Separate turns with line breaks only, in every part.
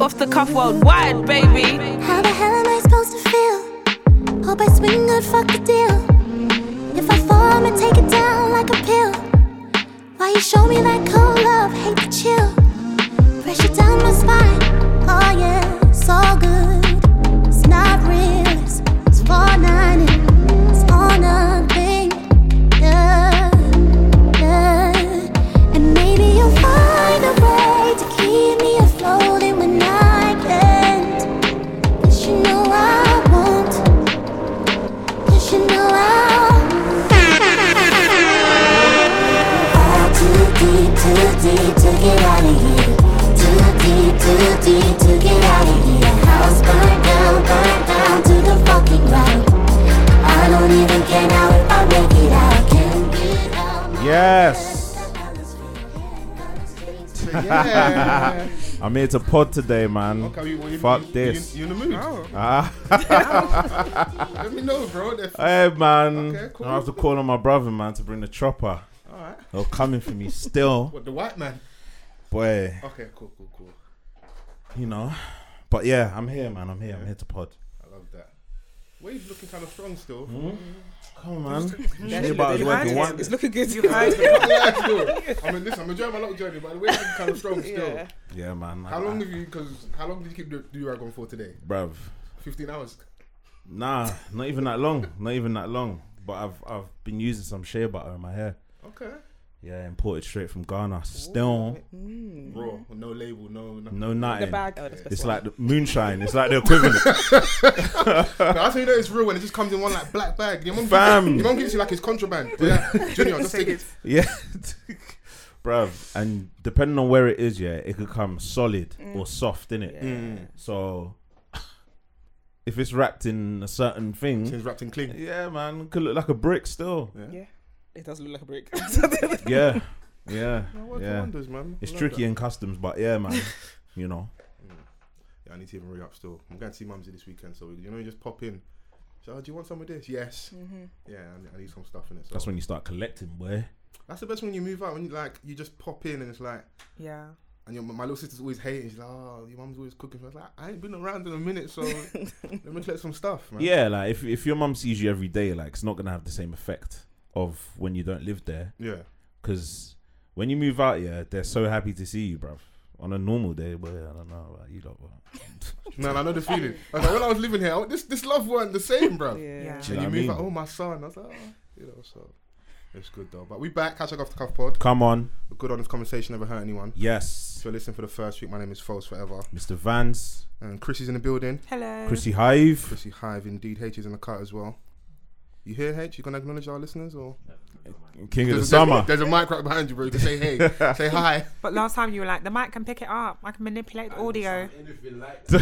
off the cuff worldwide, baby.
How the hell am I supposed to feel? Hope I swing good, fuck the deal. If I fall, I'ma take it down like a pill. Why you show me that cold love? Hate to chill. Pressure down my spine. Oh yeah, it's all good. It's not real. It's, it's 490. It's all nothing. Yeah, yeah. And maybe you'll find a way to keep me afloat even when I can't. 'Cause you know I won't. 'Cause you know I fall too deep, too deep to get out of here. Too deep, too deep to get out of here. House burned down, burned down to the fucking ground. I don't even care now if I make it out. Can't get out. my
Yes.
Yeah.
I'm here to pod today, man.
okay, you, you,
Fuck
you, you-
this.
You, you in the mood?
Ah.
Let me know, bro. That's,
Hey man,
Okay, cool.
I have to call on my brother man to bring the chopper.
all right.
They're coming for me still,
What the white man?
boy.
Okay, cool, cool, cool.
You know, but yeah, I'm here, man. I'm here. I'm here to pod.
I love that. Waves looking kind of strong still.
Hmm? Come on, man.
Yeah,
Shea butter is
you
working
hide it.
wonders.
It's looking good. You hide it.
yeah, still. I mean, listen, I'm enjoying my little journey, but the waves looking kind of strong still.
Yeah.
Yeah, man.
How long have you? Because how long did you keep the do rag on for today?
bruv?
Fifteen hours.
Nah, not even that long. Not even that long. But I've I've been using some shea butter in my hair.
Okay.
Yeah, imported straight from Ghana. Still,
Raw, no label, no. nothing.
no
The
nothing.
bag. Oh, that's
It's
one.
like the moonshine. It's like the equivalent.
But I tell you that it's real when it just comes in one like black bag. Your mom,
Fam.
Gives, your mom gives you like it's contraband. Yeah, Junior, just take it.
Yeah. Bruv, and depending on where it is, yeah, it could come solid
Mm.
or soft, innit? it. So if it's wrapped in a certain thing,
It's wrapped in cling.
yeah, man, it could look like a brick still.
Yeah. It does look like a brick.
Yeah. Yeah.
Working
yeah.
wonders, man.
It's
I love
tricky
that.
in customs, but yeah, man. you know.
Yeah, I need to even re up still. I'm going to see Mumsy this weekend, so you know, you just pop in. So, oh, do you want some of this? Yes. Yeah, I need, I need some stuff in it. So.
That's when you start collecting, boy.
That's the best when you move out. When you like, you just pop in and it's like,
yeah.
and your, my little sister's always hating. She's like, oh, your mum's always cooking. I was like, I ain't been around in a minute, so let me collect some stuff, man.
Yeah, like if if your mum sees you every day, like it's not gonna have the same effect of when you don't live there.
Yeah.
Because when you move out here, they're so happy to see you, bruv. On a normal day, but I don't know about you lot, but
Man, I know the feeling. I was like, when I was living here, I- this this love weren't the same,
Oh.
bro.
Yeah.
Do
And
you know what I
you move
mean?
out, oh, my son. I was like, oh, you know, so it's good though. But we back, hashtag off the cuff pod.
Come on.
We're good on this conversation, never hurt anyone.
Yes.
If you're listening for the first week, my name is False Forever.
Mr. Vance,
And Chris is in the building.
Hello.
Chrissy Hive.
Chrissy Hive, indeed. H is in the cut as well. You hear H? You gonna acknowledge our listeners or?
King of the
there's,
Summer.
There's, a mic right behind you, bro. You can say hey, say hi.
But last time you were like, the mic can pick it up. I can manipulate the audio.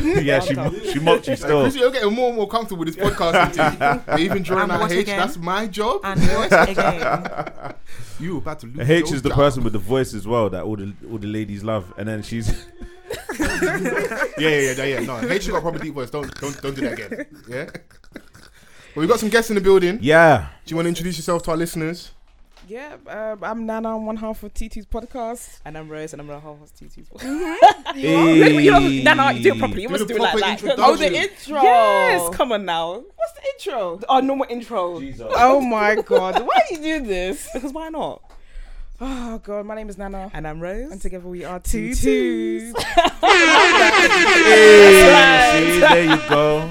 yeah, she, she mocked you
Like,
still.
Chrissy, you're getting more and more comfortable with this podcast. routine. You're even drawing
And
out
what
H.
again?
That's my job.
And what again?
you were about to lose.
H
your
is the
job.
person with the voice as well that all the all the ladies love, and then she's
Yeah, yeah, yeah, yeah. No, H has got a proper deep voice. Don't, don't, don't do that again. Yeah. Well, we've got some guests in the building.
yeah.
Do you want to introduce yourself to our listeners?
Yeah, um, I'm Nana. I'm one half of T2's podcast, and I'm Rose, and I'm the half of T2's podcast.
Hey.
you know, Nana, you do it properly. You
Do
must
the
do it like
proper
that.
introduction. Oh, the
intro. Yes, come on now. What's the intro? Our normal intro.
Oh my god, why do you do this?
Because why not?
Oh god, my name is Nana.
And I'm Rose.
And together we are
Two
two twos.
Hey, see, there you go.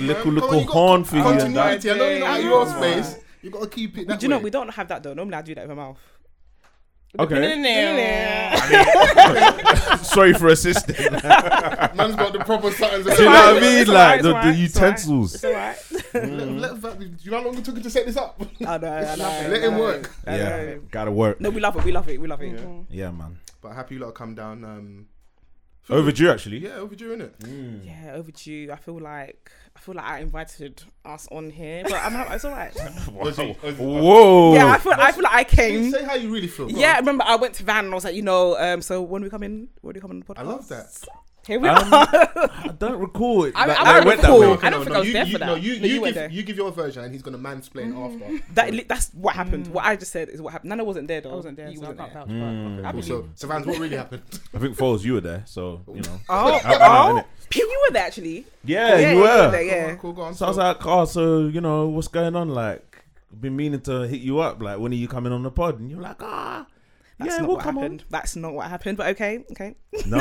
Little little horn for you and that.
Continuity. I know you're not at your space. You got to keep it. That
do you know
way.
we don't have that though? Normally I do that with my mouth.
Okay.
Yeah.
Sorry for assisting. you know what
Man's got the proper signs. and
I mean?
It's alright,
Like
it's alright,
the, the
it's alright.
utensils.
It's alright.
Let, let, do you know how long it took him to set this up?
I know. I know.
Let him work.
I
Yeah,
know.
gotta work.
No, we love it. We love it. We love it.
Mm.
Yeah, man.
But happy you lot come down. Um,
Overdue actually.
yeah, overdue, innit? it.
Yeah, overdue. I feel like I feel like I invited us on here, but I'm not, it's all right.
Whoa.
yeah, I feel I feel like I came.
Say how Oh. you really feel. bro.
Yeah, I remember I went to Van and I was like, you know, um, so when we come in, when we come on the podcast,
I love that.
Here we
Um,
are.
I don't recall it.
I mean,
that-
I
that
went
went that
recall.
way.
I don't think I was
you,
there for
you,
that.
No, you,
No, you Mm.
you,
were
give,
there.
you give your version, and he's gonna mansplain after.
That li- that's what happened. What I just said is what happened. Nana wasn't there though.
Mm. I wasn't there,
You
so I
wasn't
can't
there.
vouch for it.
Okay, cool. So, so Vans, what really happened?
I think Foles, you were there, so you know.
Oh,
Out- out,
oh.
innit?
Pew, you were there actually.
Yeah, you
were
were.
there, yeah.
cool, go on.
So I was like, oh, so you know what's going on? Like, I've been meaning to hit you up. Like, when are you coming on the pod? And you're like, ah,
That's
yeah,
not
we'll
what
come
happened. That's not what happened. But okay, okay.
on. No,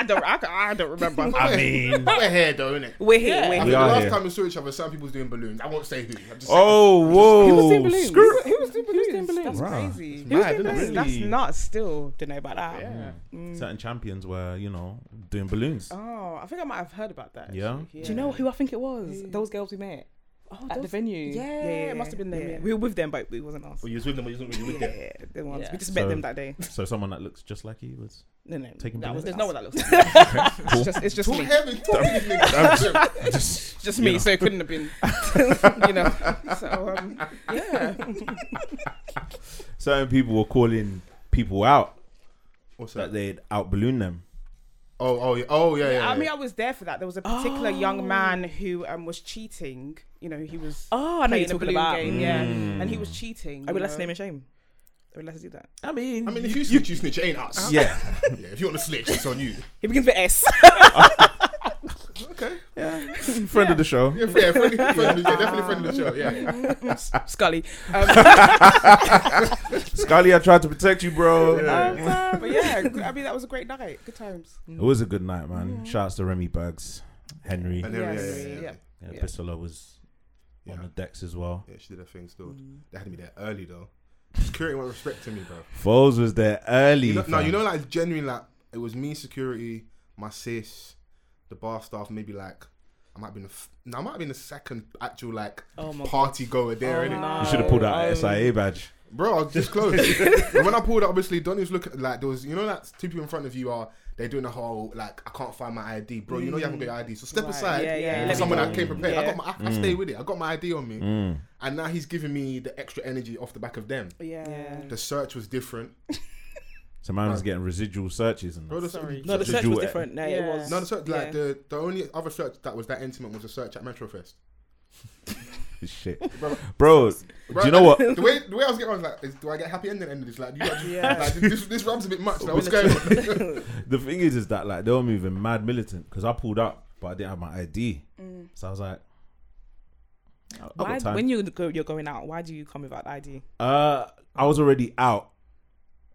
I don't. I, ca- I don't remember.
I mean,
we're here though, innit?
We're here.
I
We're
think
We
the
here.
are
last
here.
time we saw each other, some people's doing balloons. I won't say who. I'm just
oh, whoa, screw.
Who was doing balloons?
That's
Wow.
crazy. Who's
That's mad,
doing
isn't it?
balloons? That's
Really?
nuts. Still didn't know about that. Mm.
Certain champions were, you know, doing balloons.
Oh, I think I might have heard about that.
Yeah.
actually.
Do you know who I think it was? Those girls we met
Oh,
at the
those-
venue.
Yeah, it must have been them.
yeah.
yeah. Oh,
We were with them, but it wasn't us.
Well, you was with them, but you wasn't really with them.
Yeah, they were us.
Yeah.
We just
So-
met them that day.
So someone that looks just like you was
No, no,
Taking
that was
balloons?
There's
us.
no one that looks. Like that.
cool.
It's just, it's just
Talk
me.
heaven, talk heaven.
just,
Just
you
me,
know.
so it couldn't have been. you know. So um, yeah.
certain people were calling people out
What's
that
that?
they'd out balloon them.
Oh, oh, yeah, oh, yeah, yeah. yeah.
I mean, I was there for that. There was a particular young man who um, was cheating. You know, he was
Oh, I know
playing
you're
a
talking
balloon
about.
game, yeah,
Mm.
and he was cheating.
I
you
would let's
know.
name and shame. I would let's do that.
I mean,
I mean, if you Uh-huh. snitch, you snitch. It ain't us.
yeah,
yeah. If you want to snitch, it's on you.
It begins with S.
Okay.
friend of the show.
Yeah, yeah, friendly, friendly, yeah definitely friendly of the show. Yeah.
Scully.
Scully, I tried to protect you, bro.
but yeah, g- I mean, that was a great night. Good times.
It was a good night, man. Shouts to Remy Bergs, Henry.
And then, yeah, yeah,
Yes.
yeah, yeah. yeah.
Yeah.
Yeah,
Yeah.
Pistola was on
Yeah.
the decks as well.
she did her thing still. They had me there early though. Security weren't respecting me, bro.
Foles was there early.
You know, no,
fam.
you know, like genuinely, like it was me, security, my sis, the bar staff. Maybe like I might have been, the f- no, I might have been the second actual like
Oh
party goer there, innit?
You should have pulled out an SIA badge.
Bro, I was just close. and when I pulled up, obviously Donny was looking like there was, you know, that two people in front of you are they're doing the whole like I can't find my ID, bro. You know you haven't got your ID, so step
Right,
aside.
yeah, yeah,
for
let me
someone
go.
that came prepared. I
Yeah.
got my, I,
Mm.
I stay with it. I got my ID on me, and now he's giving me the extra energy off the back of them.
Yeah.
The search was different.
So man was getting residual searches and
Bro, the,
No, the
Did
search
you-
was different. No, it
Yeah.
was.
no, the search like
Yeah.
the the only other search that was that intimate was a search at Metrofest.
shit,
Bro,
bro. Do
Bro,
you know
like,
what?
The way the way I was getting, I was like, is, do I get happy ending at the end of this? Like, you actually,
Yeah.
like this this rubs a bit much. Like, what's going on?
The thing is, is that like they were moving mad militant because I pulled up, but I didn't have my ID,
Mm.
so I was like, I, I got
Why,
time.
when you go, you're going out, why do you come without ID?
Uh, I was already out,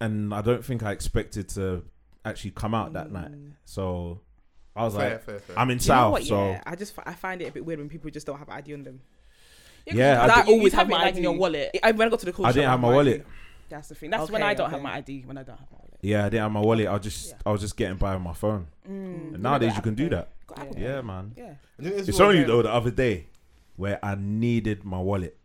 and I don't think I expected to actually come out that night. So I was
Fair,
like,
fair, fair.
I'm in
Do you know
South,
what?
so
Yeah, I just fi- I find it a bit weird when people just don't have ID on them.
Yeah, I
I
d-
you- you
always
have
have
it,
my
like,
ID
in your wallet.
I, when I got to the cool
I
shop,
didn't
I
have my
ID.
wallet.
That's the thing. That's when
Okay,
I don't have
okay.
my ID. When I don't have my wallet.
Yeah, I didn't have my wallet. I just I was just getting by on my phone. And nowadays you can do that.
Got Apple Pay.
Yeah, man.
Yeah.
And then this is
It's
what
only
I'm
though the other day where I needed my wallet.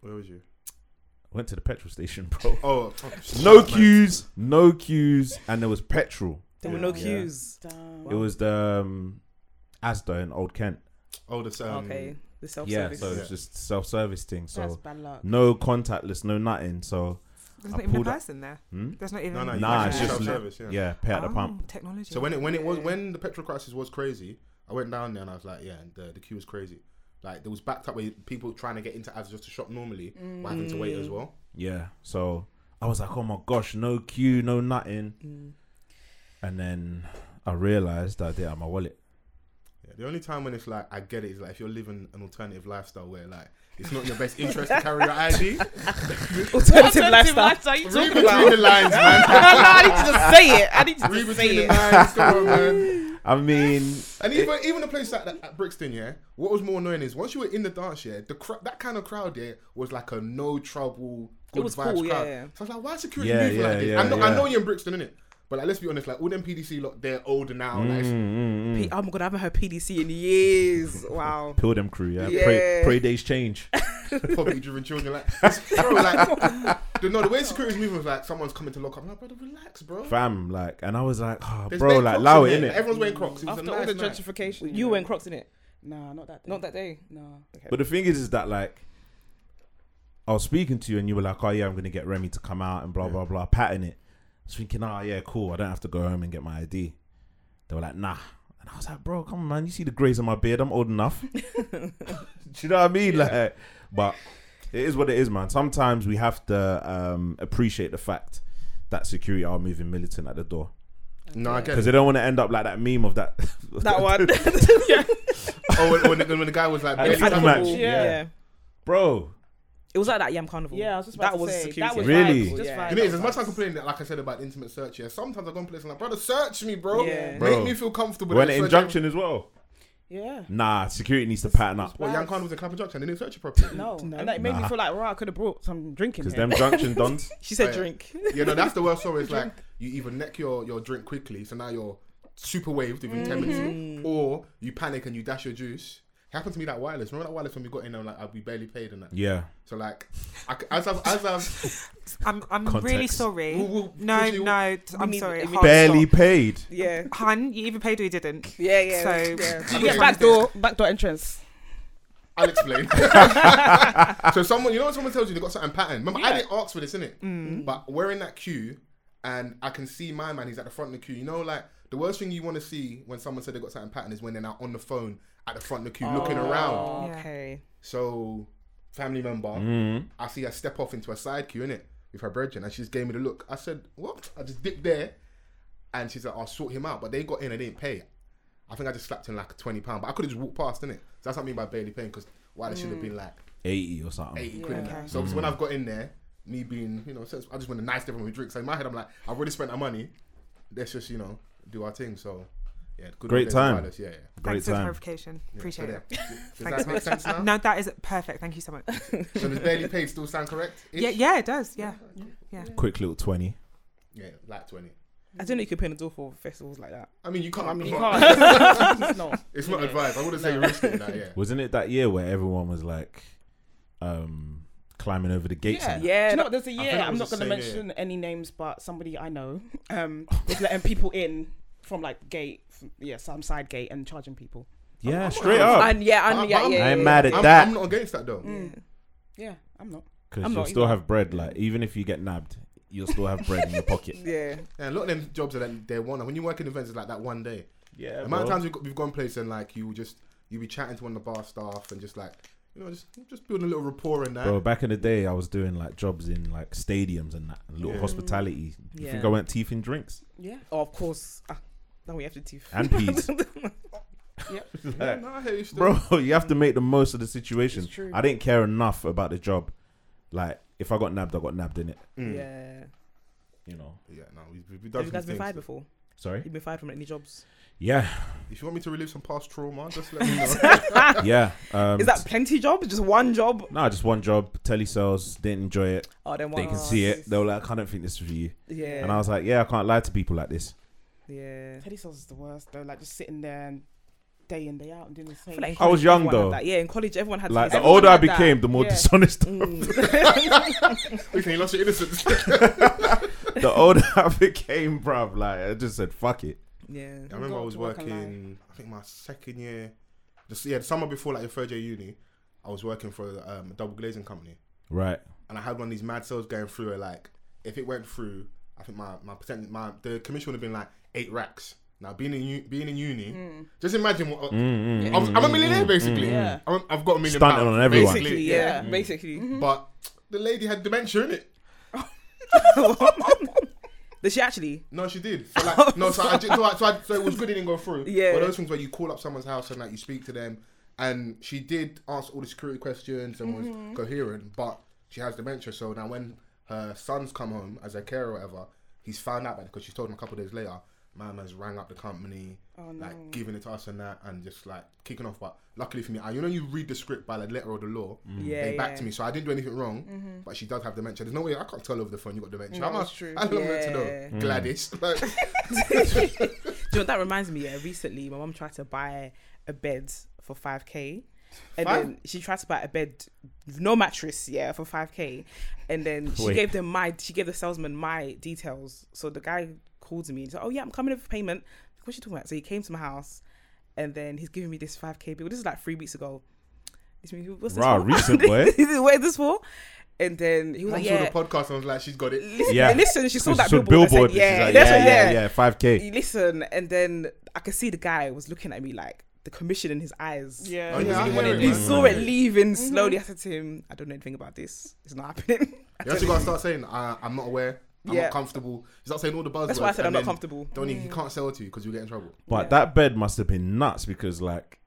Where was you?
I went to the petrol station, bro.
Oh,
No queues, no queues, and there was petrol.
There were no
Yeah.
queues.
It was the um, Asda in Old Kent.
Oh, the um,
Okay, the self
Yeah,
service.
so
Yeah.
it's just self-service thing.
That's
So
bad luck.
no contactless, no nothing. So
There's
I
not even a
pulled up-
person there.
Hmm?
There's not even.
No, no,
Nah,
nah,
it's
it's
just
just
lit.
service. Yeah.
yeah, pay at the
Oh,
pump.
Technology.
So when it when it was when the petrol crisis was crazy, I went down there and I was like, yeah, the the queue was crazy. Like there was backed up with people trying to get into ads just to shop normally, but having to wait as well.
Yeah. So I was like, oh my gosh, no queue, no nothing. And then I realized that I didn't have my wallet.
Yeah, the only time when it's like I get it is like if you're living an alternative lifestyle where like it's not in your best interest to carry your ID.
alternative lifestyle.
Read between the lines, man.
I need to just say it. I need to
Read
just
between
say
the
it.
lines, come on, man.
I mean,
And even even a place like that at Brixton, yeah. What was more annoying is once you were in the dance, yeah, the cra- that kind of crowd, yeah, was like a no trouble, good
was
vibes
cool, yeah,
crowd.
yeah.
So I was like, why is security
Yeah,
moving
yeah,
like this?
yeah,
I know,
yeah.
I know you're in Brixton, innit? But like, let's be honest, like all them PDC lot, they're older now.
mm,
Like, it's-
P- oh my god, I haven't heard PDC in years. Wow.
Pill them crew, yeah. Pray,
Yeah.
pray days change. Mm.
probably driven children. Like, it's- bro, like, the, no, the way security's moving was like someone's coming to lock up. I'm like, brother, relax, bro.
Fam, like, and I was like, oh,
There's
bro,
bare
like,
Crocs
allow
in
it,
here.
innit?
Everyone's wearing Crocs. It was
After
a
all
nice
the
night.
gentrification,
You were in Crocs, innit?
No, not that. Day.
Not that day.
No.
But the thing is, is that, like, I was speaking to you and you were like, oh, yeah, I'm going to get Remy to "Ah, come out and blah, blah, blah, patting it. I was thinking, oh, yeah, cool. I don't have to go home and get my ID. They were like, nah. And I was like, bro, come on, man. You see the grays on my beard. I'm old enough. Do you know what I mean? Like, but it is what it is, man. Sometimes we have to um, appreciate the fact that security are moving militant at the door
No, I get
because
it.
they don't want to end up like that meme of that.
That one. yeah.
Oh, when, when, the, when the guy was like,
At the
barely
football
touching-
match.
Yeah.
Yeah. bro.
It was like that Yam Carnival.
Yeah, I was just about
that
to
was
say,
security.
that was
Really?
vibes, just
Yeah.
You
vibes.
know, it's as much as I complain that, like I said about intimate search, yeah, sometimes I go in place and I'm like, brother, search me, bro.
Yeah.
Bro.
Make me feel comfortable.
We're in
They
an
search
injunction as well.
Yeah.
Nah, security needs to pattern up.
every- Well, Yan Khan was in Clap Injunction, they didn't search you properly.
No.
No.
And that made me feel like, right, I could have brought some drink in
Because
here.
them junction dons.
She said
Right.
drink.
Yeah, no, that's the worst story. It's like you either neck your, your drink quickly, so now you're super waved within 10 minutes, mm-hmm. or you panic and you dash your juice. It happened to me that wireless. Remember that wireless when we got in and like, I- we barely paid and that?
Yeah.
So, like, I c as I've, as I've,
I'm, I'm really
Context.
sorry.
We'll- we'll-
no,
we'll-
no, t- I'm
need-
sorry.
we
hard
Barely
stop.
paid.
Yeah.
Hun, you either paid or you didn't.
Yeah, yeah.
So-
yeah.
Yeah,
Yeah, back door, back door entrance.
I'll explain. so someone, you know, when someone tells you they got certain pattern. Remember, I didn't ask for this, innit? Mm. But we're in that queue, and I can see my man. He's at the front of the queue. You know, like the worst thing you want to see when someone said they got certain pattern is when they're now on the phone at the front of the queue looking around.
Okay.
So, family member,
Mm-hmm.
I see her step off into a side queue, innit, with her brethren, and she just gave me the look. I said, "What?" I just dipped there, and she's like, "I'll sort him out." But they got in, and didn't pay. I think I just slapped him like a twenty pound, but I could have just walked past, innit? So that's what I mean by barely paying, because why they should have been like
80 or something.
eighty quid. in that. So obviously when I've got in there, me being, you know, since I just want a nice everyone who drinks. So in my head, I'm like, I've already spent our money. Let's just, you know, do our thing. So, yeah, good
Great
old days of
time.
Wireless, Yeah, yeah.
Great
Thanks for the
time.
clarification.
So
Appreciate
there.
it.
Does
Thanks.
that make sense now?
No, that is perfect. Thank you so much.
So does barely paid still sound correct?
Yeah, yeah, it does. Yeah.
Quick little 20.
Yeah, like 20.
I didn't know you could pay in the door for festivals like that.
I mean, you can't.
I mean, you
but
can't. it's not.
It's not advised. I wouldn't say you're risking that, yeah.
Wasn't it that year where everyone was like um climbing over the gates?
Yeah.
and that?
Yeah,
Do you know
that-
what, there's a
think
year.
that
I'm
was
not
the
going
same
to
year.
mention any names, but somebody I know um, was letting people in from like gate, from, yeah, some side gate, and charging people.
Yeah, straight up.
And yeah, and
I'm-
yeah,
I'm-
yeah, yeah, Mm.
Oh. I ain't
yeah.
mad at
I'm,
that.
I'm not against that, though.
Mm.
Yeah, I'm not.
Because
I'm
you'll
not
still
either.
have bread. Like, even if you get nabbed, you'll still have bread in your pocket.
Yeah.
Yeah, a lot of them jobs are like, they're one. When you work in events, it's like that one day.
Yeah.
The amount of times we've, got, we've gone place and like you just you be chatting to one of the bar staff and just like you know just just building a little rapport and that.
Bro, back in the day, I was doing like jobs in like stadiums and that, and little
Yeah.
hospitality. You
Yeah.
think I went teeth in drinks
Yeah.
Oh, of course. Ah, now we have to teeth.
and peas?
Yeah, no, I hear you still. Mm.
bro you have to make the most of the situation
It's true.
i didn't care enough about the job like if i got nabbed i got nabbed in it
Mm.
Yeah.
you know
Yeah, no, we've, we've done
Have you guys been
some things.
fired before?
sorry
You've been fired from any jobs?
yeah
If you want me to relive some past trauma, just let me know.
yeah um
Is that plenty jobs? Just one job?
no just one job telesales didn't enjoy it
Oh, then one.
they can see it they were like i don't think this is for you
Yeah.
and i was like yeah i can't lie to people like this
yeah.
Teddy Sales is the worst though. Like just sitting there and day in day out and doing the
I
same.
feel like in
I was
college
young,
everyone had
though.
that. Yeah, in college everyone had
like the
everyone
older i
had that.
became the more
Yeah.
dishonest
Mm.
Listen, you lost your innocence.
the older i became bruv like i just said fuck it
yeah.
I remember I
got
was
to work and
working. I think my second year, just yeah, the summer before like your third year uni, I was working for um, a double glazing company,
right
and I had one of these mad sales going through. Where, like, if it went through, I think my my percent my the commission would have been like eight racks. Now being in u- being in uni, just imagine what I'm, I'm a millionaire basically.
Hmm. Yeah.
I'm, I've got a million.
Hmm. Stunting
pounds,
on everyone.
Basically, yeah. Basically.
Mm.
But the lady had dementia in it.
Does she actually?
No, she did. So like, no, so I, did, so, I, so, I, so it was good it didn't go through.
Yeah.
But those things where you call up someone's house and like you speak to them, and she did answer all the security questions and was
Mm-hmm.
coherent, but she has dementia. So now when her son's come home as a carer or whatever, he's found out about it because she told him a couple of days later. My man's rang up the company,
Oh,
like giving it to us and that, and just like kicking off. But luckily for me, I, you know, you read the script by the letter of the law.
Yeah,
they back
yeah. Mm-hmm.
to me, so I didn't do anything wrong. But she does have dementia. There's no way I can't tell over the phone you got dementia.
No,
I'm
that's
a-
true.
I don't know what to
Yeah.
know. Gladys. Like,
Do you know, that reminds me, yeah, recently my mum tried to buy a bed for 5k. And
Five?
then she tried to buy a bed, no mattress, yeah, for 5k. And then she
Wait.
gave them my, she gave the salesman my details. So the guy called me and said, Oh, yeah, I'm coming in for payment. Like, What's she talking about? So he came to my house and then he's giving me this 5k bill. This is like three weeks ago. This means- What's this
Rah,
for?
recent, boy.
This is- what is this for? And then he was
Mom
like,
saw the
yeah.
podcast and was like, she's got it.
Listen,
Yeah.
listen, she saw
She
that
saw the
billboard. I said,
billboard,
yeah,
she's like,
that's
yeah,
what-
yeah, yeah, 5K.
You listen, and then I could see the guy was looking at me like the commission in his eyes.
Oh,
Yeah.
yeah, I
yeah.
hear it,
You
man.
saw it leaving slowly. I said to him, I don't know anything about this. It's not happening. I
You
don't
actually
know.
gotta start saying, I, I'm not aware, I'm
Yeah.
not comfortable. You start saying all the buzzwords.
That's why I said
and
I'm not
then
comfortable.
Don't even, he can't sell it to you because you'll get in trouble.
But that bed must have been nuts because, like,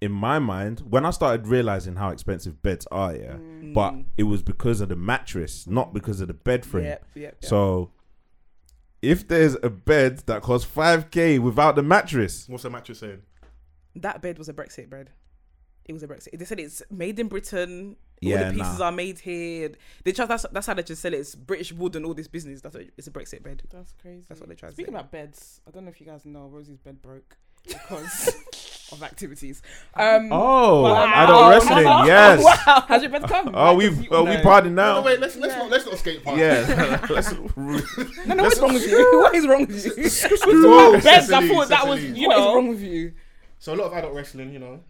in my mind, when I started realizing how expensive beds are, yeah,
Mm.
but
Mm.
it was because of the mattress, not because of the bed frame.
Yep, yep, yep.
So, if there's a bed that costs 5K without the mattress,
What's the mattress saying?
that bed was a Brexit bed. It was a Brexit. They said it's made in Britain. all
Yeah,
the pieces
nah.
are made here. They try, that's that's how they just sell it. It's British wood and all this business. That's what, it's a Brexit bed.
That's crazy.
That's what they try to
Speaking
say.
about beds, I don't know if you guys know Rosie's bed broke because of activities. Um,
oh,
Wow.
adult wrestling,
Wow.
yes.
Wow. How's your bed come?
Oh,
Like,
we've
you
are we
know.
partying
No,
now?
wait, let's let's not let's not skate park.
yeah. Let's-
No, no, what's wrong with you? What is wrong with you? What's
Whoa,
Oh, Beds, I
Cecily,
thought that was
Cecily.
you know.
wrong with you?
So a lot of adult wrestling, you know.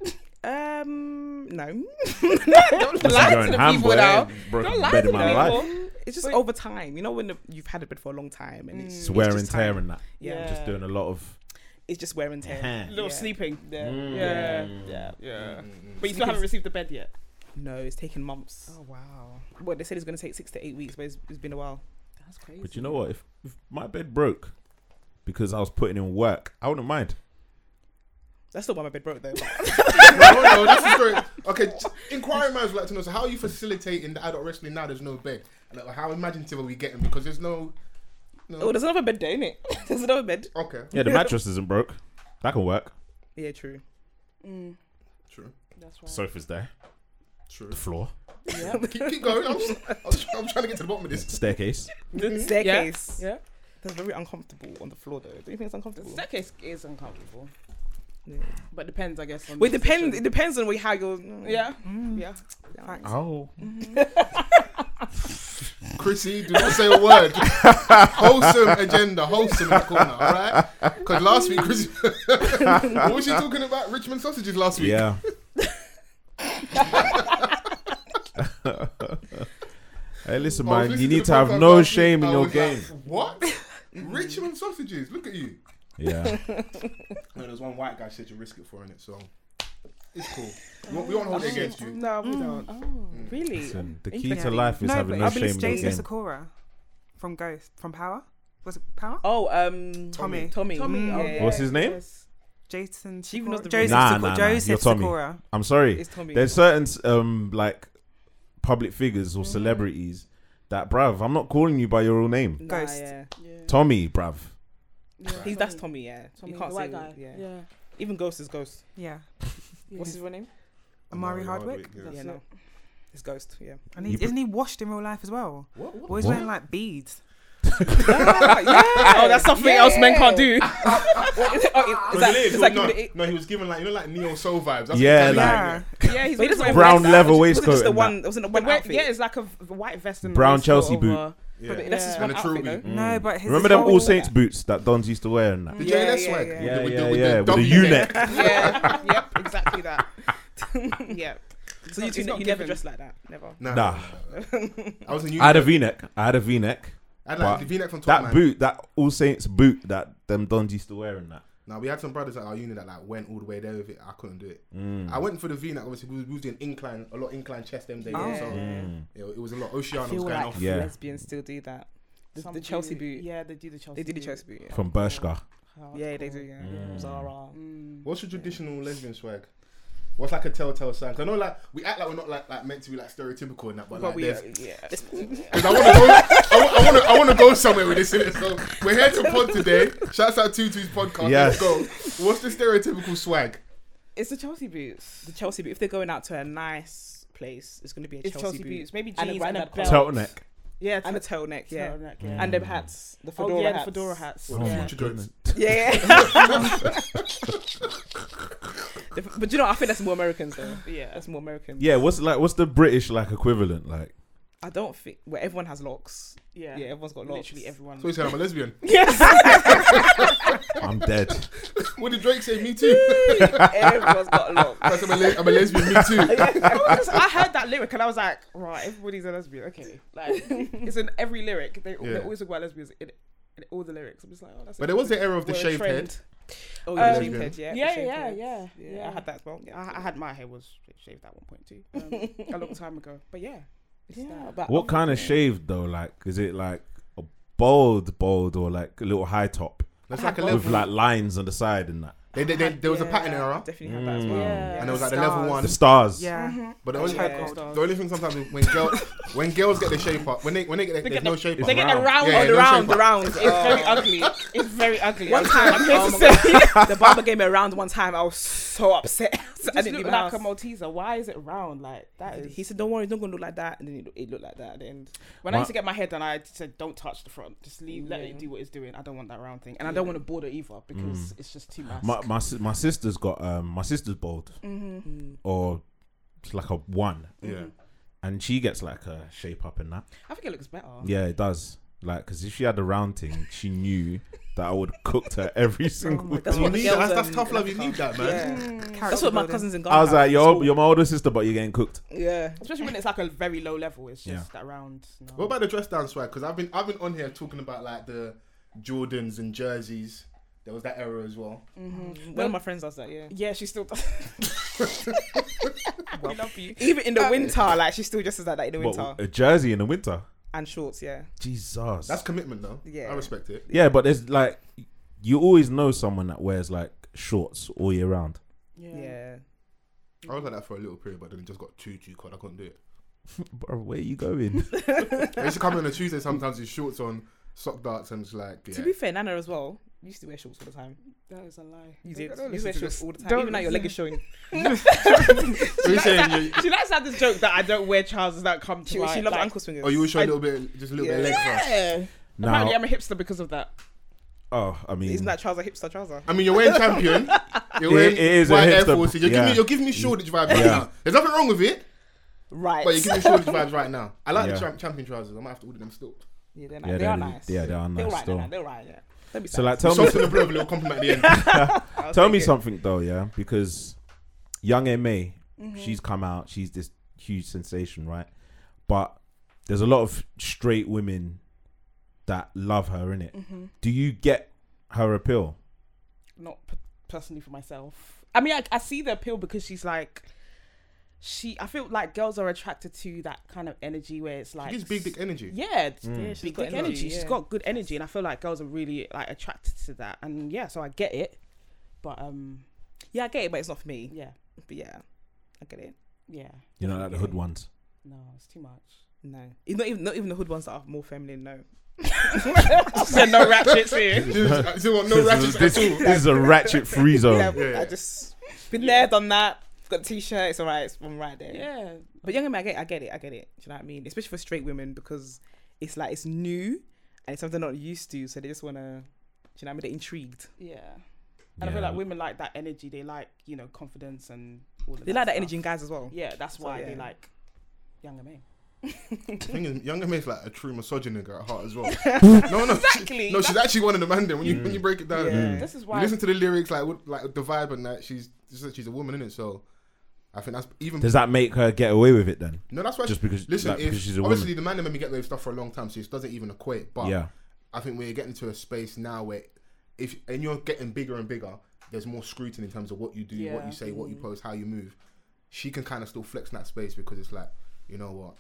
Um, no.
Don't lie to
going
the
ham,
people
boy.
now.
Broke
Don't lie
bed
to
in
the
my life.
people.
It's just
Wait.
over time. You know when the, you've had a bed for a long time and it's,
It's
it's
wear and
just
tear
time.
and Uh-huh. that.
Mm. Yeah.
I'm just doing a lot of.
It's just wear and tear.
hand.
Little
Yeah.
sleeping. Yeah.
Mm.
Yeah. Yeah. Yeah.
Mm,
But you still haven't received the bed yet.
No, it's taken months.
wow.
Well, they said it's going to take six to eight weeks, but it's, it's been a while.
That's crazy.
But you know what? If, if my bed broke because I was putting in work, I wouldn't mind.
That's not why my bed broke though.
no, no, this is great. Okay, j- inquiring minds would like to know. So how are you facilitating the adult wrestling now? There's no bed. Like, how imaginative are we getting? Because there's no.
oh, there's another bed there, innit? There's another bed.
Okay,
Yeah, the mattress isn't broke. That can work.
Yeah, true.
true,
That's right.
Sofa's there.
true.
The floor.
keep, keep going. I'm, just- I'm, just- I'm trying to get to the bottom of this.
Staircase.
Mm-hmm. Staircase.
Yeah.
That's very uncomfortable on the floor though. Do you think it's
The
uncomfortable?
staircase is uncomfortable,
Yeah.
but depends, I guess. On
Well, it
the
depends. It
position.
depends on where- how you're. mm,
Yeah. Yeah.
Thanks.
Oh.
Chrissy, do not say a word. wholesome agenda, wholesome in the corner, all right? Because last week, Chrissy, what was she talking about? Richmond sausages last week.
Yeah. hey, listen,
I was
man. You
listening
need
Oh, the
to have
podcast
no
last
shame in
week, I
your
was like,
game.
what? Richmond sausages? Look at you.
Yeah.
No, there's one white guy said you risk it for in it, so it's cool. We won't, we won't hold it against you.
No, we don't.
Really?
Listen, the key to
Interesting.
life is
no,
having
but
no
I
shame
believe
in your
Jason
game.
Sakura from Ghost, from Power. Was it Power?
Oh, um,
Tommy.
Tommy.
Mm.
oh, yeah.
What's his name?
Yes.
Jason
She
Sakura.
knows the
Joseph,
Nah,
Sakura.
nah, nah, you're
Joseph
Tommy.
Sakura.
I'm sorry.
It's Tommy.
There's certain um like public figures
Mm.
or celebrities that, bruv, I'm not calling you by your real name.
Nah,
Ghost.
yeah.
Mm.
Tommy, bruv.
He's that's Tommy. Yeah.
Tommy,
you can't
the
say
white guy.
Yeah.
yeah.
Even Ghost is Ghost.
Yeah.
What's his real name?
Amari Hardwick.
yeah.
That's
yeah. No. It's Ghost. Yeah.
And
You
he's,
put-
isn't he washed in real life as well?
What? what?
Always
What?
wearing like beads.
Oh, that's something else men can't do. Oh,
It was lit,
like
no,
giving it-
no, he was given like you know like neo soul vibes. That's
Yeah,
what he
like-
But
kinda
Yeah, he's
he
always
doesn't
wearing
Brown
white-
leather
Was it
waistcoat.
just the
and that.
one? Wasn't it
The
one
white-
outfit?
yeah, it's like a v- white vest and
Brown
waist sort
Chelsea
of,
boot.
uh,
Yeah.
But that's
Yeah.
just
And
one
a
outfit.
true
though.
No, but his
Remember them
whole-
all Saints boots that Dons used to wear and that.
The
Yeah,
JLS
yeah,
swag.
yeah.
with the-
Yeah,
with the-
yeah,
with the
yeah. With the
W
U
neck.
neck.
yeah, yep, exactly that. yeah.
So you
It's
two,
not
you never
given.
dress like that. Never.
Nah,
Nah.
I was in
I
uni.
had a V neck. I had a V neck.
I had like
but
the V-neck from Top
That
Man.
boot, that All Saints boot that them Dons used to wear and that.
Now we had some brothers at our uni that like went all the way there with it. I couldn't do it.
Mm.
I went for the V neck. Obviously, we was, we was doing incline, a lot of incline chest them days.
Oh.
So
Mm.
yeah, it was a lot. Oceana was
feel
going
like
off.
Yeah.
lesbians still do that. The, the Chelsea boot.
Yeah, they do the Chelsea.
They do the Chelsea boot. Yeah,
From Bershka.
yeah they do. Yeah. Zara.
Mm.
What's your traditional lesbian swag? What's like a telltale sign? 'Cause I know like we act like we're not like, like meant to be like stereotypical and that, but,
But
like
we, uh,
there's
yeah.
Because I want to go. I wa- I want to. I want to go somewhere with this. innit? So we're here to pod today. Shouts out to Tutu's podcast.
Yes.
Let's go. What's the stereotypical swag?
It's the Chelsea boots.
The Chelsea boot. If they're going out to a nice place, it's going to be a
It's
Chelsea,
Chelsea
boot.
boots. Maybe
And a
jeans and
random
a belt.
Tell-
Turtleneck.
Yeah,
and a
t-
turtleneck. Yeah.
turtleneck, yeah.
And them hats. The fedora
oh, yeah,
hats.
the fedora hats.
Oh my
yeah.
Future joints.
goodness.
Yeah. The f- but you know, I think that's more Americans though.
Yeah.
That's more American.
Yeah, what's like? What's the British like equivalent like?
I don't think. Well, everyone has locks.
yeah.
Yeah, everyone's got locks.
Literally everyone.
So you said I'm a lesbian.
Yes.
I'm dead.
What did Drake say? Me too.
Everyone's got a lot.
I said, I'm, a le- I'm a lesbian. Me too.
I, was just- I heard that lyric and I was like, right, everybody's a lesbian. Okay, like it's in every lyric. They,
Yeah.
they always talk about lesbians in, in all the lyrics. I'm just like, oh, that's.
But there was the era of the shaved head.
Oh,
yeah,
yeah,
Um,
shaved head, yeah.
Yeah,
the
yeah,
shaved
yeah,
head.
yeah,
I had that as well.
Yeah, I, I had my hair was shaved at one point too, um, a long time ago. But yeah, it's
Yeah,
that.
but
What kind of shaved though? Like, is it like a bold, bold, or like a little high top
That's like a
with
level.
like lines on the side and that?
They, they, they, there was a pattern
Yeah,
era,
Definitely had that as well.
Mm.
Mm-hmm.
and there was like the level
Stars.
one.
The stars.
Yeah.
But the only,
Yeah.
the only thing sometimes is when girls when girls get their shape up, when they when they get their, there's no shape up.
They get the
Round.
round
Yeah,
on
yeah,
the
no
round,
shape
the
up.
rounds. It's very ugly. It's very ugly.
One
I'm
time, I'm
sorry,
here
Oh
I'm
to
here to say-
say, the barber gave me a round one time. I was so upset. I
It
didn't
looked
leave
like
my house.
a Malteser. Why is it round? Like that is.
He said, "Don't worry, it's not gonna look like that." And then it, look- it looked like that. At the end,
When I
My-
used to get my hair done, I said, "Don't touch the front. Just leave. Let it do what it's doing. I don't want that round thing, and I don't want to border either because it's just too much."
My my si- my sister's got um my sister's bold,
Mm-hmm.
or it's like a one,
Yeah.
and she gets like a shape up and that.
I think it looks better.
Oh.
Yeah, it does. Like, because if she had the round thing, she knew that I would cooked her every single
Oh That's
time.
what
You need
the
that.
girls,
That's, that's
um,
tough love. You need that, man.
that's what my cousins in Ghana.
I was like, yo, you're my older sister, but you're getting cooked.
yeah.
Especially when it's like a very low level. It's just
Yeah.
that round. No.
What about the dress down swag? Because I've been I've been on here talking about like the Jordans and jerseys. There was that era as well.
Mm-hmm.
One of Mm-hmm. my friends does that. Yeah,
Yeah, she still does. we love you.
even in the winter, like she still just does like that in the
But
winter
a jersey in the winter.
and shorts. Yeah,
Jesus.
That's commitment, though.
Yeah.
I respect it.
yeah, but there's like, you always know someone that wears like shorts all year round.
yeah.
I was like that for a little period, but then it just got too too cold. I couldn't do it.
Bro, where you going?
I used to come in on a Tuesday sometimes with shorts on, sock darts, and just like yeah.
To be fair, Nana as well used to wear shorts all the time.
That is a lie.
You
Don't-
did.
don't
You
listen
wear
to
shorts
this.
all the time.
Don't
even now your leg is showing.
So you're saying you,
She likes to have this joke that I don't wear trousers that come to
She,
my.
she loves
like-
ankle swingers.
oh you will show a little bit, just a little bit of leg for us.
Yeah. Apparently,
now,
I'm a hipster because of that.
oh, I mean,
Isn't that trouser hipster trouser?
I mean, you're wearing champion. You're
It-
wearing
it is a
white Air
hipster-
Force. You're
yeah.
giving me, you're giving me Shoreditch vibes right
Yeah.
now. There's nothing wrong with it,
Right.
but you're giving me Shoreditch vibes right now. I like
Yeah.
the champ, champion trousers. I might have to order them still.
yeah, they're
yeah,
nice. They are
they're-
nice.
Yeah, they are
They're
nice.
right,
Still.
Nana. They're right. Yeah. Don't be
So
sad.
like, tell me,
Soft to the blow, a little compliment at the end.
tell me something though, yeah, because young Ma,
Mm-hmm.
she's come out, she's this huge sensation, right? But there's a lot of straight women that love her
Mm.
in it.
Mm-hmm.
Do you get her appeal?
Not p- personally for myself. I mean, I, I see the appeal because she's like, she. I feel like girls are attracted to that kind of energy where it's like
Gives big dick energy.
Yeah, it's big
got
dick energy.
energy,
She's
yeah.
got good energy, and I feel like girls are really like attracted to that. And yeah, so I get it, but um,
Yeah, I get it, but it's not for me.
yeah,
But yeah, I get it.
yeah,
You know, like the hood ones.
no, it's too much.
No, it's not even not even the hood ones that are more feminine. No,
Said no ratchets here.
Just- you want no
this, is,
ratchets
this,
at all.
this is a ratchet free zone.
yeah,
yeah.
I just been there, done that. Got a t-shirt. It's alright. It's I'm right there.
Yeah,
But young and I get, I get it, I get it. Do you know what I mean? Especially for straight women because it's like it's new and it's something they're not used to, so they just wanna. Do you know what I mean? They're intrigued.
yeah. And I
Yeah.
feel like women like that energy. They like you know confidence and all of
They like that
stuff.
energy in guys as well.
Yeah, that's
So,
why they
yeah.
like younger men.
The thing is, Younger May's like a true misogynist at heart as well. no, no,
Exactly.
She, no, she's actually one of the man there when you
Mm.
when you break it down.
This is
You
why.
listen to the lyrics, like what- like the vibe and that. She's she's a woman in it, so I think that's even
Does that make her get away with it then?
No, that's why.
Just
she-
because-
listen,
like,
if,
because she's a
obviously the man that made me get away with stuff for a long time, so it doesn't even equate. But
Yeah.
I think we're getting to a space now where, if and you're getting bigger and bigger, there's more scrutiny in terms of what you do, what
Yeah.
you say, what you post, how you move. She can kind of still flex in that space because it's like, you know what?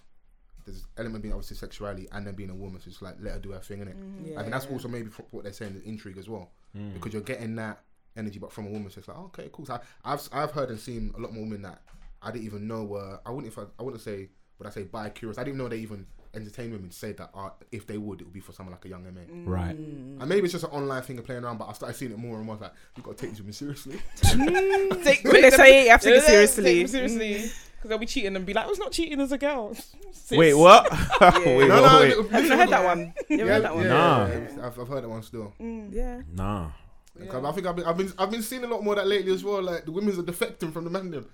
There's element being obviously sexuality and then being a woman, so it's like let her do her thing, innit?
Mm.
I think that's also maybe fro- what they're saying is intrigue as well, because you're getting that energy, but from a woman. So it's like, oh, okay, cool. So I, I've I've heard and seen a lot more women that I didn't even know were. I wouldn't if I, I wouldn't say would I say bi curious. I didn't know they even entertain women. Say that uh, if they would, it would be for someone like a young MA.
Mm.
Right.
Mm.
And maybe it's just an online thing of playing around, but I started seeing it more and more. I was like, you gotta take these women seriously.
Take, when they say it, you have to take it seriously. Mm.
Take it seriously, because they'll be cheating and be like, "Oh, it's not cheating as a girl." Sis.
Wait, what? wait,
No,
what?
no,
wait.
no,
Have you
listen,
heard that one? You ever
yeah,
heard that one?
yeah,
Nah.
yeah, I've, I've heard that one still.
Yeah.
Nah.
'Cause I think I've been, I've been I've been seeing a lot more of that lately as well. Like the women's are defecting from the man them.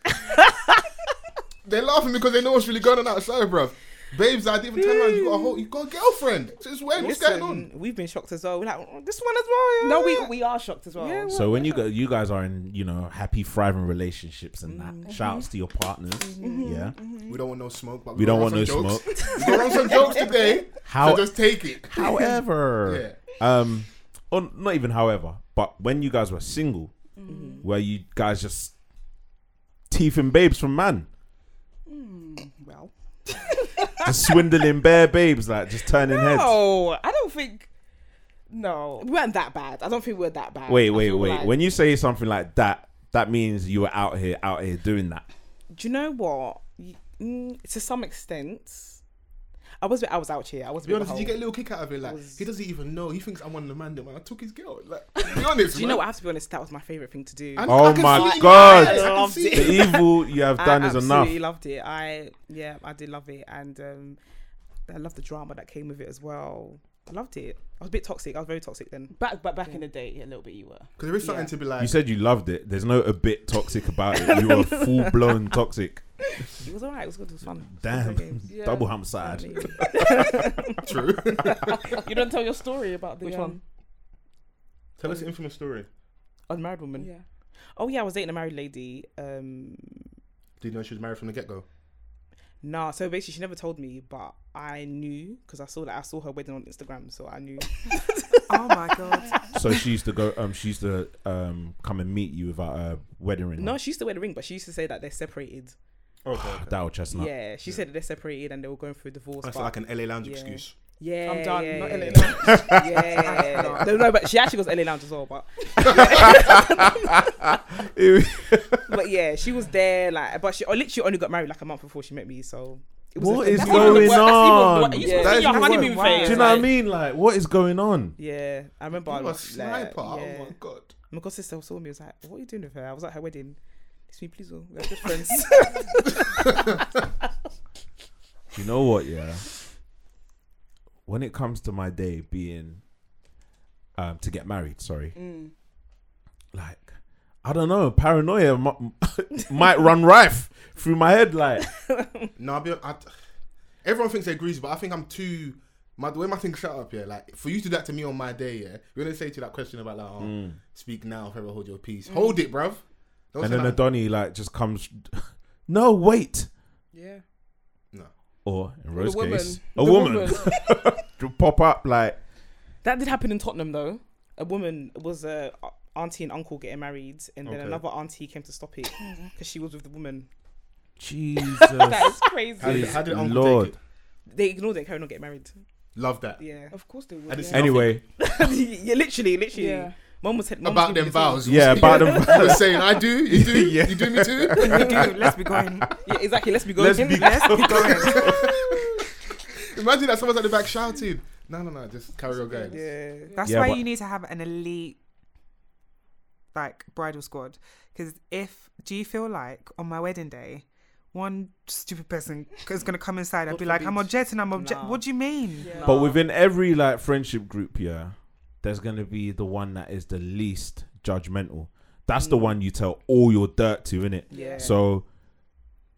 They're laughing because they know what's really going on outside, bruv. Babes, I didn't even tell her you got a whole, you got a girlfriend. Since when? What's going on?
Listen, We've been shocked as well. We're like, "Oh, this one as well. yeah,
No, we
yeah."
we are shocked as well.
Yeah,
So when you go, you guys are in, you know, happy, thriving relationships and that.
Mm-hmm.
Shouts to your partners. Yeah.
We don't want no smoke, but
We don't want
gonna
no
run some
smoke.
jokes. We're going some jokes today.
How-
so just take it.
However, um, or not even however, but when you guys were single,
Mm-hmm.
were you guys just teething babes from man,
Mm,
Well,
just swindling bare babes, like just turning heads?
no, I don't think. No,
we weren't that bad. I don't think we were that bad.
Wait,
I
wait,
feel
wait.
like-
When you say something like that, that means you were out here, out here doing that.
do you know what? Y- mm, to some extent, I was a bit- I was out here. I was a
To be
bit.
honest, did
beholden.
you get a little kick out of it? Like
Was-
he doesn't even know. He thinks I'm one of the man that when I took his girl. Like, be honest.
Do you know?
man.
what? I have to be honest. That was my favorite thing to do.
I-
Oh
I can
my
see it in your
God.
eyes, I can
Loved
see
it.
The evil you have done
I
is enough.
absolutely loved it. I yeah, I did love it, and um, I loved the drama that came with it as well. I loved it. I was a bit toxic. I was very toxic then.
back but back in the day, a little bit you were.
Because there is something to be like.
You said you loved it. There's no a bit toxic about it. You were full blown toxic.
It was alright. It was good. It was fun.
Damn,
Games.
double hump side.
true.
You don't tell your story about the
Which
um,
one?
Tell us the infamous story.
Unmarried woman.
Yeah.
Oh yeah, I was dating a married lady. Um,
Do you know she was married from the get go?
nah. So basically, she never told me, but I knew because I saw that I saw her wedding on Instagram, so I knew.
Oh my god.
So she used to go. Um, she used to um come and meet you without a wedding ring.
No, she used to wear the ring, but she used to say that they're separated.
Okay.
Dow chestnut.
Yeah, she said that they're separated and they were going through a divorce.
That's
but-
like an LA lounge
Yeah.
excuse.
yeah,
I'm done.
Yeah,
Not
yeah,
LA
yeah. yeah. no, no, but she actually goes to LA Lounge as well. But but yeah, she was there. Like, but she oh, literally only got married like a month before she met me. So it was
What
a-
is
that's
even the
going
wor-
on?
That's even, the wor- are you
Yeah.
supposed
That is
to be in your
the
honeymoon
wor-
phase.
Do you know what I
like-
mean? Like, what is going on?
Yeah, I remember. I
You a
was like,
sniper.
yeah.
Oh my god.
My god sister saw me. Was like, "What are you doing with her?" I was at her wedding. It's me, please. oh, We're good friends.
You know what? Yeah. When it comes to my day being, um, to get married. Sorry.
Mm.
Like, I don't know. Paranoia mu- might run rife through my head. Like,
No, I'll be, I, everyone thinks they agree, but I think I'm too. My the way my thing's set up, yeah. Like for you to do that to me on my day, yeah. You're gonna say to that question about like, oh, speak now, forever hold your
Mm.
peace. Hold it, bruv. Don't
Mm. and
say
then
like,
Adoni like just comes. No, wait.
Yeah.
no.
Or in Rose's
woman.
case, a
The
woman,
woman.
to pop up like.
that did happen in Tottenham, though. A woman was a uh, auntie and uncle getting married, and then
Okay.
another auntie came to stop it because she was with the woman.
That
Jesus.
is crazy.
How did,
Please,
how did Uncle
Lord.
take it?
They ignored it, and carried on getting married.
Love that.
Yeah,
Of course they
I
would.
didn't
Yeah.
see
anyway,
yeah, literally, literally.
Yeah.
Mum was, mum was giving
about them
me the talk.
vows.
Yeah, about them
You're saying I do, you do,
Yeah.
you do me too.
We do. Let's be going.
Yeah, exactly. Let's be going.
let's be.
Let's be going.
Imagine that someone's at the back shouting. No, no, no, just carry on going.
Yeah.
That's
Yeah,
why
but-
you need to have an elite like bridal squad. Because if do you feel like on my wedding day, one stupid person is gonna come inside and
God
be like, "I'm
forbid.
objecting. I'm object.
Nah.
What do you mean?
But within every like friendship group, yeah, there's gonna be the one that is the least judgmental. That's
Mm.
the one you tell all your dirt to, innit?
Yeah.
So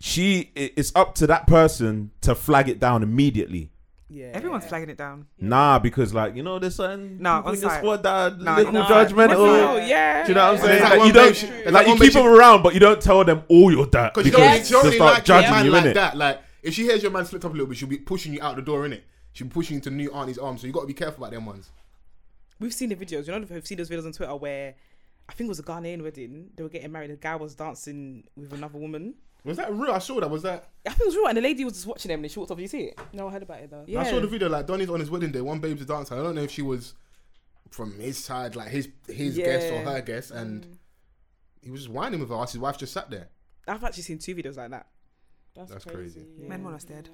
she, i- it's up to that person to flag it down immediately.
yeah.
Everyone's flagging it down.
Nah, because like you know, there's certain
Nah,
people
on
in the
site.
squad that are
Nah,
little
on site.
Oh,
judgmental.
On site.
yeah.
Do you know what I'm
There's
saying?
that
Like,
one
you don't,
bitch- there's that
like you
one
keep
bitch-
them around, but you don't tell them all your dirt
Because
because
she only, she
they'll
only
start
like your
judging
man
you,
like
innit?
that. Like if she hears your man slipped up a little bit, she'll be pushing you out the door, innit? She'll be pushing you into new auntie's arms. So you got to be careful about them ones.
We've seen the videos. You know, we've seen those videos on Twitter where I think it was a Ghanaian wedding. They were getting married. The guy was dancing with another woman.
Was that real? I saw that. Was that?
I think it was real. And the lady was just watching them and they shorts off. You see it?
No, I heard about it though.
Yeah.
I saw the video. Like Donny's on his wedding day. One babe's a dancer. I don't know if she was from his side, like his his guest or
Yeah.
her guest, and he was just whining with her. His wife just sat there.
I've actually seen two videos like that.
That's,
That's
crazy.
crazy.
Yeah.
Men want us dead.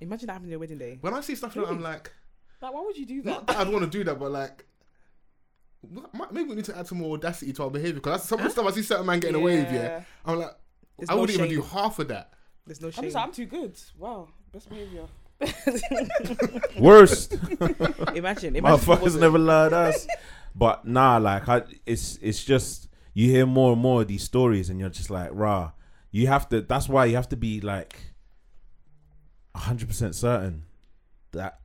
Imagine that happening on your wedding day.
When I see stuff like that, I'm like,
Like, why would you do
not
that?
that I'd want to do that, but like. what- might- Maybe we need to add some more audacity to our behavior because that's some of the stuff I see certain man getting away with. Yeah,
Yeah.
I'm like,
There's
I
no
wouldn't
shame.
even do half of that.
There's no
I'm
shame.
just like, I'm too good. Wow, best behavior.
Worst.
imagine. Imagine. if it
Motherfuckers
wasn't.
never lied us. But nah, like I, it's it's just you hear more and more of these stories, and you're just like, rah. You have to. That's why you have to be like. hundred percent certain that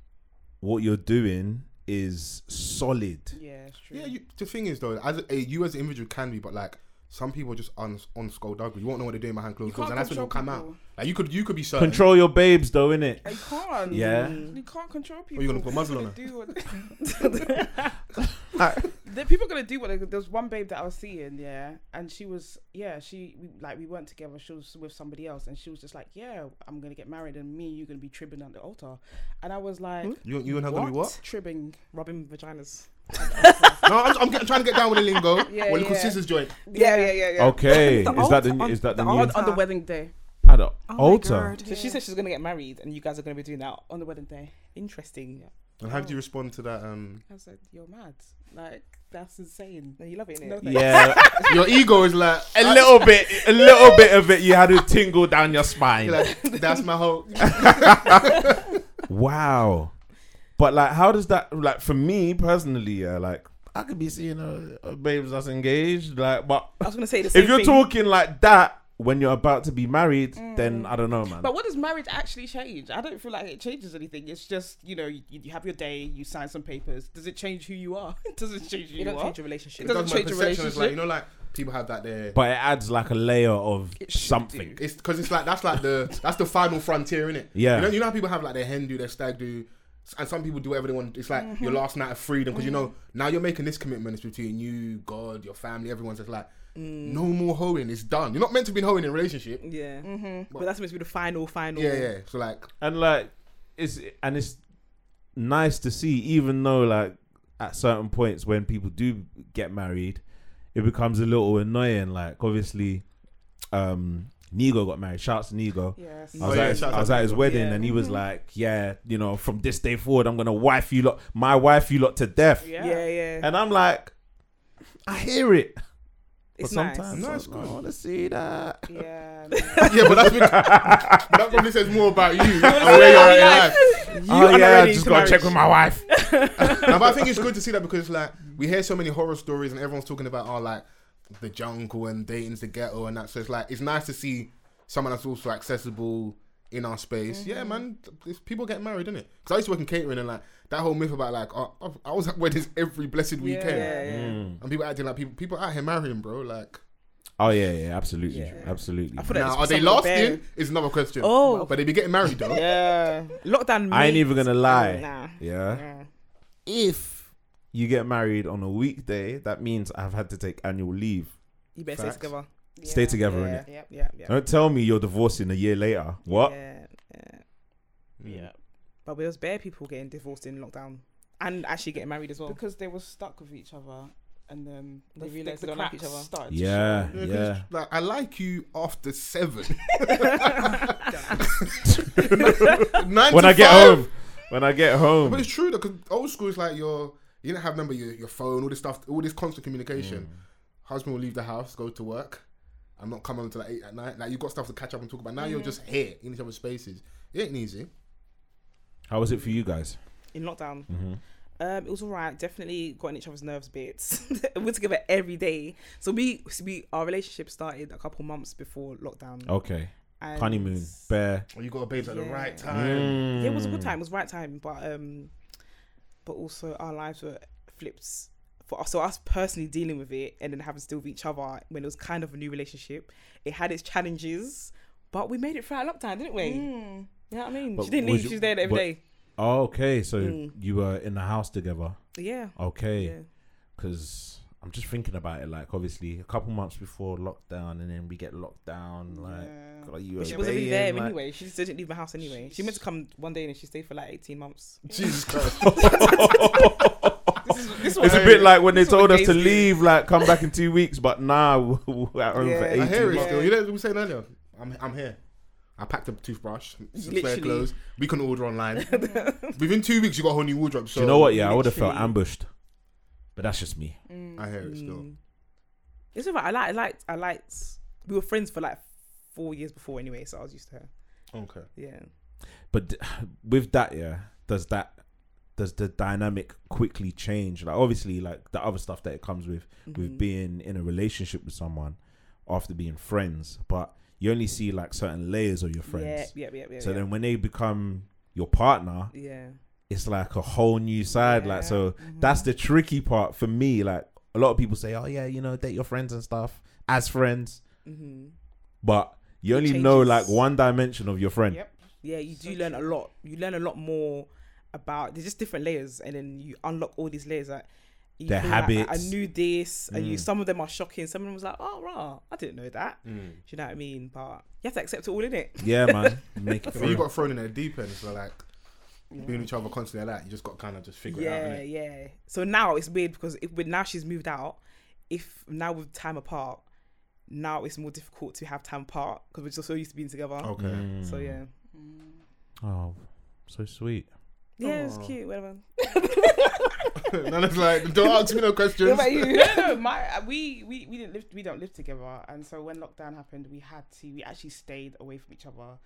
what you're doing is solid.
Yeah, it's true.
Yeah, you, the thing is though, as a, you as an individual can be, but like some people are just on on skullduggery. You won't know what they're doing behind closed doors,
can't
and that's when it'll come
control
out.
people.
Like you could you could be certain.
Control your babes, though, innit?
You can't.
Yeah.
You can't control people.
you gonna put muzzle
People
on
gonna do what- the people are gonna do what they there's one babe that I was seeing, yeah, and she was yeah, she we, like we weren't together, she was with somebody else and she was just like, Yeah, I'm gonna get married and me and you're gonna be tribbing at the altar. And I was like
You you and her gonna be what?
Tribbing, rubbing vaginas.
no, I'm, I'm get, trying to get down with the lingo.
Yeah,
well, little
yeah.
sisters joint.
Yeah, yeah, yeah, yeah.
Okay,
The
is that the
altar-
is that the
the
new
On, on the
Altar.
wedding day.
at the
Oh my
altar?
God,
So Ah. she
yeah.
said she's gonna get married and you guys are gonna be doing that on the wedding day. Interesting.
And how did you respond to that? Um,
I said, You're mad. Like, that's insane. No, you love it, innit?
Yeah,
your ego is like
a little bit, a little bit of it. You had a tingle down your spine.
You're like, that's my whole.
Wow. But like, how does that like for me personally? Yeah, like I could be seeing a, a babes that's engaged. Like, but
I was gonna say the same
if you're
thing.
talking like that when you're about to be married, then I don't know, man.
Mm. But what does marriage actually change? I don't feel like it changes anything. It's just you know you, you have your day, you sign some papers. Does it change who you are? Does it change who
You
you
don't
are?
change your relationship.
It doesn't
Because my
change your
perception is like you
relationship.
know like people have that there.
But it adds like a layer of
It should
something.
It's because it's like that's like the that's the final frontier, innit?
Yeah.
You know, you know how people have like their hen do, their stag do, and some people do whatever they want. It's like your last night of freedom because you know now you're making this commitment. It's between you, God, your family, everyone's just like, no more hoeing. It's done. You're not meant to be hoeing in a relationship.
mm, Yeah.
Mm.
Mm-hmm.
But that's supposed to be the final, final.
Yeah, yeah. So like,
And like, it's and it's nice to see, even though like at certain points when people do get married, it becomes a little annoying. Like, obviously, um, Nigo got married. Shouts to Nigo.
Yes.
I was,
Oh, yeah,
at, his,
shout
I was
out
at
to
his
Nigo.
wedding
Yeah.
and he was like, "Yeah, you know, from this day forward, I'm gonna wife you lot, my wife you lot to death."
Yeah.
Yeah, yeah.
And I'm like, I hear it,
it's
but
nice.
sometimes
No, it's
I,
good.
want to see that.
Yeah.
yeah, but that's because, but that probably says more about you and where you're at in life.
oh
are
yeah, I
ready
just
to
gotta
marry.
check with my wife.
no, but I think it's good to see that because it's like we hear so many horror stories and everyone's talking about oh like the jungle and dating's the ghetto and that. So it's like it's nice to see someone that's also accessible in our space.
Mm-hmm.
Yeah, man, th- it's, people get married, innit? Because I used to work in catering and like that whole myth about like oh, I- I was at weddings every blessed weekend
yeah, yeah.
and people acting like people people out here marrying, bro. Like
Mm. Oh yeah, yeah, absolutely, absolutely.
I feel like it's
now are they
something
lasting?
very-
Is another question.
Oh.
but they be getting married though.
Yeah. Lockdown.
I ain't even
means-
gonna lie.
Nah.
Yeah.
Yeah.
If you get married on a weekday, that means I've had to take annual leave.
You better
Facts.
stay together.
Stay together, innit?
Yeah, yeah, yeah.
Don't tell me you're divorcing a year later. What?
Yeah, yeah.
Yeah.
But there's bare people getting divorced in lockdown and actually getting married as well.
Because they were stuck with each other, and then they
The-
realized
the
they don't
cracks
like each other. Started to
Yeah,
show.
yeah.
'cause, Like I like you after seven. Nine
When
to
I get
five.
home, when I get
But
home,
it's true though, 'cause old school is like your you didn't have remember your, your phone, all this stuff, all this constant communication.
Mm.
Husband will leave the house, go to work. I'm not coming until like eight at night. Like you've got stuff to catch up and talk about. Now you're just here in each other's spaces. It ain't easy.
how was it for you guys?
in lockdown. Um, it was all right. Definitely got in each other's nerves bits. We're together every day. So we, we our relationship started a couple months before lockdown.
Okay,
And
Oh, honeymoon, bear.
Well, you got a babe at the
Yeah.
right time.
Yeah, it was a
Mm.
good time. It was the right time, but um, but also our lives were flipped for us. So us personally dealing with it and then having to deal with each other when it was kind of a new relationship. It had its challenges, but we made it through our lockdown, didn't we? You know what I mean?
But
she didn't
was
leave.
you-
she was there every
but-
day.
Oh, okay, so you were in the house together.
Yeah.
Okay,
Mm. Yeah.
because I'm just thinking about it. Like, obviously, a couple months before lockdown, and then we get locked down. Like, are you
But she wasn't really there
obeying, like-
anyway. She just didn't leave my house anyway. She meant to come one day and she stayed for like 18 months.
Jesus Christ.
It's a bit like when they
This one
told us to
amazed me.
leave, like come back in two weeks, but nah, we're at home for
Yeah.
I
eighteen
hear it
months.
still. You know what we were saying earlier? I'm I'm here. I packed a toothbrush, some spare
Literally.
clothes. We can order online. Within two weeks, you got a whole new wardrobe. So
Do you know what? Yeah, I would have felt ambushed, but that's just me.
I hear it still.
It's all right. I like, I liked, I liked, we were friends for like four years before anyway, so I was used to her.
Mm. Okay.
Yeah.
But d- with that, yeah, does that does the dynamic quickly change? Like obviously, like the other stuff
Mm-hmm.
that it comes with with being in a relationship with someone after being friends, but you only see like certain layers of your friends.
Yeah, yeah, yeah, yeah.
so
yeah.
then when they become your partner,
yeah.
it's like a whole new side. Like, so
mm-hmm.
that's the tricky part for me. Like, a lot of people say, "Oh yeah, you know, date your friends and stuff as friends,"
Mm-hmm.
but you
It
only know
changes.
like one dimension of your friend.
Yep.
Yeah, you
So
do learn a
true.
lot. You learn a lot more about there's just different layers, and then you unlock all these layers that. You
Their
feel like, I- I
habits.
knew this, and you.
Mm.
Some of them are shocking. Some of them was like, "Oh, rah, I didn't know that."
Mm.
Do you know what I mean? But you have to accept it all in it.
Yeah, man, make it
So you
through.
got thrown in a deep end, so like being each other constantly like that, you just got to kind of just figure it out.
yeah,
innit?
yeah. So now it's weird because if but now she's moved out, if now with time apart, now it's more difficult to have time apart because we're just so used to being together.
Okay.
Mm.
So yeah,
Oh, so sweet.
yeah, it's
Aw.
cute. Whatever.
Mm.
None of like, don't ask me no questions.
no, no, my uh, we, we we didn't live we don't live together, and so when lockdown happened, we had to we actually stayed away from each other.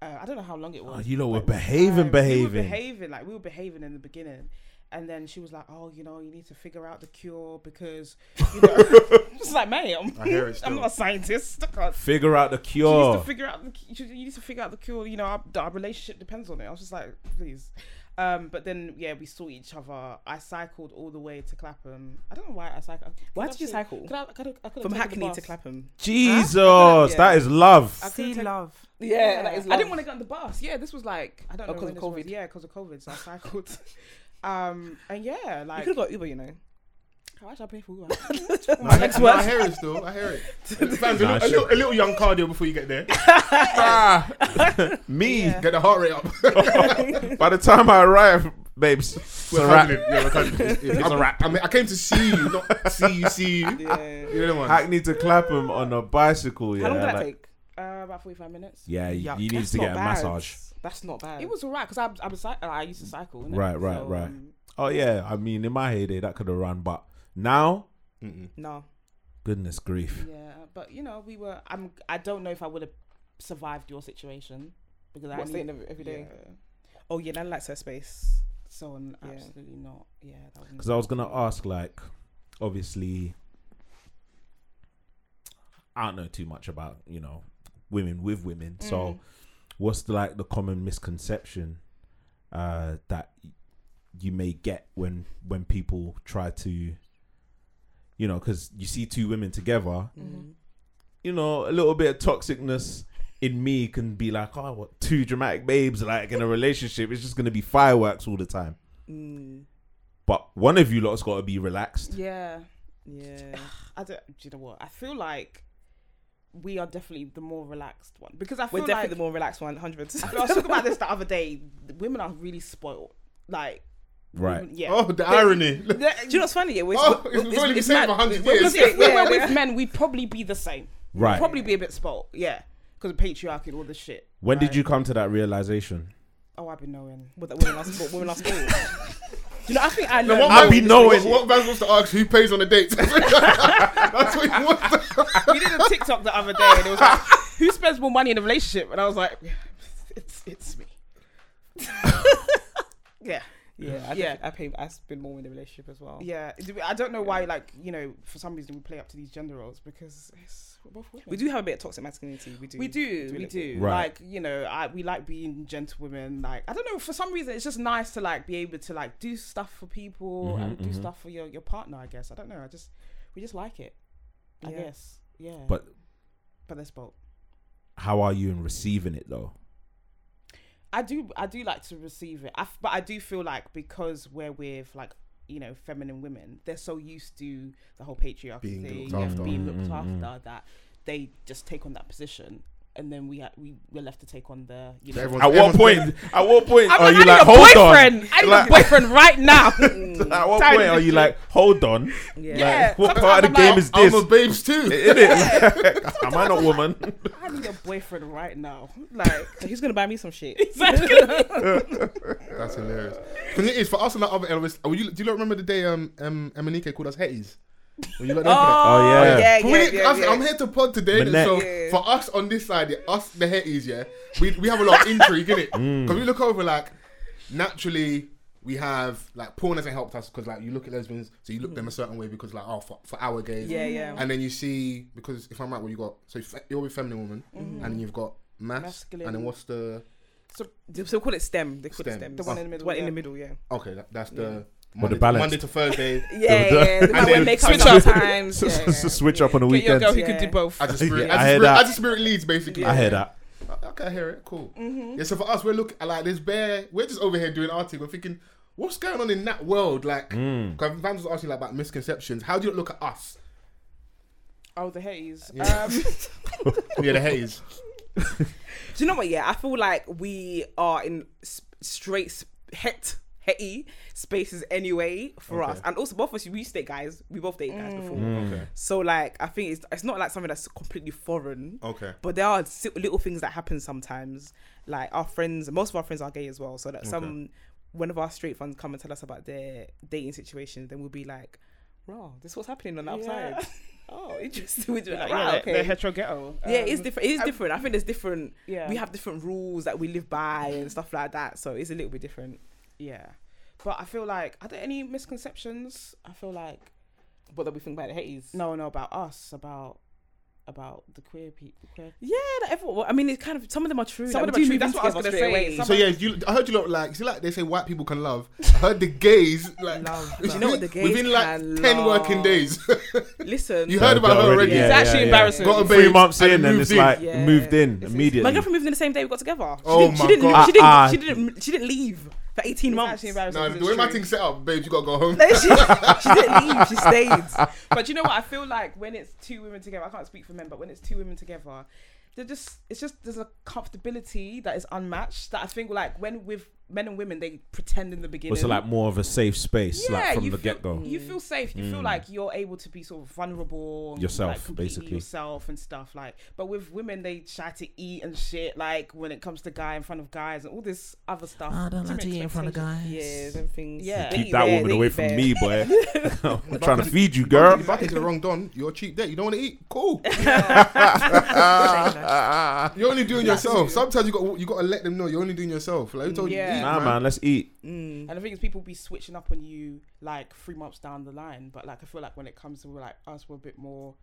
Uh, I don't know how long it was.
Oh, you lot
but
were
it was
behaving,
time. We
behaving.
were behaving like we were behaving in the beginning, and then she was like, "Oh, you know, you need to figure out the cure because you know." it's like, ma'am,
I hear it still.
I'm not a scientist. I can't
Figure out the
she needs
cure.
to figure out the, cu- she- you need to figure out the cure you know our, our relationship depends on it i was just like please um but then yeah we saw each other i cycled all the way to clapham i don't know why i cycled
Why did you cycle?
could I, could I, I
From
could've taken the
Hackney
bus.
to Clapham.
Jesus,
Yeah.
that is love.
I
See
could've taken-
love.
yeah,
that is
i
love.
didn't want to get on the bus yeah this was like i don't
Oh,
know
'cause
when
of
this was.
COVID.
yeah because of covid so i cycled um and yeah
You
like
could have got Uber, you know.
how much i pay for Uber?
No, I-
Next
no, I
word.
hear it still. I hear it. Fans, a,
Nah,
little, a,
shit.
little, a little young cardio before you get there.
Ah, Me,
Yeah.
Get the heart rate up.
by the time I arrive, babes, it's a
We're
wrap.
cuddling. Yeah, we're cuddling. It's, it's,
It's a
I'm-
wrap.
I mean, I came to see you, not see you, see you.
Yeah.
You know what?
Hackney to Clapham on a bicycle. Yeah,
How long did that
like-
take?
uh, about 45 minutes
Yeah, you,
Yuck.
you need
That's
to
not
get a
bad.
massage.
That's not bad.
it was all right because I, I, was cy- I used to cycle innit? um,
Right, right, right. Oh yeah, I mean in my heyday that could have run, but now,
Mm-mm.
no.
goodness grief.
Yeah, but you know, we were. I'm. I don't know if I would have survived your situation because I
What, staying
need-
every- every day?
Yeah.
Oh yeah, Nan likes her space.
So n-
Yeah.
absolutely not. Yeah, that wouldn't-
Because I was gonna ask, like, obviously, I don't know too much about you know women with women. So, what's the, like the common misconception uh, that y- you may get when when people try to, you know, because you see two women together, you know, a little bit of toxicness. In me can be like, oh, what two dramatic babes like in a relationship? It's just gonna be fireworks all the time.
Mm,
But one of you lot's got to be relaxed.
Yeah,
yeah.
I don't. Do you know what? I feel like we are definitely the more relaxed one because I
We're
feel
definitely
like
the more relaxed one, hundred.
I, feel- I was talking about this the other day. Women are really spoiled. Like,
Right.
women- yeah.
Oh, the irony.
Do
Do you know what's funny? It was,
Oh, it's only been saying for 100 years.
if we
yeah,
were
yeah.
with men, we'd probably be the same.
Right.
Probably be a bit spoiled. Yeah, because of patriarchy and all this shit.
When
right?
did you come to that realization?
Oh, I've been knowing.
What, that women are spoiled. Women are spoiled. you know, I think I learned.
what
I
man-
be knowing.
What, what man wants to ask who pays on the dates? That's what he wants. To,
we did a TikTok the other day, and it was like, "Who spends more money in a relationship?" And I was like, yeah, "It's it's me." yeah,
yeah, I
Yeah.
yeah. I pay. I spend more in the relationship as well.
yeah. I don't know why, like you know, for some reason we play up to these gender roles because it's, we're both women.
We do have a bit of toxic masculinity. We do.
We do, we
like
do.
Right.
Like you know, I we like being gentlewomen. Like I don't know, for some reason, it's just nice to like be able to like do stuff for people
Mhm,
and do
mhm.
stuff for your your partner. I guess I don't know. I just we just like it. I
Yeah.
guess. Yeah.
But
but that's both.
how are you in receiving it though?
I do I do like to receive it. I f but I do feel like because we're with like you know feminine women, they're so used to the whole patriarchy
Being
thing,
looked after.
being looked
Mm, mm,
after, that they just take on that position, and then we ha- we we're left to take on the you know.
Everyone's-
At what
everyone's- Oh,
point? At what point
I'm
are
like,
you
I
like,
need
hold
a boyfriend.
on?
I need
Like,
a boyfriend right now.
at what
Tired
point
of
are
this
you like, hold on?
Yeah.
Like, what
sometimes
part of
I'm
the game
like,
is
I'm
this?
a babes too.
Isn't it? Like, Am I not woman?
I need a boyfriend right now. Like
So who's gonna buy me some shit?
That's hilarious. Because it is for us and that other Elvis. oh, you, do you lot remember the day um um Emanike called us hetties? Were you like there for that?
Oh yeah.
yeah,
But we didn't- I said, I'm here to pod today, innit?
Manette.
so
Yeah.
for us on this side, yeah, us the
Mm.
headies, yeah, we, we have a lot of intrigue in it because we look over like naturally we have like porn hasn't helped us because like you look at lesbians, so you look them a certain way because like oh for, for our gays,
Yeah, yeah.
and then you see because if I'm right, well you got so fe- you're with feminine woman,
Mm-hmm.
and you've got mass,
Masculine.
and then what's the
So they call it STEM. They call it
STEM.
STEM.
The
one in the middle,
One in
yeah.
the middle, yeah.
okay that, that's the
Well, the
Monday,
balance.
Monday to Thursday.
Yeah, yeah. They might
then
wear makeup
switch up.
sometimes. yeah, yeah.
Switch up on the
Get your
weekend.
girl who
Yeah.
could do both.
I just spirit,
Yeah,
as,
I
a
hear
spirit
that.
as a spirit leads basically.
I hear that.
Okay, I hear it. Cool.
Mm-hmm.
Yeah, so for us, we're looking like this bear. We're just over here doing our thing. We're thinking, what's going on in that world? Like,
Hmm.
because fans was asking like about misconceptions. How do you look at us?
Oh, the haze.
Yeah.
Um,
Yeah, the haze.
Do you know what? Yeah, I feel like we are in s- straight s- het hetty spaces anyway for us, and also both of us we used to date guys. We both dated guys before,
Mm.
Okay.
so like I think it's it's not like something that's completely foreign.
Okay.
But there are si- little things that happen sometimes. Like our friends, most of our friends are gay as well. So that some, one of our straight friends come and tell us about their dating situations, then we'll be like, "Raw, this is what's happening on the outside."
Yeah.
Oh, interesting. We're doing like,
yeah,
"Rah,
they're-
okay.
they're hetero ghetto.
yeah, it's
Um,
different. It is different. I think there's different.
Yeah.
We have different rules that we live by and stuff like that. So it's a little bit different.
Yeah. But I feel like, are there any misconceptions? I feel like,
But that we think about the hates.
no, no, about us, about about the queer people. Queer.
Yeah, that everyone. well, I mean, it's kind of some of them are true.
Some
like,
of
we do
them are true,
move
that's what I was
together
gonna
straight
say.
away.
Some-
So yeah, you, I heard you look like see like they say white people can love. I heard the gays like
Love,
within-
you know what the gays
within like
can
ten
love.
working days.
Listen,
you
Yeah,
heard about her already.
yeah, It's
actually embarrassing.
Got a
Three
babe
months
and
in, and
moved
it's
in.
like
Yeah.
moved in
My
immediately.
girlfriend moved in the same day we got together. She
Oh
didn't, she
my
didn't,
God.
She didn't,
Uh-uh.
she didn't. She didn't leave for eighteen
It's
months.
actually embarrassing.
No,
because
the way
it's
my
true.
thing's set up, babes, you gotta go home.
No, she, she didn't leave. She stayed.
but you know what? I feel like when it's two women together, I can't speak for men, but when it's two women together, they're just it's just there's a comfortability that is unmatched. That I think like when with men and women, they pretend in the beginning.
Was it like more of a safe space, like from
you
the
feel,
get go?
You feel safe. You feel like you're able to be sort of vulnerable, and,
Yourself,
like, completely
basically.
yourself and stuff like. But with women, they try to eat and shit. Like when it comes to guy in front of guys and all this other stuff. I don't like to eat in front of guys.
Yeah, them things.
Yeah.
They
Keep
eat
that
there,
woman
they
away
eat
from
there.
me, boy. I'm trying to feed you, girl.
You back into the wrong don. You're cheap there. You don't want to eat. Cool. Ah. You're only doing yourself. Sometimes you got you got to let them know you're only doing yourself. Like who told you
Yeah.
to eat,
Nah,
man?
man, let's eat.
Mm.
And the thing is, people be switching up on you like three months down the line. But like, I feel like when it comes to like us, we're a bit more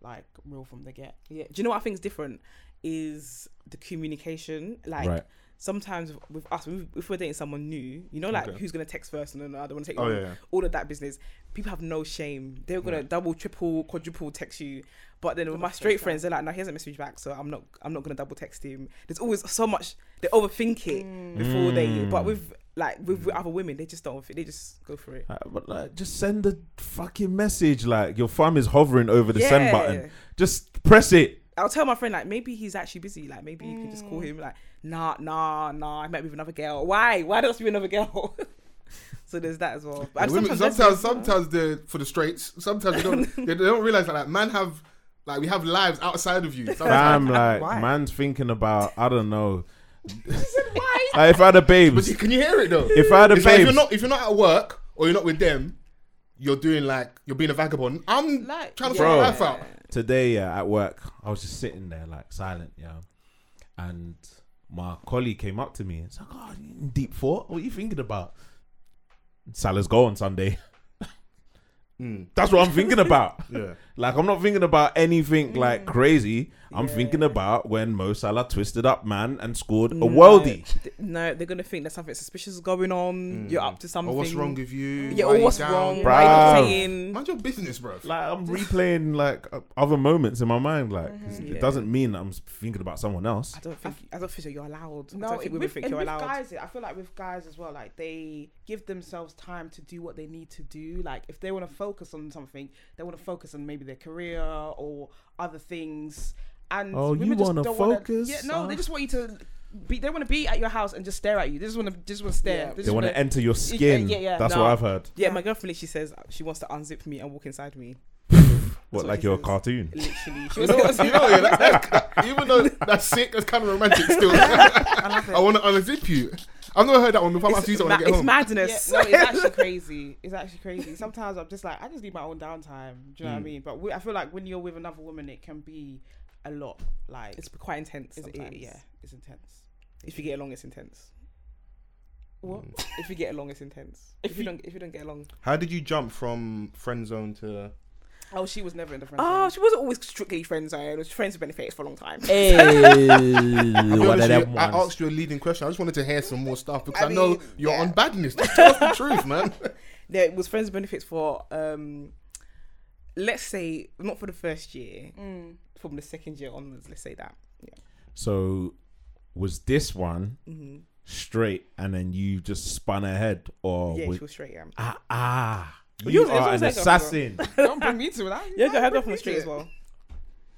like real from the get.
Yeah. Do you know what I think is different? Is the communication like
Right.
sometimes with- with us if- if we're dating someone new, you know, like
Okay.
who's gonna text first and then I don't want to take
Oh,
you on,
yeah, yeah.
all of that business. People have no shame. They're gonna double, triple, quadruple text you. But then with my straight friends, they're like, no, he hasn't messaged me back, so I'm not, I'm not gonna double text him. There's always so much they overthink it before they. But with like with, with other women, they just don't. They just go for it.
Uh, but like, just send the fucking message. Like your thumb is hovering over the send
Yeah.
button. Just press it.
I'll tell my friend like maybe he's actually busy. Like maybe you can just
Mm.
call him like nah nah nah. I met with another girl. Why? Why does be another girl? so there's that as well. But
The women-
that's-
sometimes, sometimes they're for the straights. Sometimes they don't they don't realize that like man have like we have lives outside of you. Sometimes.
Fam, like
Why?
man's thinking about I don't know. Like, if I had a
but
babes,
you- can you hear it though?
if I had a
It's like if you're
babes,
not if you're not at work or you're not with them, you're doing like you're being a vagabond. I'm
Like,
trying to
Bro.
sort my life out.
today yeah, at work, I was just sitting there like silent, yeah, and my colleague came up to me and said, "God, you in deep thought. What are you thinking about? Salah's goal on Sunday. That's what I'm thinking about.
Mm, Yeah.
Like I'm not thinking about
Mm.
anything like crazy. I'm thinking about when Mo Salah twisted up man and scored a worldie.
Th- No, they're gonna think that something suspicious is going on. You're up to something.
Mm. Or what's wrong with you?
Yeah,
Why
or
you
what's
down?
wrong?
Bruh.
Why you not saying?
Mind your business, bro.
Like I'm replaying like o- other moments in my mind. Like 'cause it
Mm-hmm. Yeah.
doesn't mean I'm thinking about someone else.
I don't think I don't think you're allowed. I
No,
don't
it,
think women
with,
think
and
you're
with
allowed.
guys, I feel like with guys as well, like they give themselves time to do what they need to do. Like if they want to focus on something, they want to focus on maybe their career or other things. And
Oh,
women
you
just
wanna
don't wanna-
focus
yeah, no,
on-
they just want you to be. They want to be at your house and just stare at you. They just want to just want to stare.
Yeah.
They want to enter your skin.
yeah, yeah.
That's
No.
what I've heard.
yeah, my girlfriend literally says she wants to unzip me and walk inside me.
What
what
like
she
you're a
says.
cartoon?
Literally, she
You
was
know, you know yeah, that, that- that- even though that's sick, that's kind of romantic still. I, want to unzip you. I've never heard that one before. I'm
it's,
gonna use it when
ma-
I get
it's
home.
Yeah,
madness.
no, it's actually crazy. It's actually crazy. Sometimes I'm just like, I just need my own downtime. Do you know what I
Hmm.
mean? But we, I feel like when you're with another woman, it can be a lot. Like,
it's quite intense.
it's, it,
sometimes.
yeah, it's intense.
if you get along, it's intense. What? if you get along, it's intense. If you don't, if you don't get along,
How did you jump from friend zone to?
Oh, she was never in the friend
oh,
zone.
she wasn't always strictly friend zone. It was friends with benefits for a long time.
Hey, one of
Honestly,
them
I
ones.
asked you a leading question. I just wanted to hear some more stuff because I,
I mean,
know you're on badness. Just tell us the truth, man.
there was friends with benefits for um let's say not for the first year from the second year onwards let's say that yeah
So, was this one
Mm-hmm.
straight, and then you just spun ahead, or
yeah
was-
she was straight yeah
ah ah?
But
You
yours- yours
are an
was like a-
assassin.
Don't bring me to that.
yeah her girlfriend was straight as well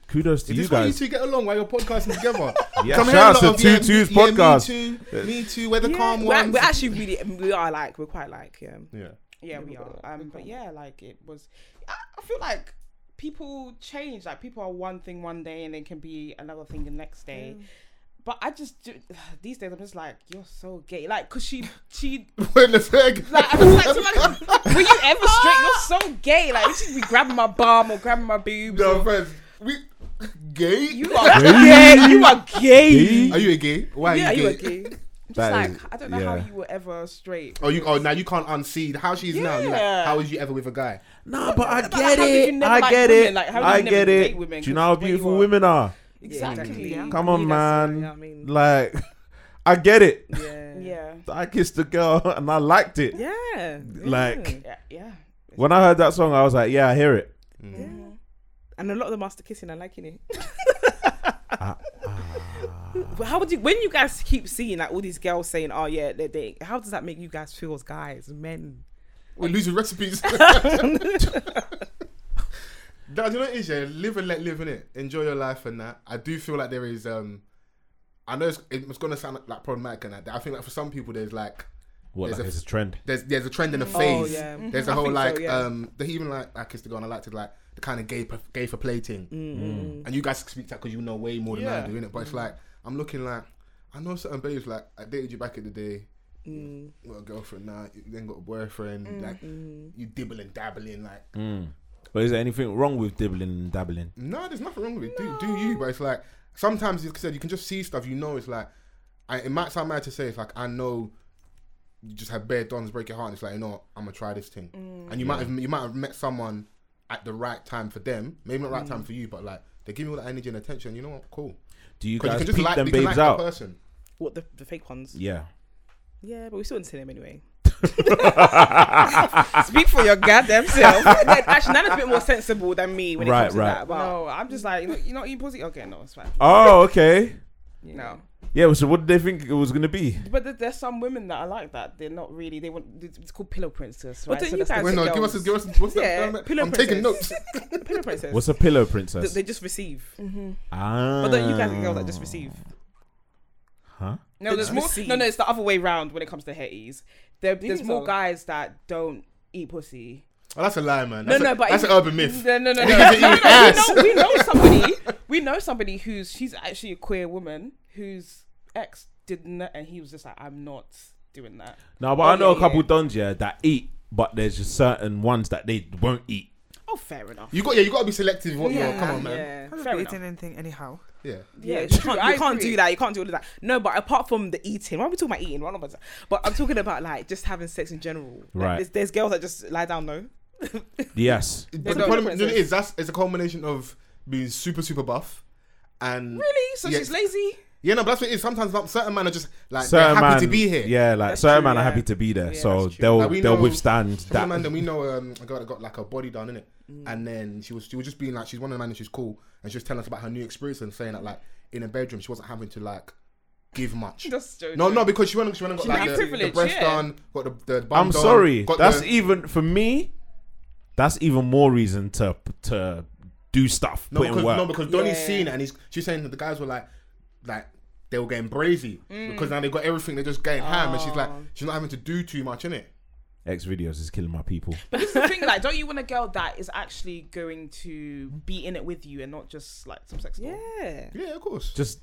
Kudos to
Is
you
this why you
guys.
two get along while you're podcasting together?
Yeah,
Come here,
shout out
lot
to
of,
Two
yeah, me-
Twos
yeah,
podcast.
Me too. Me too. We're the calm
we're,
ones.
we're actually really we are like we're quite like yeah
yeah.
Yeah, we are. Um, but yeah, like it was. I, I feel like people change. Like people are one thing one day and they can be another thing the next day. But I just do, these days I'm just like you're so gay. Like, cause she she
We're in the fag.
like I'm just like somebody, were you ever straight? You're so gay. Like you should be grabbing my bum or grabbing my boobs.
No
or,
offense. We gay?
you are
Gay?
gay. You are gay.
are you a gay? Why are
yeah
you
you
gay?
were gay
Just
That
like
is-
I don't know
yeah.
how you were ever straight.
Oh, you. Oh, now you can't unsee how she is now. You're like,
Yeah.
how is you ever with a guy?
Nah, but I
like, how
get
did you
it.
never
I
like
get
women?
it.
Like, how did
I
you never
get
date
it. Do
women?
you know how
'Cause where you
beautiful
are.
women are?
exactly
yeah.
Come on,
That's-
man.
yeah, I mean
Like, I get it.
yeah
Yeah.
I kissed a girl and I liked it.
yeah
Like,
Yeah. Yeah.
when I heard that song, I was like, yeah, I hear it.
and a lot of them are still kissing and liking it But how would you when you guys keep seeing like all these girls saying, "Oh yeah, they're dating," how does that make you guys feel as guys, men?
We're losing recipes. Dad, you know what it is, yeah? Live and let live, innit? Enjoy your life and that. I do feel like there is, um, I know it's, it's going to sound like problematic and that. I think like for some people, there's like,
What,
There's
like,
a-
it's a trend.
there's there's a trend and a phase.
yeah. Mhm.
There's a
I
whole
think so,
like,
yeah.
um, they even like, I kissed the girl and I liked it, like, the kind of gay, gay for play thing.
Mm.
And you guys speak that because you know way more than I
Yeah.
do, innit? But it's like, I'm looking like, I know certain babes, like, I dated you back in the day. Got a girlfriend now, you then got a boyfriend, like, you dibble and dabbling, like,
Mm. But is there anything wrong with dibbling and dabbling?
No, there's nothing wrong with it. Do, do you? But it's like sometimes, like I said, you can just see stuff. You know, it's like I, it might sound mad to say. It's like I know you just had bare dons break your heart. And it's like you know, what, I'm gonna try this thing, and you might have you might have met someone at the right time for them. Maybe not right time for you, but like they give you all that energy and attention. You know what? Cool.
Do you
'Cause
guys
you
peep them
you can
babes
the
out?
person.
What the, the fake ones?
Yeah.
Yeah, but we still didn't see them anyway. Speak for your goddamn self. Actually, Nana's a bit more sensible than me when it
Right,
comes to
right.
that. But
No, I'm just like you're not eating pussy. Okay, no, it's fine.
Oh, okay.
No.
Yeah, so what did they think it was going to be?
But there- there's some women that are like that. They're not really. They want. It's called pillow princess.
But
Right?
then
So
you
that's the-
guys-
Wait, no, give us, a- give us. a- What's
Yeah,
that?
pillow
I'm taking notes.
princess. pillow princess.
What's a pillow
Th-
princess?
they just receive.
ah.
But then you guys are girls that just receive.
Huh?
no, there's
just
more.
receive.
No, no, it's the other way round when it comes to hetties. There, there's
think
more
so?
guys that don't eat pussy.
Oh, that's a lie, man.
No,
That's a,
no, but
that's
if-
an urban myth.
No, no, no, no.
Niggas
no,
eating
no,
ass.
We, know, we know somebody. We know somebody who's she's actually a queer woman whose ex didn't, and he was just like, I'm not doing that.
No, but
Oh,
I know
yeah,
a couple
yeah.
dons, yeah, that eat, but there's just certain ones that they won't eat.
Oh, fair enough.
You got yeah, you got to be selective. What you're, come on, man.
Yeah.
I
Fair
haven't eaten anything anyhow.
Yeah.
Yeah, you
it's true.
can't,
I
you can't
agree.
do that. You can't do all of that. No, but apart from the eating, why are we talking about eating? Why not about that? But I'm talking about like just having sex in general. Like,
Right.
there's, there's girls that just lie down. No.
Yes.
But
There's
the
no
problem
difference.
is that's it's a combination of being super super buff and
Really? So
Yeah.
she's lazy.
yeah no but that's what it is. Sometimes like, certain men are just like they're
certain
happy
man,
to be here.
Yeah, like
That's
certain
true,
man are
yeah.
happy to be there,
Yeah,
so
that's true.
they'll
Like, we
they'll
know-
withstand
Some of
that.
the man that we know um a girl that got like a body done in it,
Mm.
and then she was she was just being like she's one of the men that she's cool and she was telling us about her new experience and saying that like in a bedroom she wasn't having to like give much.
Just joking.
no, no, because she went, and- she went and got
She's
like
not
the, the
privileged,
breast
yeah.
done, got the, the bum
I'm
done,
sorry.
got
That's
the,
even for me. That's even more reason to to do stuff,
No,
put in
because
work.
no, because Donnie's
Yeah.
seen it and he's she's saying that the guys were like, like they were getting brazy
Mm.
because now they got everything. They're just getting ham, and she's like,
Oh.
she's not having to do too much in it.
X videos is killing my people.
But this is the thing, like, don't you want a girl that is actually going to be in it with you and not just like some sex doll?
Yeah.
Yeah, of course.
Just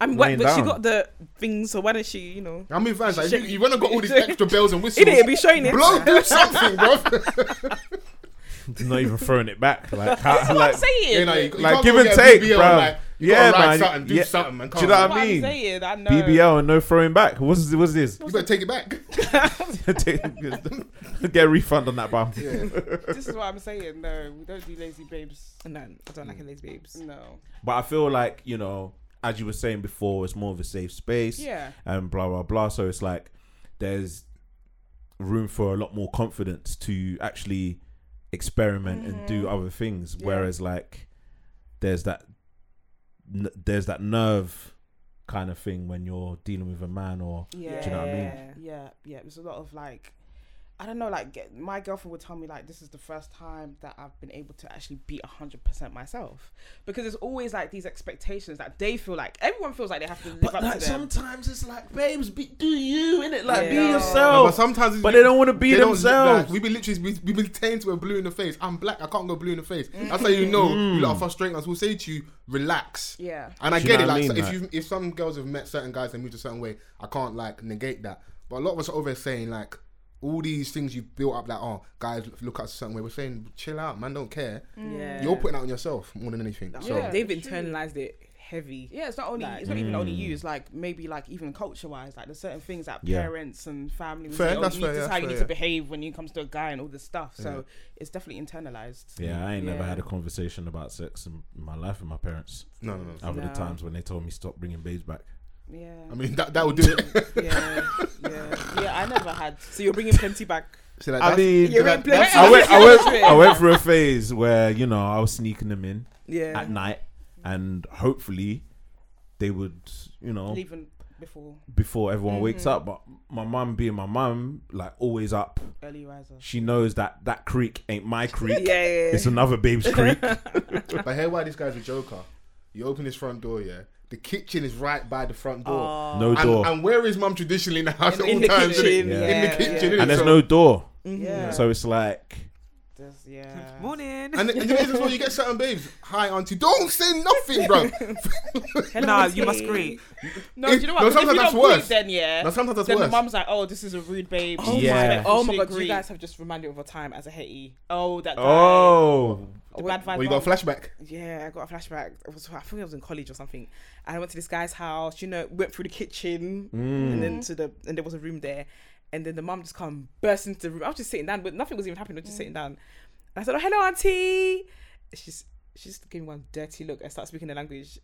I mean,
Laying
what, but she
down.
got the things, so why don't she, you know?
I mean, Vans, like, you, you went and got all these extra bells and whistles.
It be showing it.
Blow through something, bro.
not even throwing it back. Like, how,
That's what
like
I'm saying.
You know, you, you
like
can't
give
go
and
get a
take,
BBL,
bro.
Like, you
yeah,
gotta ride
man.
Something, do
yeah.
something, man.
Do
Come
you know
on.
what
What
I
I'm
mean?
saying, I know.
BBL and no throwing back. What's what's this?
You better take it back.
Get a refund on that bum.
this is what I'm saying. No, we don't do lazy babes.
No, I don't like lazy babes.
No.
But I feel like you know, as you were saying before, it's more of a safe space.
Yeah.
and blah blah blah. So it's like there's room for a lot more confidence to actually experiment and
Mm-hmm.
do other things. Whereas like there's that n- there's that nerve kind of thing when you're dealing with a man or
Yeah.
do you know what I mean?
Yeah, yeah, yeah. There's a lot of like, I don't know. Like get- my girlfriend would tell me like, this is the first time that I've been able to actually be hundred percent myself because there's always like these expectations that they feel like everyone feels like they have to live up to them.
sometimes it's like, babes, be, do you in it? Like,
be Yeah. yourself.
No, but sometimes it's-
But they don't wanna be
they don't-
themselves.
like, we be literally we, we be tamed to a blue in the face. I'm black. I can't go blue in the face. That's how you
Mm.
know you lot are frustrating us. We'll say to you, relax.
Yeah.
And I
Do you
get
know
it.
what I
Like
mean?
so if
Like-
you if some girls have met certain guys and moved a certain way, I can't like negate that. But a lot of us are over saying like. All these things you built up, like oh, guys look- look at us a certain way. We're saying, chill out, man, don't care.
Yeah.
You're putting out on yourself more than anything. So
Yeah.
They've
it's true.
internalized it heavy.
Yeah, it's not only
Like-
it's not even only
Mm.
you. It's like maybe like even culture wise, like there's certain things that
Yeah.
parents and family would
Fair,
say, oh,
that's
you need-
fair,
this is
yeah,
how you
fair,
need
yeah.
to behave when it comes to a guy and all this stuff. So it's definitely internalized.
Yeah, I ain't never
Yeah.
had a conversation about sex in in my life with my parents.
no, no, no.
Other
No.
the times when they told me stop bringing babes back.
Yeah.
I mean that that will do it.
yeah, yeah, yeah. I never had.
So you're bringing plenty back.
so like,
I
that's-
mean,
You're in
that-
plenty.
that's-
I went, I went, I went through a phase where you know I was sneaking them in
Yeah.
at night, and hopefully they would, you know,
Even before
before everyone wakes up. But my mum, being my mum, like always up,
early riser.
she knows that that creek ain't my creek.
Yeah, yeah,
It's another babe's creek.
But hear why this guy's a joker. You open his front door, yeah. The kitchen is right by the front door.
no
and,
door,
and where is mum traditionally in the house at
in
all
the
times? innit?
kitchen,
Yeah.
In the
yeah,
kitchen,
and
innit?
there's
So-
no door.
Mm-hmm.
Yeah.
So it's like,
There's- yeah.
Morning.
And the reason is well, you get certain babes. Hi, auntie. Don't say nothing, bro.
Nah, you must greet.
No, do you know what?
No,
'Cause if
sometimes
you
that's
don't greet,
worse.
then yeah.
No, sometimes that's
then
worse.
the mum's like, oh, this is a rude babe.
Oh my Yeah. God.
Oh
She
my god, you
agreed.
guys have just reminded me of a time as a hetty.
Oh, that guy.
oh,
The bad vibe.
well, you got a
mum.
flashback.
Yeah, I got a flashback. It was, I think I was in college or something. And I went to this guy's house, you know, went through the kitchen and
Mm.
then to the, and there was a room there. And then the mum just come burst into the room. I was just sitting down, but nothing was even happening. I was
Mm.
just sitting down. And I said, Oh, hello, auntie. She's, she just gave me one dirty look and started speaking the language.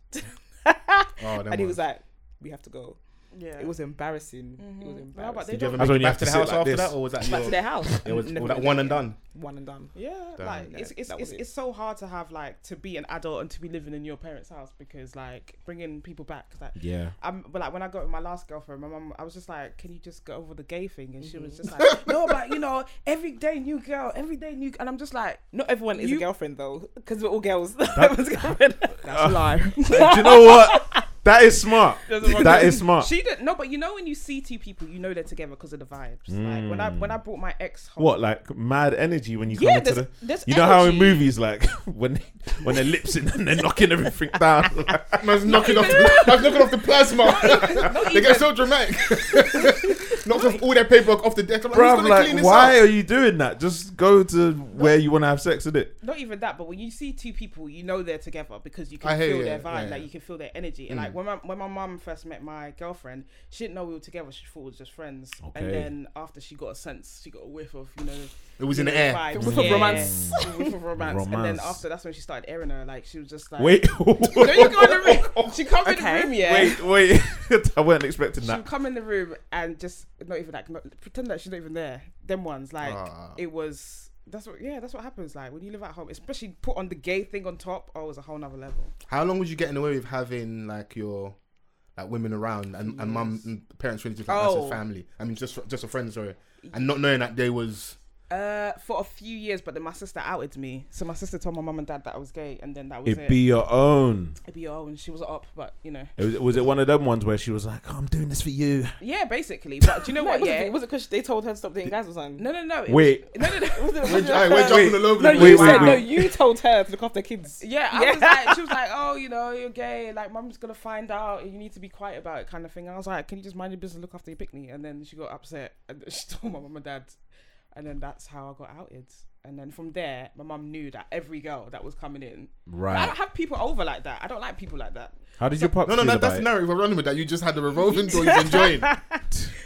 Oh,
and he was like, We have to go.
Yeah.
It was embarrassing. It was embarrassing.
Mm-hmm. No, but they
Did you
don't.
ever
That's
make
when
it
you
back
have
to
to
the
sit
house
like
after
this.
that, or was that
Back
your,
to their house.
it was,
Never
was that
did
one and
again.
done?
One and done.
Yeah,
Damn.
like it's it's,
That
it's
was it.
it's so hard to have like to be an adult and to be living in your parents' house because like bringing people back like
yeah.
um, but like when I got with my last girlfriend, my mum, I was just like, "Can you just get over the gay thing?" And she was just
Mm-hmm.
like, "No, but you know, every day new girl, every day new." And I'm just like,
Not everyone is
You-
a girlfriend though, because we're all girls. Everyone's a girlfriend.
"That's a lie."
Do you know what? That is smart.
Doesn't work.
That is smart.
She didn't. No, but you know when you see two people, you know they're together because of the vibes. Like when I when I brought my ex home,
Mm. What like mad energy when you
Yeah,
come into
there's-
the?
there's
You know how in
energy.
movies like when when they're lipsing and they're knocking everything down.
Man's knocking off. The, man's knocking off the plasma. they get so dramatic. Knocks off all their paperwork off the desk. I'm like,
Bro,
who's gonna
like
clean this
why
up?
are you doing that? Just go to where you want to have sex with it.
not even that, but when you see two people, you know they're together because you
I
can
hear
feel
you,
their
yeah,
vibe,
yeah, Mm.
like
yeah.
you can feel their energy. And like when my when my mum first met my girlfriend, she didn't know we were together. She thought we were just friends.
Okay.
And then after she got a sense, she got a whiff of you know.
It was
you
in
know,
the air.
vibes.
Whiff of
Yeah.
romance.
Whiff of romance. And then
Romance.
after that's when she started airing her. Like she was just like,
Wait,
Don't you go in the room. She come in
Okay.
the room, yeah.
wait, wait! I weren't expecting
She'll
that.
come in the room and just not even like not, pretend that she's not even there. Them ones like
Ah.
it was. That's what yeah. That's what happens. Like when you live at home, especially put on the gay thing on top. Oh, it's a whole nother level.
How long was you getting away with having like your like women around and, and mum and parents really just like that's
Oh.
a family? I mean, just just a friend, sorry, and not knowing that they was
Uh, for a few years, but then my sister outed me. So my sister told my mum and dad that I was gay, and then that was it.
It be your own.
It'd be oh, and she was up, but you know,
It was, was it one of them ones where she was like, "I'm doing this for you"?
yeah, basically. But do you know
No,
what?
it wasn't-
Yeah,
it wasn't because they told her to stop dating guys or something.
no, no, no. it
Wait,
was- no, no, no.
Was it- was
We're,
it-
aye, we're jumping all over
No,
the
you
Wait,
place.
wait,
said,
wait.
no, you told her to look after kids.
Yeah, I was like, she was like, oh, you know, you're gay. Like, mum's gonna find out. and You need to be quiet about it, kind of thing. I was like, can you just mind your business, look after your picnic? And then she got upset, and she told my mum and dad, and then that's how I got outed. And then from there, my mum knew that every girl that was coming in. But I
Right.
don't have people over like that. I don't like people like that.
How did your pops
Ah, No, no,
feel
no,
about
that's the
it?
narrative I'm running with that. You just had the revolving door you've enjoyed.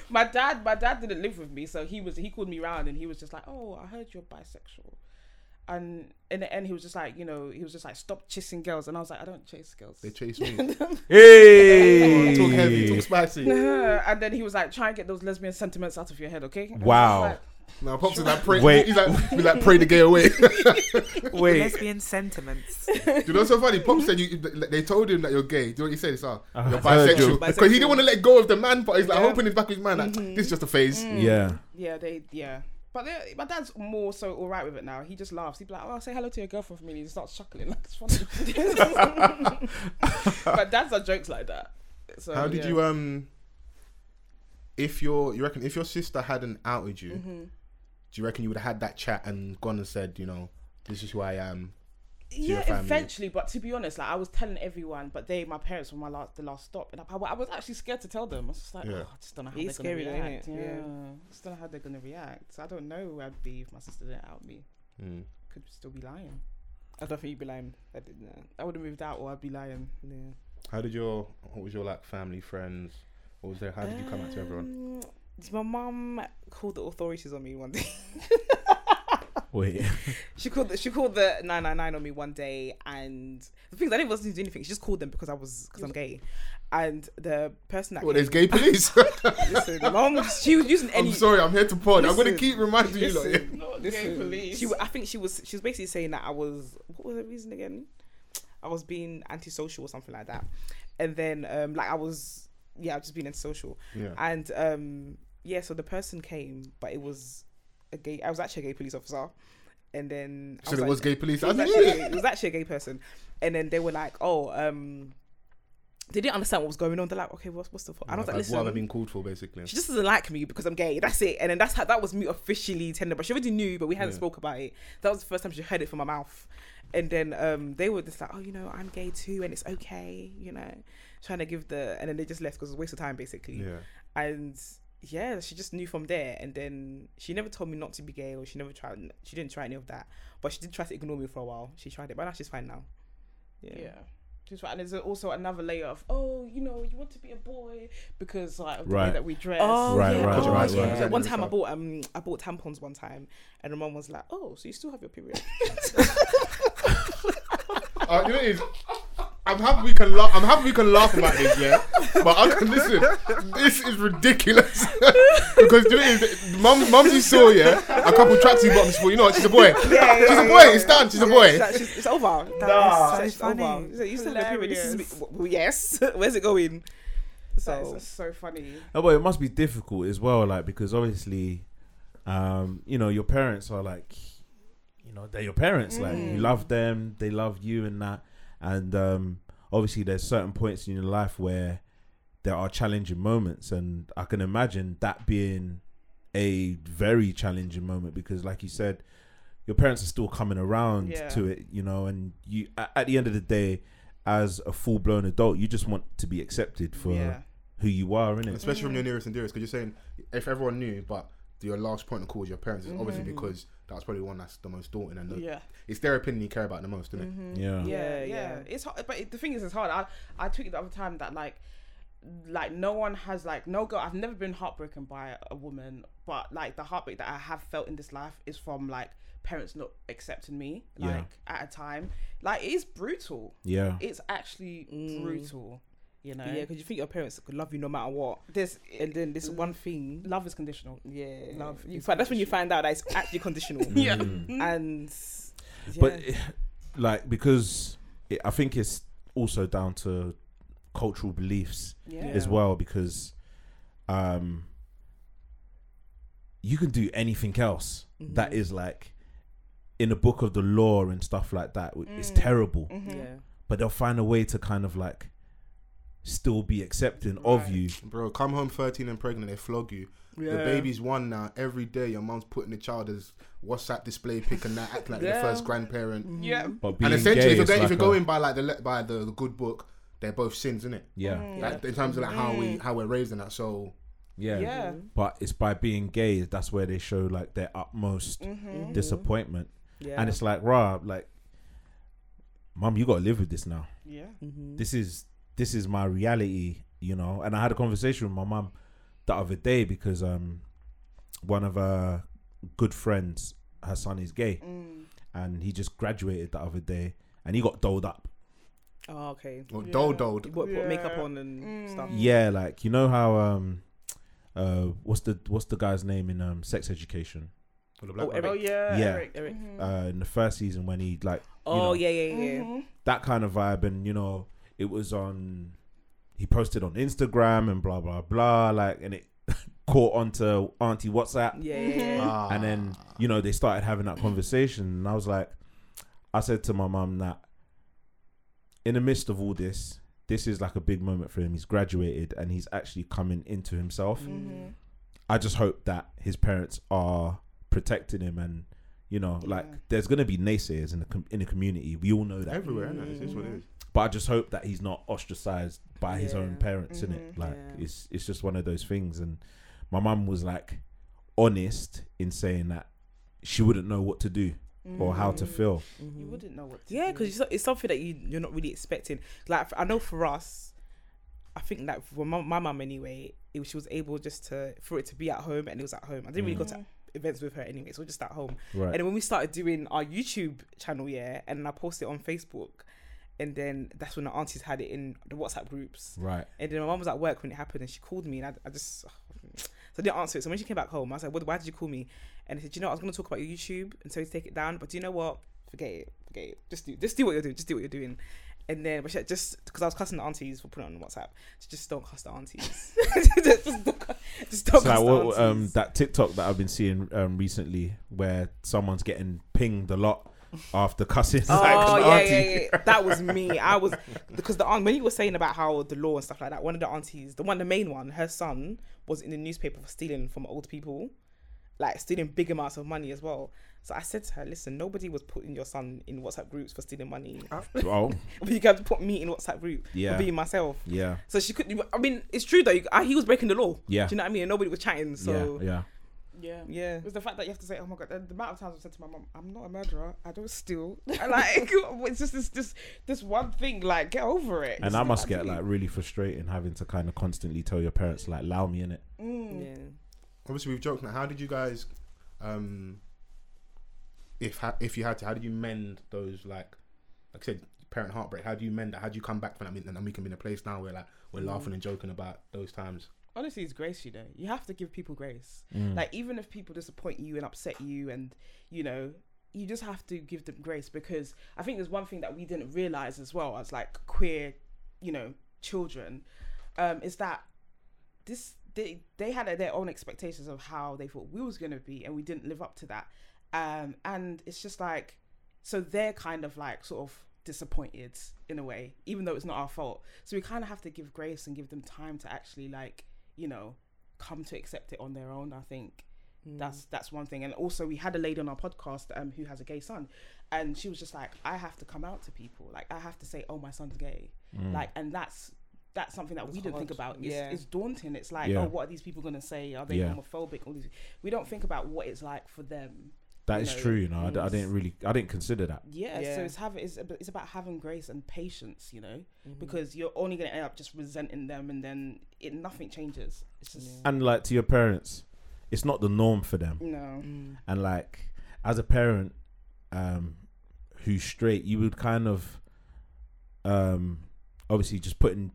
My dad, my dad didn't live with me, so he was he called me round and he was just like, "Oh, I heard you're bisexual," and in the end, he was just like, you know, he was just like, "Stop chasing girls," and I was like, "I don't chase girls."
They chased me.
Hey.
talk heavy, talk spicy.
Uh, and then he was like, "Try and get those lesbian sentiments out of your head, okay?" And I was
Wow.
like,
No, pops is like pray.
Wait.
He's like, he's like pray the gay away. Do
Wait.
Lesbian sentiments.
you know what's so funny? Pops said you, they told him that you're gay. Do you know what he said? It's ah, you're
I heard you.
bisexual because he didn't want to let go of the man part. He's like hoping his back of his mind. Like,
Mm-hmm.
This is just a phase.
Yeah.
Yeah, they yeah. But they- my dad's more so all right with it now. He just laughs. He'd be like, "Oh, say hello to your girlfriend for me," and he starts chuckling like it's funny. but dads are jokes like that. So,
How did
yeah.
you um? If your you reckon if your sister hadn't outed
Mm-hmm.
you,
Hmm.
do you reckon you would have had that chat and gone and said you know this is who I am? your
yeah,
family?
eventually. But to be honest, like I was telling everyone, but they, my parents, were my last, the last stop, and I, I was actually scared to tell them. I was just like,
Yeah.
oh, I just don't know how
It's
they're gonna
scary, though,
react.
innit?
Yeah.
Yeah.
I just don't know how they're gonna react. I don't know where I'd be if my sister didn't out me.
Mm.
Could still be lying.
I don't think you'd be lying. I did that.
I would have moved out, or I'd be lying.
Yeah.
How did your what was your like family friends? What was there? How did you come out to
Um,
everyone?
My mum called the authorities on me one day.
Wait.
She called the, she called the nine nine nine on me one day, and the thing is, I didn't wasn't doing anything. She just called them because I was because I'm gay, and the person that
Well,
came,
there's gay police.
listen, my mum was- she was using any.
I'm sorry, I'm here to pod. I'm gonna
Listen,
keep reminding you. Like,
listen,
Gay
listen.
police.
She, wa- I think she was she was basically saying that I was what was the reason again? I was being antisocial or something like that, and then um like I was yeah I've just been antisocial,
Yeah.
and um yeah so the person came but it was a gay I was actually a gay police officer, and then I
So there
like-
was gay police.
it
I
was,
was like,
actually,
yeah.
it was actually a gay person, and then they were like, "Oh, um, they didn't understand what was going on." They're like, "Okay, what's what's the?" F-? And I was like,
what have I
"Listen,
been called for, basically?
she just doesn't like me because I'm gay. That's it." And then that's how that was me officially tender, but she already knew, but we hadn't
Yeah.
spoke about it. That was the first time she heard it from my mouth, and then um, they were just like, "Oh, you know, I'm gay too, and it's okay," you know, trying to give the, and then they just left because it was a waste of time, basically
Yeah.
and yeah, she just knew from there. And then she never told me not to be gay, or she never tried. She didn't try any of that, but she did try to ignore me for a while. She tried it, but now she's fine now. Yeah.
Yeah. Just right. And there's also another layer of, oh, you know, you want to be a boy because like of the
Right.
way that we dress.
Oh
Right,
yeah,
right,
oh,
right,
yeah.
right.
One time I bought um I bought tampons one time, and the mum was like, "Oh, so you still have your period?"
Uh, you know, what it is? I'm happy we can laugh. I'm happy we can laugh about this, yeah. But I can, listen, this is ridiculous because you know, it is, mum, mumsy saw yeah a couple tracksuit bottoms. But you know, what, she's a boy. she's a boy. It's done. She's a boy.
She's like, "She's- it's over.
That
Nah.
is
It's
so
over.
funny.
She's like, you still have your period. This is me. Well, yes. Where's it going?
That is
So
just so funny.
Oh, but it must be difficult as well, like because obviously, um, you know, your parents are like, you know, they're your parents. Like you
Mm.
love them, they love you, and that. And um, obviously, there's certain points in your life where there are challenging moments, and I can imagine that being a very challenging moment because, like you said, your parents are still coming around
Yeah.
to it, you know, and you a- at the end of the day. As a full blown adult, you just want to be accepted for
Yeah.
who you are, innit?
especially from your nearest and dearest. Because you're saying if everyone knew, but your last point of call was your parents, is obviously because that's probably one that's the most daunting and the,
Mm-hmm. Yeah. Mm-hmm.
it's their opinion you care about the most, isn't it?
Yeah.
Yeah, yeah.
Yeah, yeah.
It's hard, but it, the thing is, it's hard. I I tweeted the other time that like, like no one has like no girl. I've never been heartbroken by a woman, but like the heartbreak that I have felt in this life is from like parents not accepting me like
Yeah.
at a time. Like it's brutal.
Yeah.
It's actually brutal. You know.
yeah, because you think your parents could love you no matter what,
There's
and then this one thing
love is conditional.
yeah
Love
You
is
find, that's when you find out that it's actually conditional
Yeah.
Mm.
and
But like because it, I think it's also down to cultural beliefs
Yeah.
as well because um you can do anything else
Mm-hmm.
that is like in the book of the law and stuff like that wh- it's terrible
Mm-hmm.
yeah
but they'll find a way to kind of like still be accepting of you
Bro, come home 13 and pregnant, they flog you. The baby's one now. Every day, your mom's putting the child as WhatsApp display pic and that acting like the
Yeah.
first grandparent.
Yeah.
but being
And essentially,
gay
if you're,
is
going, if
like
you're
a-
going by like the le- by the, the good book, they're both sins, isn't it?
yeah
Like in terms of like how we how we're raised and that. So
Yeah.
Mm. Yeah.
But it's by being gay that's where they show like their utmost
Mm-hmm.
disappointment.
Yeah.
Mm-hmm. And it's like, rah, like, mom, you gotta live with this now.
Yeah.
This is this is my reality, you know. And I had a conversation with my mom the other day because um one of her good friends, her son is gay,
Mm.
and he just graduated the other day, and he got doled up.
oh, okay.
Or dole doled.
What put makeup
Yeah.
on and stuff.
Yeah, like you know how um uh what's the what's the guy's name in um sex education?
Or the black
Oh,
man.
Oh yeah.
Yeah.
Eric.
Eric.
Uh in the first season when he like you
Oh
know,
yeah, yeah, yeah.
Mm-hmm.
that kind of vibe and you know, it was on he posted on Instagram and blah blah blah, like and it caught onto Auntie WhatsApp.
Yeah, yeah, yeah.
Ah.
And then, you know, they started having that conversation and I was like I said to my mum that in the midst of all this, this is like a big moment for him. He's graduated and he's actually coming into himself.
Mm-hmm.
I just hope that his parents are protecting him and you know like there's going to be naysayers in the com- in the community we all know that
everywhere, isn't it? It's just what it is.
but i just hope that he's not ostracized by his
Yeah. Mm-hmm.
own parents in it like
Yeah.
it's it's just one of those things and my mum was like honest in saying that she wouldn't know what to do or how
Mm.
to feel
You wouldn't know what. To
Mm-hmm. Yeah,
do.
because it's, it's something that you you're not really expecting. Like I know for us, I think that for my, my mum anyway, it, she was able just to for it to be at home and it was at home. I didn't really go
Mm-hmm.
to events with her anyway, so we're just at home.
Right.
And then when we started doing our YouTube channel, yeah, and I posted it on Facebook, and then that's when the aunties had it in the WhatsApp groups.
right
And then my mum was at work when it happened, and she called me, and I, I just so I didn't answer it. So when she came back home, I was like, "What? Why did you call me?" And I said, "You know, I was going to talk about your YouTube, and so you take it down. But do you know what? Forget it. Forget it. Just do, just do what you're doing. Just do what you're doing." And then, but she had just because I was cussing the aunties for putting it on WhatsApp, she just don't cuss the aunties. just, don't, cu- just don't
It's like
cuss the
what, um,
aunties.
that TikTok that I've been seeing um, recently, where someone's getting pinged a lot after cussing.
Oh
like, an
yeah, yeah,
auntie.
yeah, that was me. I was because the aunt when you were saying about how the law and stuff like that. One of the aunties, the one, the main one, her son was in the newspaper for stealing from old people, like stealing big amounts of money as well. So I said to her, "Listen, nobody was putting your son in WhatsApp groups for stealing money,
Oh,
but you guys put me in WhatsApp group
Yeah.
for being myself."
Oh, yeah,
So she couldn't. even- I mean, it's true though. You, I, he was breaking the law.
Yeah.
do you know what I mean? And nobody was chatting. So
yeah, yeah.
Yeah.
yeah.
It was the fact that you have to say, "Oh my god!" The, the amount of times I've said to my mom, "I'm not a murderer. I don't steal." I like it's just this this this one thing. Like, get over it.
And I must get like really frustrating having to kind of constantly tell your parents like, "Allow me in it."
Mm.
yeah.
Obviously, we've joked now. How did you guys, um, if ha- if you had to, how did you mend those like, like I said, parent heartbreak? How do you mend that? How do you come back from that? I mean, and we can be in a place now where like we're laughing and joking about those times.
honestly it's grace you know you have to give people grace
Mm.
like even if people disappoint you and upset you and you know you just have to give them grace because i think there's one thing that we didn't realize as well as like queer you know children um is that this they they had their own expectations of how they thought we was going to be and we didn't live up to that um and it's just like so they're kind of like sort of disappointed in a way even though it's not our fault so we kind of have to give grace and give them time to actually like you know come to accept it on their own i think
Mm.
that's that's one thing and also we had a lady on our podcast um who has a gay son and she was just like i have to come out to people like i have to say oh my son's gay
Mm.
like and that's that's something that we didn't think about it's,
Yeah.
it's daunting it's like
Yeah.
oh what are these people going to say are they
Yeah.
homophobic all these we don't think about what it's like for them
That
You
is
know,
true. You know, I d- I, didn't really, I didn't consider that.
yeah,
Yeah.
so it's having it's, ab- it's about having grace and patience you know
Mm.
because you're only going to end up just resenting them and then it nothing changes it's just
And like to your parents, it's not the norm for them.
no
Mm-hmm.
And like as a parent, um, who's straight, you would kind of, um, obviously just putting,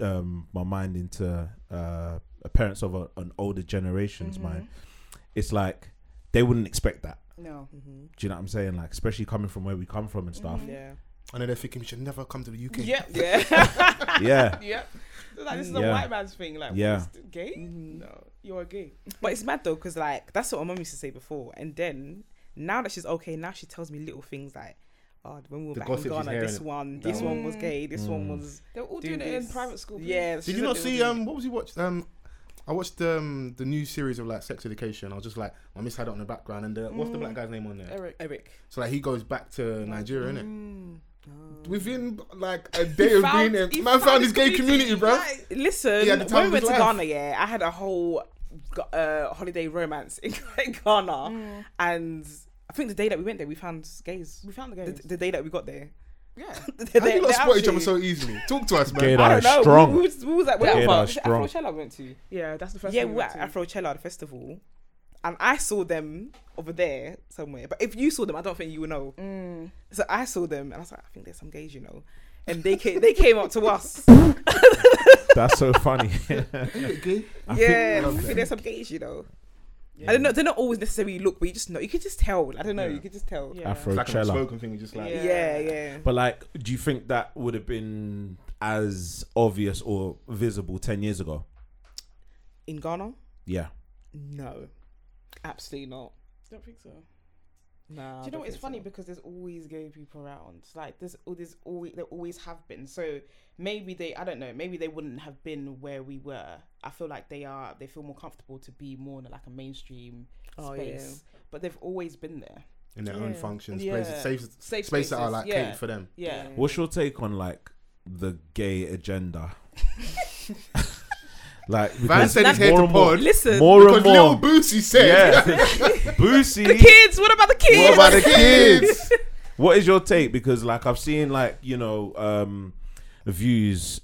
um, my mind into uh, a parents of a, an older generation's
Mm-hmm.
mind. It's like they wouldn't expect that.
no
Do you know what I'm saying? Like, especially coming from where we come from and stuff.
Yeah. Mm-hmm.
And then they're thinking we should never come to the UK.
yeah
Yeah.
yeah yeah like, this is
Yeah.
a white man's thing like
Yeah.
yeah gay
Mm-hmm.
no you're gay
But it's mad though, because like that's what my mum used to say before, and then now that she's okay, now she tells me little things like, "Oh, when we were
The
back in
gossip she's
Ghana, this
hearing. Mm.
one, this one was gay, this one was."
they're all
doing
doing
it
it
in
in
this.
private school
Yeah. she
Did you
said
not
they were
see
doing-
um what was he watched um I watched um the new series of like sex education. I was just like my miss had it on the um, background and uh what's the black guy's name on there?
Eric
Eric?
Mm.
So like he goes back to Nigeria, innit? within like a day of being
found-
there,
Mm. he
man found his gay community, bro.
Like, listen,
He had the time
when we
of
went
his
to
life.
Ghana, yeah, I had a whole uh, holiday romance in Ghana, and I think the day that we went there, we found gays.
Mm. We found the
The,
gays.
the day that we got there,
yeah.
The
How do
day-
you not
the
spot each other
actually-
so easily? Talk to us,
Gay
man.
I
that
don't know.
is strong.
We, we was, we was at
Yeah,
whatever.
that
Yeah,
is strong.
Afrochella I went to.
Yeah, that's the first
yeah,
thing
we
we
were
went
at
to.
Afrochella, the festival, and I saw them over there somewhere. But if you saw them, I don't think you would know.
Mm.
So I saw them, and I was like, I think there's some gays, you know. And they came, they came up to us.
That's so funny.
Okay.
I
yeah, I
think-
think there's some gays, you know. I don't know. They're not always necessarily look, but you just know. You could just tell. I don't know.
Yeah.
You could just tell.
Yeah.
Afro
It's like a
Cella.
spoken thing, just like
Yeah.
Yeah, yeah. yeah.
But like, do you think that would have been as obvious or visible ten years ago?
In Ghana,
Yeah.
no, absolutely not.
Don't think so.
Nah.
Do you know what? It's funny because there's always gay people around. Like there's, al- there's always there always have been. So maybe they, I don't know. Maybe they wouldn't have been where we were. I feel like they are. They feel more comfortable to be more in like a mainstream
Oh, yeah.
space. But they've always been there.
in their own
Yeah.
functions,
Yeah.
places, safe,
Safe
space that are
spaces,
like
yeah.
catered for them.
Yeah.
What's your take on like the gay agenda? like,
Van
because
said he's here
more
to
and more-
pod
Listen,
More
because
and more.
Lil Boosie said,
yeah.
the
Boosie.
kids. What about the kids?
"What about the kids?"
What is your take? Because like I've seen like you know um views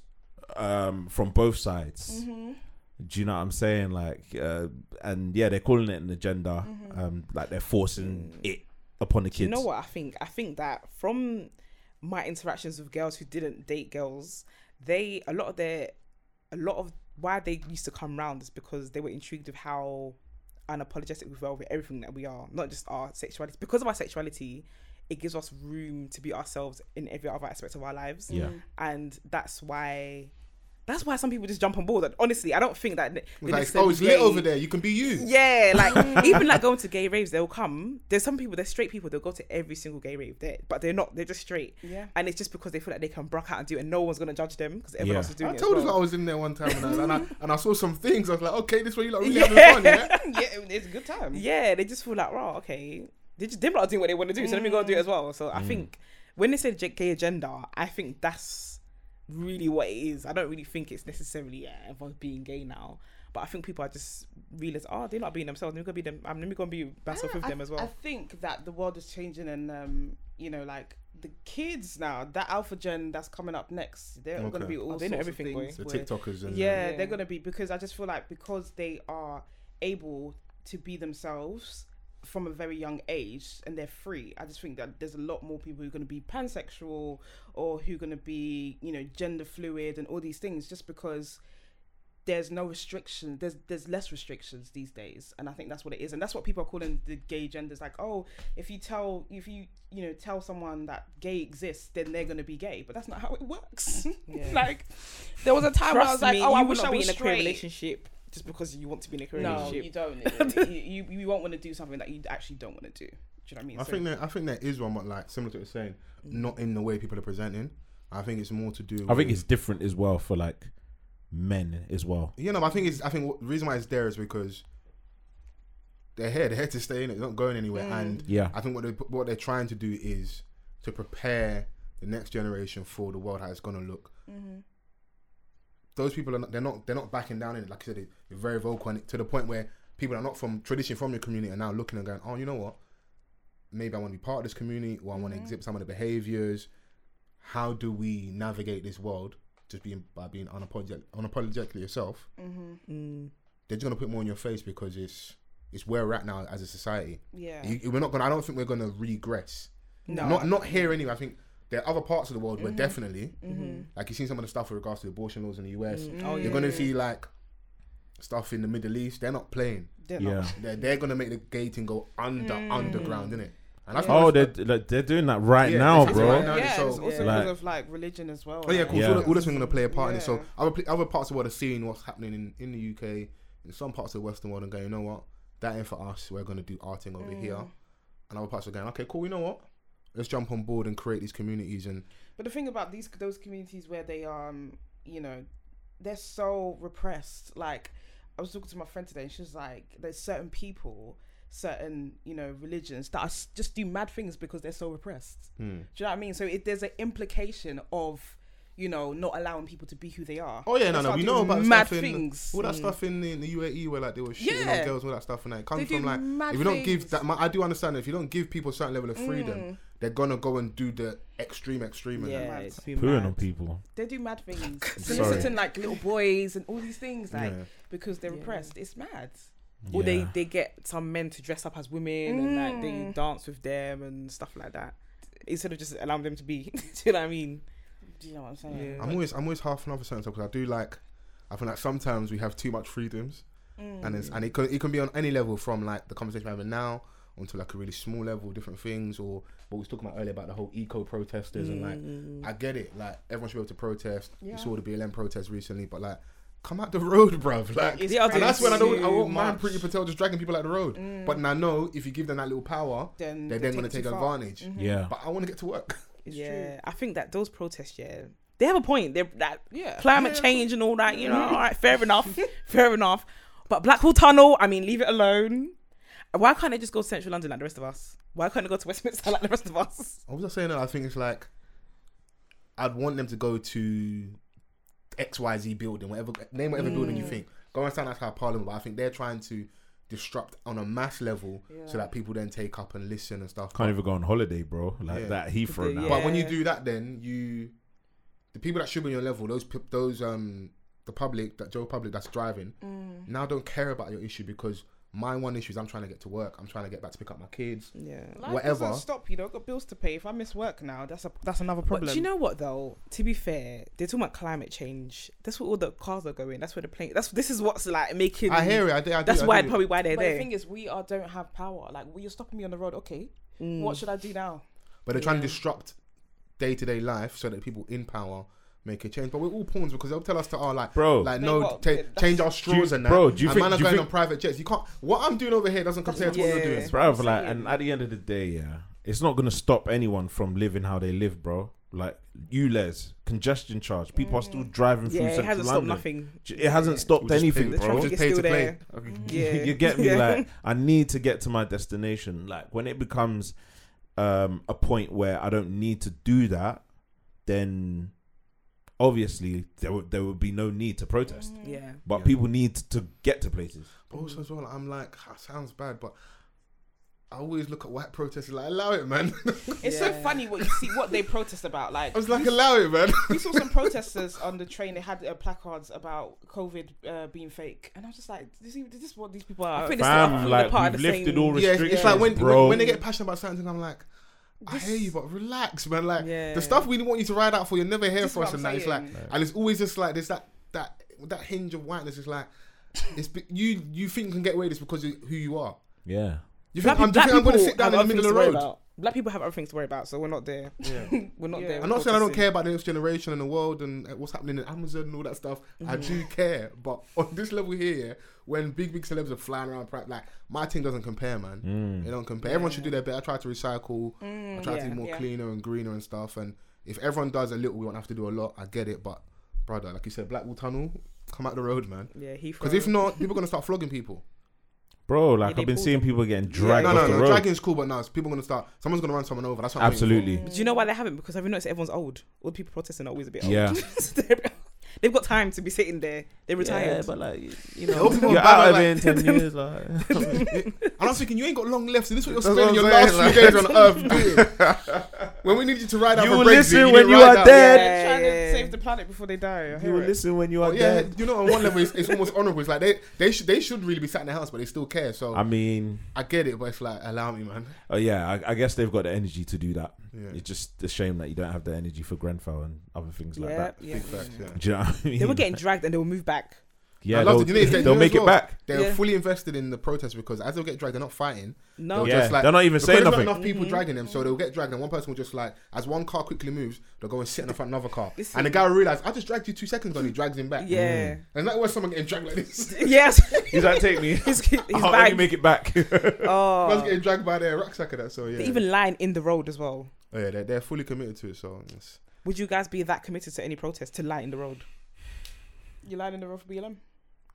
um from both sides. Do you know what I'm saying? Like, uh, and yeah, they're calling it an agenda. Um, like they're forcing it upon the kids.
Do you know what I think? I think that from my interactions with girls who didn't date girls, they a lot of their a lot of why they used to come round is because they were intrigued with how unapologetic we were with everything that we are, not just our sexuality. Because of our sexuality, it gives us room to be ourselves in every other aspect of our lives.
Yeah.
And that's why that's why some people just jump on board. And honestly, I don't think that they
Like,
necessarily
oh, it's lit
gay.
over there. You can be you.
Yeah, like even like going to gay raves, they'll come. There's some people, they're straight people, they'll go to every single gay rave, they but they're not, they're just straight.
Yeah.
And it's just because they feel like they can brock out and do it and no one's gonna judge them because everyone
Yeah.
else is doing
I
it. as
told us
well.
I was in there one time and I, and I and I saw some things. I was like, okay, this way you like really
Yeah.
having fun, yeah.
yeah, it's a good time.
Yeah, they just feel like, right, okay. They just them lot are doing what they want to do, so let me go and do it as well. So
Mm.
I think when they say j- gay agenda, I think that's really what it is. I don't really think it's necessarily yeah, everyone's being gay now. But I think people are just realize, oh, they're not being themselves. Let me go be them. Um, let me go and be myself with
I,
them as well.
I think that the world is changing, and um, you know, like the kids now, that alpha gen that's coming up next, they're all going to
Okay.
be all
Oh, they know
sorts
everything,
of
boy.
things.
The
where-
TikTokers and
yeah,
Yeah.
they're going to be because I just feel like because they are able to be themselves from a very young age and they're free. I just think that there's a lot more people who are going to be pansexual or who are going to be, you know, gender fluid and all these things just because there's no restriction there's there's less restrictions these days and i think that's what it is and that's what people are calling the gay genders like oh if you tell if you you know tell someone that gay exists then they're going to be gay but that's not how it works like there was a time where i was
Trust
like
me,
oh
you
i
would
wish
not
i
be
was
in a queer
straight."
relationship just because you want to be in a queer
no you
relationship.
don't you, you, you won't want to do something that you actually don't want to do do you know what i mean
I think there, I think there is one, but like similar to what you're saying, not in the way people are presenting. I think it's more to do.
Mm. I think
with-
it's different as well for like men as well.
you know. but I think it's. I think what, the reason why it's there is because they're here. They're here to stay in it. They're not going anywhere.
Mm.
Mm.
And
Yeah.
I think what they what they're trying to do is to prepare the next generation for the world how it's going to look.
Mm-hmm.
Those people are not, they're not they're not backing down in it. Like I said, they- they're very vocal and to the point where people are not from tradition from your community are now looking and going, oh, you know what? Maybe I want to be part of this community, or I want to exhibit some of the behaviors. How do we navigate this world? Just being by being unapologetic, unapologetically yourself
Mm-hmm.
Mm-hmm.
they're just gonna put more in your face because it's it's where we're at now as a society.
yeah
You- we're not gonna. I don't think we're gonna regress.
No.
Not not here anyway. I think there are other parts of the world where definitely,
Mm-hmm. Oh,
like you've seen some of the stuff with regards to abortion laws in the US.
Oh,
You're gonna see like stuff in the Middle East. They're not playing.
they're
Yeah.
not
They're, they're gonna make the gating go under
Mm.
underground, innit? And that's
Oh,
what-
they're like, they're doing that right
Yeah,
now,
they're
bro.
doing it right now.
yeah,
so-
it's also because
Like-
of like religion as well.
Oh yeah,
like-
of course.
Yeah.
All, the- all this thing gonna play a part in it. So
Yeah.
other pl- other parts of the world are seeing what's happening in, in the UK, in some parts of the Western world, and going, you know what, that ain't for us. We're gonna do our thing over here,
Mm.
and other parts are going, okay, cool. You know what? Let's jump on board and create these communities. And
But the thing about these those communities where they um you know they're so repressed. Like I was talking to my friend today, and she was like, "There's certain people certain you know religions that are, s- just do mad things because they're so repressed.
Hmm.
Do you know what I mean? So it, there's an implication of you know not allowing people to be who they are.
Oh yeah, no,
They
no,
start
we know
doing
about
mad
stuff in,
things.
All that
Mm.
stuff in the, in the UAE where like they were shooting
Yeah.
on girls and all that stuff, and that it
They
comes
do
from like
mad
if you don't give
things. Mm.
that. I do understand if you don't give people a certain level of freedom, they're gonna go and do the extreme, extreme. And
Yeah,
that.
it's too
Pooing
mad.
on people.
They do mad things,
Sorry.
soliciting like little boys and all these things, like
Yeah.
because they're
Yeah.
repressed. It's mad.
Or they,
Yeah.
they get some men to dress up as women and like they dance with them and stuff like that. Instead of just allowing them to be, do you know what I mean?
Do you know what I'm saying?
Yeah.
I'm always, I'm always half and half a certain because I do like. I feel like sometimes we have too much freedoms,
Mm.
and it's, and it can it can be on any level from like the conversation we're having now onto like a really small level, different things, or what we was talking about earlier about the whole eco protesters
Mm.
and like I get it, like everyone should be able to protest. You saw the BLM protest recently, but like come out the road, bruv. Like
It's
and that's when I don't I
too
won't mind
much.
Pretty Patel just dragging people out the road. But now I know if you give them that little power, they're
Then Mm. they
then gonna
take it
take
too far. Mm.
advantage.
Yeah.
But I want to get to work.
It's
yeah,
true.
I think that those protests, yeah, they have a point. They're that
Yeah.
climate change and all that. You know, all right, fair enough, fair enough. But Blackwall Tunnel, I mean, leave it alone. Why can't they just go to Central London like the rest of us? Why can't they go to Westminster like the rest of us?
I was just saying that I think it's like I'd want them to go to XYZ building, whatever name whatever building
Mm.
you think. Go and stand outside Parliament, but I think they're trying to disrupt on a mass level so that people then take up and listen and stuff.
Can't even go on holiday, bro. Like
Yeah.
that Heathrow now.
But when you
Yeah.
do that, then you, the people that should be on your level, those peop- those um the public that Joe public that's driving
Mm.
now don't care about your issue because my one issue is I'm trying to get to work, I'm trying to get back to pick up my kids.
Yeah.
Life
Whatever.
doesn't stop you. though. I've got bills to pay. If I miss work now, that's a that's another
But
problem.
do you know what though? To be fair, they're talking about climate change. That's where all the cars are going. That's where the plane. That's this is what's like making.
I hear it. I do, I do,
That's
I
why
do.
probably why they're
But
there.
the thing is, we are don't have power. Like, well, you're stopping me on the road. Okay,
Mm.
what should I do now?
But they're trying to disrupt day to day life so that people in power make a change. But we're all pawns because they'll tell us to our like,
Bro.
like
They
no,
got-
ta- change our straws and that.
bro, do you
and
think-
man are
do you
going
think-
on private jets. You can't. What I'm doing over here doesn't compare to what you're
Yeah.
doing.
bro. Like, and at the end of the day, yeah, it's not gonna stop anyone from living how they live, bro. Like you, Les, congestion charge. People are still driving
Mm. yeah,
through
it
Central
hasn't stopped
London.
nothing.
It hasn't stopped
We'll just
anything,
pay-
The
bro.
traffic
Just
is
pay
still
to play.
there.
Okay.
Yeah,
you get me?
Yeah.
Like, I need to get to my destination. Like, when it becomes um, a point where I don't need to do that, then obviously there would there would be no need to protest.
Mm.
Mm.
yeah.
But
Yeah.
people need to get to places.
But also as well, I'm like, ah, sounds bad, but I always look at white protesters like, allow it, man.
It's so
Yeah.
funny what you see, what they protest about. Like,
I was like, allow it, man.
we saw some protesters on the train. They had uh, placards about COVID uh, being fake, and I was just like, "This is this is what these people are."
I think it's
Fam,
all
like
part
we've
of the
lifted
same-
all
yeah, it's,
restrictions,
it's like when,
bro.
when when they get passionate about something, I'm like. I hear you, but relax, man. Like
Yeah.
the stuff we want you to ride out for, you're never here
This is
for
what
us,
I'm
and that it's like,
saying.
and it's always just like there's that that that hinge of whiteness. It's like, it's be- you you think you can get away with this because of who you are.
yeah.
You
Black,
think, I'm, do you
black
think I'm
people
going to sit down
have
in the
other
middle of
things
the
to worry
road?
about. Black people have other things to worry about, so we're not there. we're not there.
I'm not saying I don't
protesting.
care about the next generation and the world and uh, what's happening in Amazon and all that stuff. I
Mm.
do care, but on this level here, when big big celebs are flying around, pra- like my team doesn't compare, man. They don't compare. Everyone should do their bit. I try to recycle. I try to
yeah,
be more
Mm, yeah.
cleaner and greener and stuff. And if everyone does a little, we won't have to do a lot. I get it, but brother, like you said, Blackwall Tunnel, come out the road, man.
Yeah, he.
Because if not, people are gonna start flogging people.
Bro, like
they
I've been
pulled
seeing people getting dragged
no,
off
no,
the
no.
road.
Dragging's cool, but no, it's- people are gonna start. Someone's gonna run someone over. That's what I'm waiting for.
Absolutely.
Do you know why they haven't? Because I've noticed everyone's old. All the people protesting are always a bit old.
Yeah.
So they're- They've got time to be sitting there. They're retired.
like you
know, people
you're
are bad
out of
at,
it
like-
in ten years. Like,
and I'm thinking, you ain't got long left, so this is what you're
That's
spending
what
your
I'm
last
saying,
few days on earth doing. when we need you to ride out
You
for
will
Brexit,
listen
didn't
when you are
ride out.
dead.
yeah, trying
Yeah.
to save the planet before they die. I
you
hear
will
it.
listen when you are
But Oh, yeah,
dead.
you know, on one level, it's, it's almost honourable. It's like they they should they should really be sat in the house, but they still care. So
I
i
mean,
get it, but it's like, allow me, man.
uh, yeah, I, I guess they've got the energy to do that.
Yeah.
It's just a shame that you don't have the energy for Grenfell and other things like
yeah,
that.
yeah.
Big facts, yeah.
Do you know what I mean?
They were getting dragged and they will move back.
yeah,
I
they'll,
love the- you know, it's- you
they'll
know
make
as
it
well,
back.
They're
Yeah.
fully invested in the protest because as they'll get dragged, they're not fighting.
No. Mm-hmm.
They'll
Yeah, they're not even
because
saying
there's
nothing.
Not enough people dragging them, so they'll get dragged, and one person will just like, as one car quickly moves, they'll go and sit in front of another car, and the guy will realize, I just dragged you two seconds, and he drags him back.
Yeah.
and that was someone getting dragged like this.
Yes.
He's like, take me.
He's, he's
I'll let
back.
you make it back.
I was getting dragged by their rucksack and that. So yeah,
They're Oh. even lying in the road as well.
oh, yeah, they're, they're fully committed to it. So it's,
Would you guys be that committed to any protest to light in the road?
You lying in the road for BLM?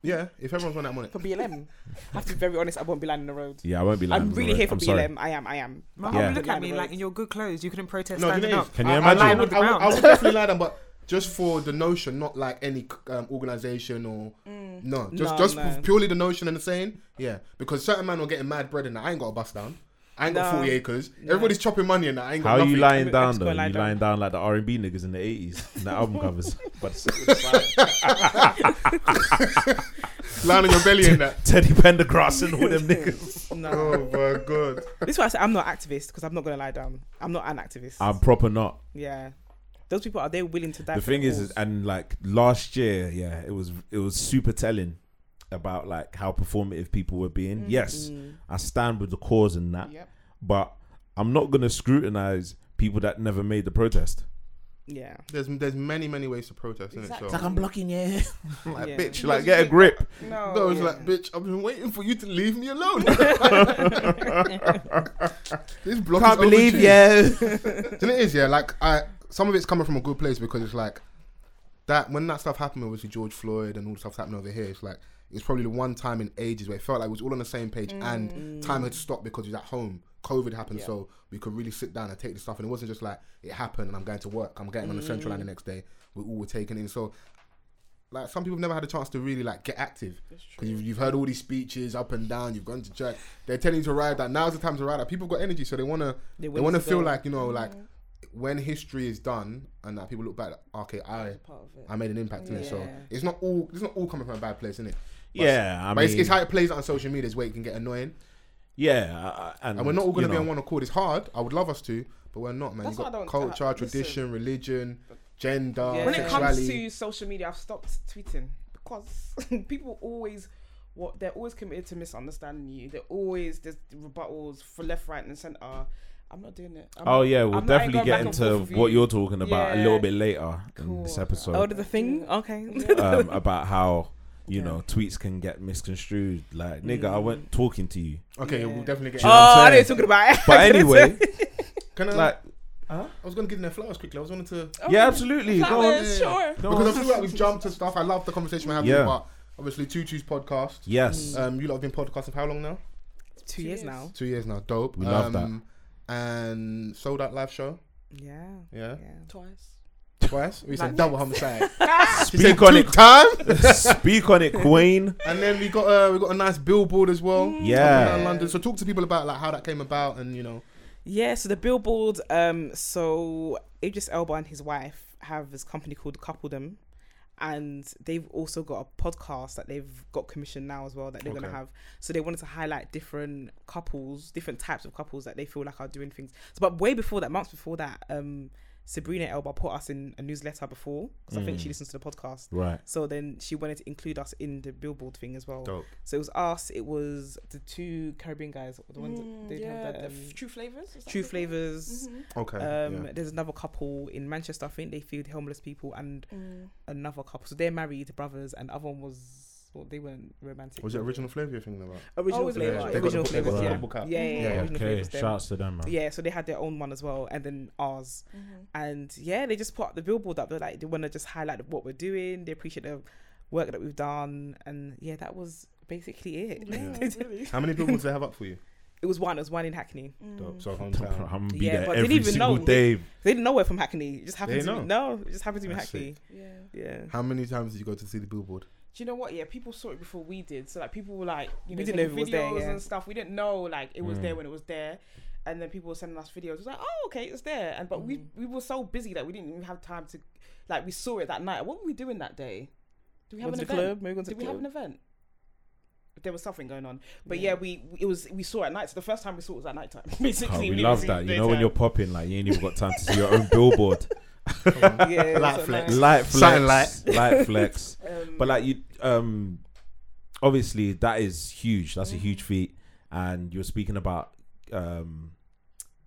Yeah, if everyone's on that money.
for BLM. I have to be very honest. I won't be lying on the road.
Yeah, I won't be lying.
I'm
on the
really
road.
here for
I'm
BLM.
sorry.
I am. I am.
Mum,
Yeah.
you look at me
Yeah.
like in your good clothes. You couldn't protest
No, you
standing
know,
up.
Can you
I-
imagine?
I, I, would, I, would, I would definitely lie
like.
down, but just for the notion, not like any um, organization or no, just
No,
just
no.
purely the notion and the saying. Yeah, because certain man were getting mad bread and I ain't got a bust down. I ain't got
No.
forty acres. Everybody's chopping money and I ain't got
How are
nothing.
you lying
I'm
down
just
though?
gonna
You
lie
lying down.
down.
like the R and B niggas in the eighties, the album covers. But
lying on your belly in that.
Teddy Pendergrass and all them niggas.
No.
Oh my god.
this is why I say I'm not activist because I'm not gonna lie down. I'm not an activist.
Ah.
I'm proper not.
yeah. Those people are they willing to die?
the
for
thing is,
cause?
is, and like last year, yeah, it was it was super telling about like how performative people were being.
Mm-hmm.
Yes, I stand with the cause and that,
Yep.
but I'm not gonna scrutinize people that never made the protest.
yeah.
There's there's many many ways to protest, isn't it? So
I'm blocking you.
like
Yeah.
bitch,
Should like get a grip?
No.
No, it's
yeah.
like, bitch, I've been waiting for you to leave me alone. this block is overdue.
you.
And it is, yeah. Like, I some of it's coming from a good place because it's like that when that stuff happened, obviously George Floyd and all the stuff happening over here. It's like it's probably the one time in ages where it felt like we was all on the same page and time had stopped because we was at home. COVID happened, so we could really sit down and take the stuff. And it wasn't just like it happened and I'm going to work. I'm getting on the central line the next day. We all were taking in. So like some people have never had a chance to really like get active because you've, you've heard all these speeches up and down you've gone to church they're telling you to ride that now's the time to ride that people got energy so they want to they,
want
want to
to
feel
go.
like you know like when history is done and that people look back okay i i made an impact in it so
Yeah.
it's not all it's not all coming from a bad place in it
Yeah, I
but it's,
mean,
it's how it plays out on social media is where it can get annoying
yeah, I- I- and,
and we're not all going to
you
be on
know,
one accord it's hard i would love us to but we're not man
That's
you
what I
got
don't-
culture
uh, listen.
tradition religion gender
Yeah.
When it comes
sexuality.
to social media, I've stopped tweeting because people always what they're always committed to misunderstanding you. They're always there's rebuttals for left, right, and centre. I'm not doing it. I'm
Oh
not-
yeah, we'll
I'm not- I
definitely
ain't going back
get
and
into
forth with
what
you.
you're talking about a little
Yeah.
bit later in this
Cool.
episode.
Oh, the thing. Okay.
um, about how you know tweets can get misconstrued. Like, nigga, I
Mm.
wasn't talking to you.
okay we'll definitely get
Do you know
oh,
what
I
I'm
know what you're
saying?
talking about.
But anyway,
can i
like,
I was gonna give them flowers quickly. I was going to
yeah, absolutely. Go on.
Oh, Sure.
Go
because I
on.
feel like we've jumped to stuff. I love the conversation we're having
Yeah.
about obviously Tutu's podcast.
Yes,
Mm.
Um, you lot have been podcasting for how long now?
Two years now.
Two years now. Dope.
We love that.
Um, And sold out live show.
Yeah.
Yeah,
Yeah.
Twice.
twice. We said double homicide. She said
speak on
two
it.
time.
speak on it, Queen.
And then we got uh, we got a nice billboard as well.
Mm.
Mm.
Yeah.
Around London. So talk to people about like how that came about and you know.
Yeah, so the billboard, um, so Idris Elba and his wife have this company called Coupledom, and they've also got a podcast that they've got commissioned now as well that they're going
Okay.
to have. So they wanted to highlight different couples, different types of couples that they feel like are doing things. So, but way before that, months before that, um, Sabrina Elba put us in a newsletter before because I think
Mm.
she listens to the podcast.
Right.
So then she wanted to include us in the billboard thing as well.
Dope.
So it was us. It was the two Caribbean guys, the ones that they
Mm, yeah,
have
the
the, um,
f- true flavors. is that
True
what they call
Flavors.
Okay.
Um, There's another couple in Manchester. I think they feed homeless people, and
Mm.
another couple. So they're married brothers, and other one was well, they weren't romantic.
Was it original flavor you're thinking about?
Original
Oh, is it?
flavor.
Yeah,
they got
original
the- they got
flavors.
the
Yeah.
bubble cap.
Yeah, yeah, yeah,
Yeah.
original flavors. them.
to them, man.
Yeah, so they had their own one as well, and then ours,
Mm-hmm.
and yeah, they just put up the billboard up. They're like, they want to just highlight what we're doing. They appreciate the work that we've done, and yeah, that was basically it.
How many billboards do they have up for you?
it was one. It was one in Hackney.
Dope. So
I'm
hometown.
gonna be
Yeah,
there
but they
every
didn't even
single
know.
day.
They didn't know we're from Hackney. It just happened
They
to
know.
be, no, it just happened to be
That's
Hackney.
it? Yeah.
Yeah.
How many times did you go to see the billboard?
Do you know what? Yeah, people saw it before we did. So like people were like, you know,
didn't
taking
know if it was there,
videos
yeah. Mm.
and stuff. We didn't know like it was there when it was there, and then people were sending us videos. It was like, oh okay, it's there. And but we
Mm.
we were so busy that we didn't even have time to, like we saw it that night. What were we doing that day? Do we have
Went to
an
the
event?
club, maybe went to
Did
the
we have an
club.
event? There was something going on, but yeah, we it was we saw it at night. So the first time we saw it was at night time. Basically,
Oh, we
didn't
love
see it
that. You
in
know when
daytime.
you're popping, like you ain't even got time to see your own billboard.
yeah,
Light
so
flex.
nice.
light flex,
Satellite.
light flex. but like you, um, obviously that is huge. That's a huge
Mm.
feat. And you're speaking about um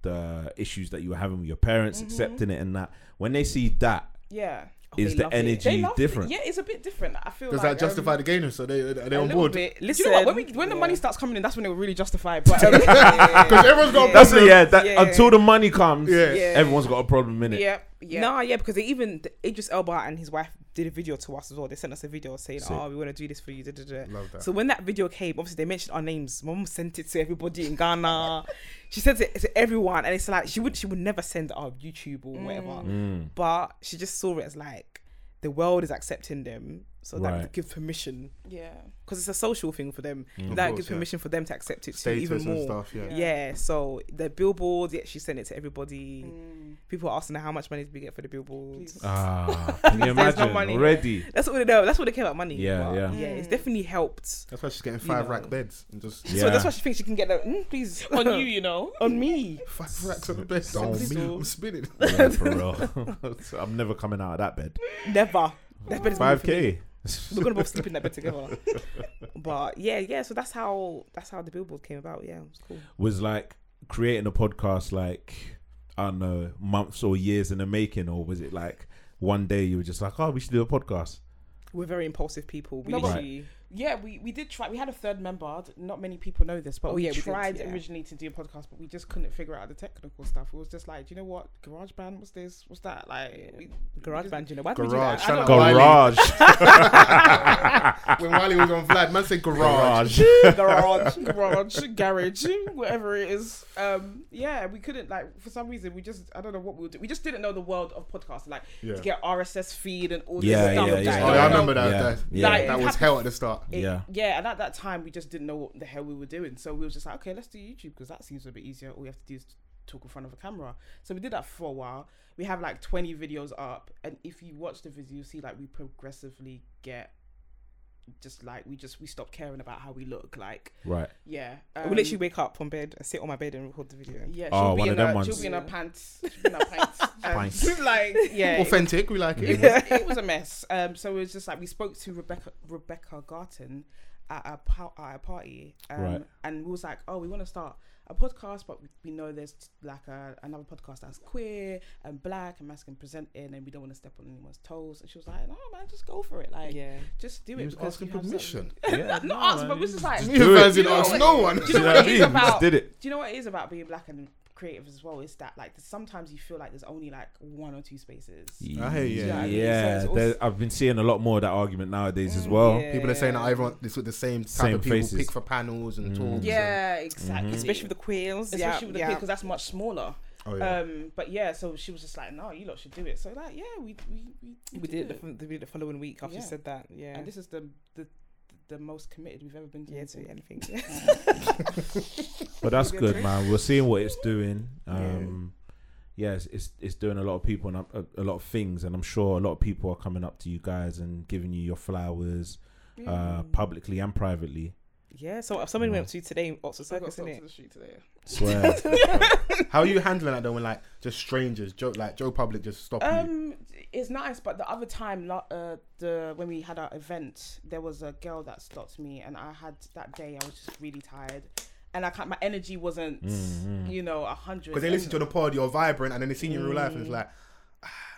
the issues that you were having with your parents,
Mm-hmm.
accepting it, and that when they see that,
yeah.
is
they
the
love it.
energy
They love
different?
It. Yeah, it's a bit different. I feel
Does
like
that justify
um,
the gayness? So they are they
a
on
little
board?
bit. Listen, you know what? When, we, when the money starts coming in, that's when it will really justify. it. But um,
Because everyone's got a
That's
problem.
it. Yeah, that,
Yeah.
until the money comes,
Yeah.
Yeah.
everyone's got a problem in it.
yeah, yeah.
No, yeah, because they even the- Idris Elba and his wife did a video to us as well. They sent us a video saying,
Sick.
"Oh, we want to do this for you." Da, da, da.
Love that.
So when that video came, obviously they mentioned our names. My mum sent it to everybody in Ghana. she sent it to everyone, and it's like she would she would never send our YouTube or whatever,
Mm.
Mm.
but she just saw it as like the world is accepting them, so
Right.
that gives permission
Yeah.
because it's a social thing for them. That
Mm. course,
gives
yeah.
permission for them to accept it too,
Status
even
and
more.
stuff, yeah.
yeah. so the billboards, yeah, she sent it to everybody.
Mm.
People are asking her how much money did we get for the billboards.
Ah, can you imagine
money.
already?
That's what they know. That's what they care about money.
Yeah,
but
yeah.
Mm.
yeah. It's definitely helped.
That's why she's getting five
know.
rack beds and just
Yeah.
So that's why she thinks she can get that. Mm, please
On you, you know.
on me.
five racks on the bed.
Don't
I'm,
me.
I'm spinning.
Yeah, for real. I'm never coming out of that bed.
Never. That bed is
Five
moving.
k.
We're gonna both sleep in that bed together. but yeah, yeah. So that's how that's how the billboard came about. Yeah, it was cool.
was like creating a podcast like I don't know months or years in the making, or was it like one day you were just like, oh, we should do a podcast?
We're very impulsive people. We
No, but-
literally.
Yeah, we, we did try. We had a third member. Not many people know this, but
Oh,
we
yeah, we did,
tried
yeah.
originally to do a podcast, but we just couldn't figure out the technical stuff. It was just like, do you know what? Garage band, what's this? What's that? Like, we,
Garage band, you know. Why did we do
Garage.
that?
Shout
Oh,
out Wiley.
Garage.
When Wiley was on Vlad, man said garage.
Garage.
garage, garage, garage, whatever it is. Um, yeah, we couldn't like for some reason we just I don't know what we were doing. We just didn't know the world of podcasts, like
Yeah.
to get RSS feed and all this
Yeah,
stuff.
yeah,
like,
yeah.
Oh, yeah, I remember that.
Yeah,
That,
yeah.
Like,
that was
happy-
hell at the start.
It-
Yeah.
yeah, and at that time we just didn't know what the hell we were doing, so we were just like, okay, let's do YouTube because that seems a bit easier. All we have to do is talk in front of a camera. So we did that for a while. We have like twenty videos up, and if you watch the videos, you see like we progressively get just like we just we stop caring about how we look like
right.
yeah
we
um,
literally wake up on bed, sit on my bed, and record the video.
Yeah,
Oh,
she'll, be
one
in
of them
her,
ones.
she'll be in her pants. She'll be in her pants. Um,
Pints.
like, yeah. It,
Authentic, we like it.
was, it was a mess. Um, so it was just like we spoke to Rebecca Rebecca Garten at a, pow- at a party, um,
Right.
and we was like, oh, we want to start a podcast, but we, we know there's like a, another podcast that's queer and black and masculine presenting, and we don't want to step on anyone's toes. And she was like, no, man, just go for it. Like,
Yeah.
just do it.
He was
because
asking
you have something-
permission.
Yeah,
Not us, but we was just like,
Me and Vans didn't
You know
ask
what-
no one.
Do you know what it is
Just
about?
did it.
Do you know what it is about being black and creative as well? Is that like sometimes you feel like there's only like one or two spaces.
I hear you.
Yeah,
Yeah,
yeah.
it's Mm, also-
there- I've been seeing a lot more of that argument nowadays as well.
yeah.
People are saying that everyone this with the same Mm. type
Same
of people
faces.
pick for panels and talks.
Yeah,
Mm-hmm.
exactly.
Especially with the queers.
especially
yeah,
with the
yeah.
because that's much smaller.
Oh, yeah.
Um, but yeah, so she was just like, "No, you lot should do it." So like, yeah, we we we,
we did it the, we did it the following week after
Yeah.
you said that. Yeah.
and this is the the the most committed we've ever been to.
yeah, to
anything.
anything.
But that's good, man. We're seeing what it's doing. Um, yeah, it's, it's it's doing a lot of people and uh, a, a lot of things, and I'm sure a lot of people are coming up to you guys and giving you your flowers, uh, publicly and privately.
yeah, so somebody went up to you today in Oxford
I
Circus,
got stopped
innit?
on the street today.
Swear.
How are you handling that though when like just strangers, Joe like Joe Public just stop you?
Um, it's nice, but the other time, lo- uh, the when we had our event, there was a girl that stopped me, and I had that day. I was just really tired, and I can't. My energy wasn't, you know, a hundred.
Because they listen to the pod, you're vibrant, and then they see you in real life and it's like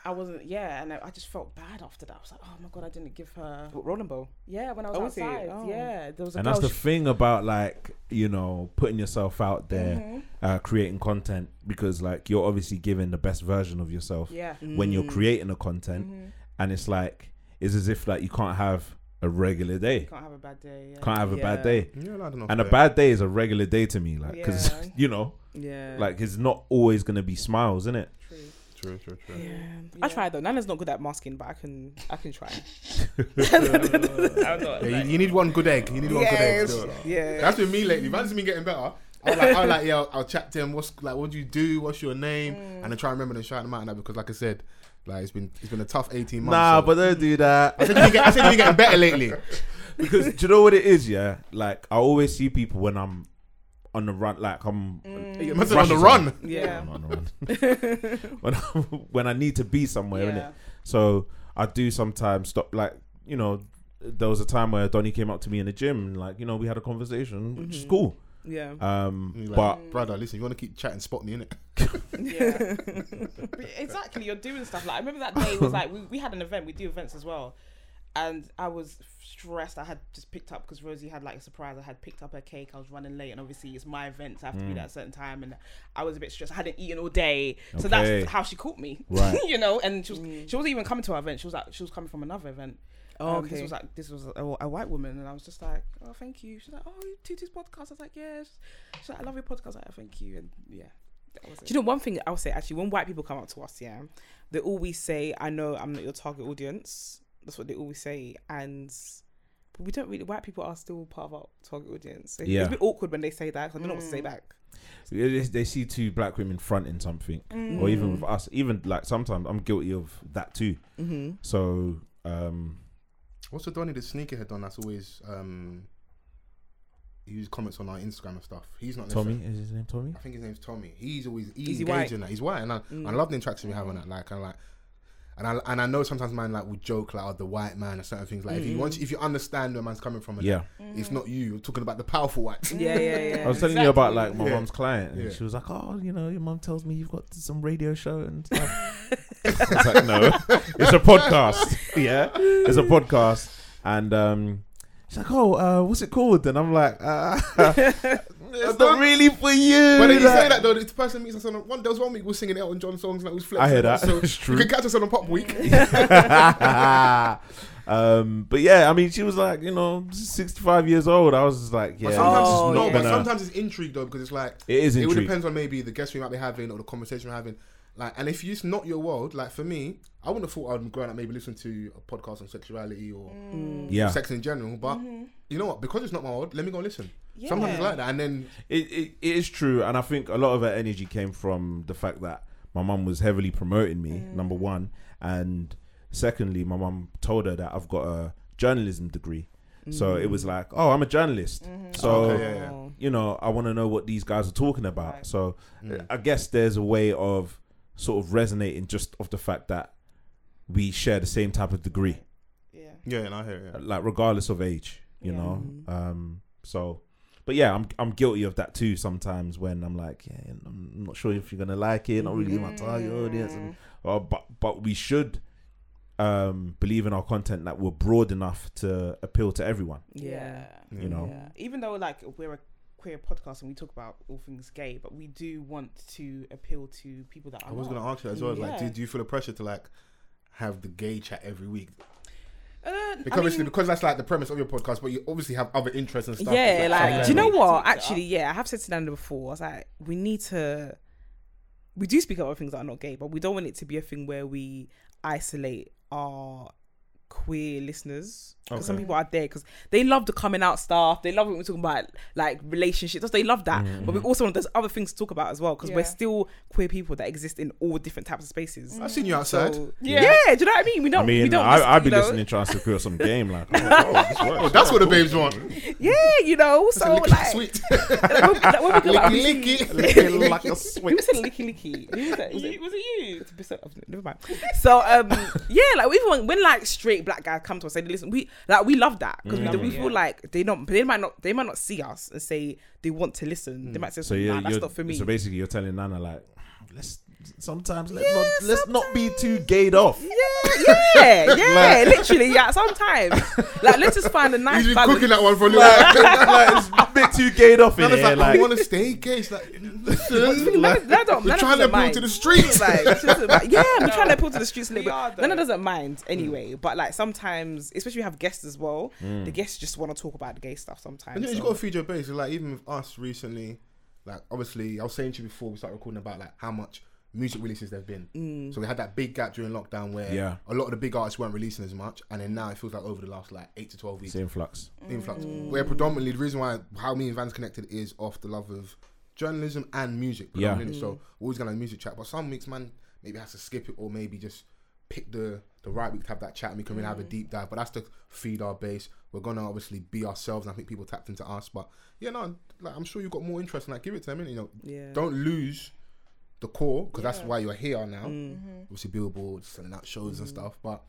I wasn't. Yeah, and I, I just felt bad after that. I was like, oh my god, I didn't give her.
What, Rolling Bowl.
Yeah, when I was
Oh, was it?
outside.
Oh.
Yeah, there was a
and
girl.
that's the
she-
thing about like you know putting yourself out there,
Mm-hmm.
Mm-hmm.
uh, creating content because like you're obviously giving the best version of yourself
yeah.
Mm,
when you're creating the content,
Mm-hmm.
and it's like it's as if like you can't have a regular day,
Can't have a bad day. Yeah.
can't have a bad
Yeah.
day.
you're allowed enough
And a
there.
bad day is a regular day to me, like because
Yeah.
you know,
Yeah.
like it's not always gonna be smiles, is it?
True, true, true.
I tried though. Nana's not good at masking, but I can I can try.
Yeah, you, you need one good egg. You need one good egg. still.
yeah.
That's been me lately. Van's been getting better. I'm like, I'm like, yeah, I'll, I'll chat to him. What's like, what do you do? What's your name? And I try and remember and shout them out and that because, like I said, like it's been it's been a tough 18 months.
Nah,
so-
but don't do
I
that
said, you've been, get- I said you've been getting better lately.
because do you know what it is? Yeah, like I always see people when I'm on the run, like I'm
You must have been on the run.
Yeah.
I'm on the run. when I, when I need to be somewhere,
Yeah.
innit? So I do sometimes stop. Like you know, there was a time where Donnie came up to me in the gym, and like you know, we had a conversation, which is cool.
Yeah.
Um,
And you're
but
like, brother, listen, you want to keep chatting, spot me in it.
Yeah. But exactly. You're doing stuff like I remember that day was like we, we had an event. We do events as well, and I was stressed. I had just picked up because Rosie had like a surprise. I had picked up her cake. I was running late, and obviously it's my event. So I have to
Mm.
be there at a certain time, and I was a bit stressed. I hadn't eaten all day,
Okay.
so that's how she caught me.
Right.
you know, and she was she wasn't even coming to our event. She was like she was coming from another event.
Mm. Oh,
Um, This
okay.
was like this was a, a white woman, and I was just like, oh, thank you. She's like, oh, you Tutu's podcast. I was like, yes. She's like, I love your podcast. I was like, "Oh, thank you, and yeah. That was
Do you know one thing I'll say actually? When white people come up to us, yeah, they always say, "I know I'm not your target audience." That's what they always say, and but we don't really. White people are still part of our target audience. So
Yeah.
It's a bit awkward when they say that 'cause I don't know what to say back.
"Mm."
They they see two black women fronting something, or even with us, even like sometimes I'm guilty of that too. Mm-hmm. So, um,
What's the Donny the sneakerhead on? That's always um, he uses comments on our Instagram and stuff. He's not
Tommy
necessarily-
is his name. Tommy.
I think his name's Tommy. He's always he's
Is he
engaged
white? Mm.
in that. He's white, and I, I love the interaction we have on that. Like, and like, and I and I know sometimes man like will joke like oh, the white man and certain things. Like, if you
Mm-hmm.
want, if you understand where man's coming from, and
Yeah.
that, it's not you. You're talking about the powerful whites.
Yeah, yeah, yeah.
I was telling you about like my
Yeah.
mom's client, and
Yeah.
she was like, "Oh, you know, your mom tells me you've got some radio show and stuff." I was like, "No, it's a podcast. yeah, it's a podcast." And um, she's like, "Oh, uh, what's it called?" And I'm like, uh, "It's not
not-
really for you."
But then you
like-
say that though, the person meets us on a, one. There was one week we were singing Elton John songs and we was flexing.
I hear that.
So
It's
you
true.
can catch us on a pop week.
um, but yeah, I mean, she was like, you know, 65 years old. I was just like, yeah,
But sometimes
Oh,
it's not.
yeah.
But
gonna-
sometimes it's intrigue though because it's like
It is
It all
intrigue.
depends on maybe the guest we might be having or the conversation we're having. Like, and if it's not your world, like for me, I wouldn't have thought I'd grown up maybe listen to a podcast on sexuality or
Mm.
yeah.
sex in general. But
Mm-hmm.
you know what? Because it's not my world, let me go and listen. Sometimes it's like that, and then
It, it, it is true. And I think a lot of her energy came from the fact that my mum was heavily promoting me, number one. And secondly, my mum told her that I've got a journalism degree. So it was like, oh, I'm a journalist. So
Oh, Okay, yeah, yeah.
you know, I want to know what these guys are talking about. So uh,
mm.
I guess there's a way of sort of resonating just off the fact that we share the same type of degree,
yeah.
yeah, and I hear it.
like regardless of age, you
Yeah.
know.
Mm-hmm.
Um, so, but yeah, I'm I'm guilty of that too sometimes when I'm like, yeah, I'm not sure if you're gonna like it, not really my target audience, and, oh, but but we should um believe in our content that we're broad enough to appeal to everyone,
yeah.
you know.
Yeah. Even though like we're a queer podcast and we talk about all things gay, but we do want to appeal to people that are
I was
not.
gonna ask you that as well. Like,
Yeah.
do, do you feel the pressure to like have the gay chat every week?
Uh,
Because
I
obviously,
mean,
because that's like the premise of your podcast, but you obviously have other interests and stuff.
yeah,
It's
like,
something
do you know
that-
what? Actually, yeah, I have said to Nanda before. I was like, we need to, we do speak about things that are not gay, but we don't want it to be a thing where we isolate our queer listeners. 'Cause Some people are there because they love the coming out stuff. They love when we're talking about like relationships. They love that,
Mm.
but we also want there's other things to talk about as well because we're
Yeah.
still queer people that exist in all different types of spaces.
I've seen you outside.
So-
Yeah.
yeah. do you know what I mean? We don't.
I
we
mean,
don't
I,
listen-
I'd be
you know?
listening trying to secure some game, like, oh, this works.
Oh, that's what the babes want.
Yeah, you know. So
Lick it
like,
sweet.
like, when- like, when we go out-
Lick it.
like a
Who
switch.
said licky licky? Who was that? Was it-
was it you?
it's a bit- oh, Never mind. So um, yeah, like even when, when like straight black guys come to us and they listen, we like we love that because we,
Mm.
do- we
Yeah.
feel like they don't, they might not, they might not see us and say they want to listen. They might say,
So
so
yeah,
nah, that's
you're-
not for me.
So basically, you're telling Nana like, let's sometimes let's
Yeah,
not let's not be too gayed off.
yeah, yeah, yeah, literally, yeah. Sometimes, like, let's just find a nice
He's been
balance.
cooking that one for a little while.
like, like, it's a bit too gayed off in
None of
here.
like,
Like,
I want to stay gay. It's like, listen,
Nana, Nana don't,
we're
Nana
trying to
doesn't
appeal
mind.
to the streets.
like, she doesn't mind. yeah, we're trying to appeal to the streets a
We
little
are,
bit.
though.
Nana doesn't mind anyway, but like sometimes, especially we have guests as well, the guests just want to talk about the gay stuff
And
sometimes.
you
so-
you got to feed your base. Like even with us recently, like obviously I was saying to you before we started recording about like how much music releases there've been.
Mm.
So we had that big gap during lockdown where
Yeah.
a lot of the big artists weren't releasing as much, and then now it feels like over the last like eight to twelve weeks
it's influx.
influx. Where predominantly the reason why how me and Van's connected is off the love of journalism and music.
Yeah.
Predominantly. So we're always gonna have music chat, but some weeks man maybe has to skip it or maybe just pick the the right week to have that chat and we can really have a deep dive. But that's to feed our base. We're gonna obviously be ourselves. And I think people tapped into us, but yeah, no, like I'm sure you've got more interest in that. Give it to them, innit? you know.
Yeah.
Don't lose the core because that's why you're here
Mm.
now. Obviously, billboards, selling out shows and
Mm-hmm.
stuff, but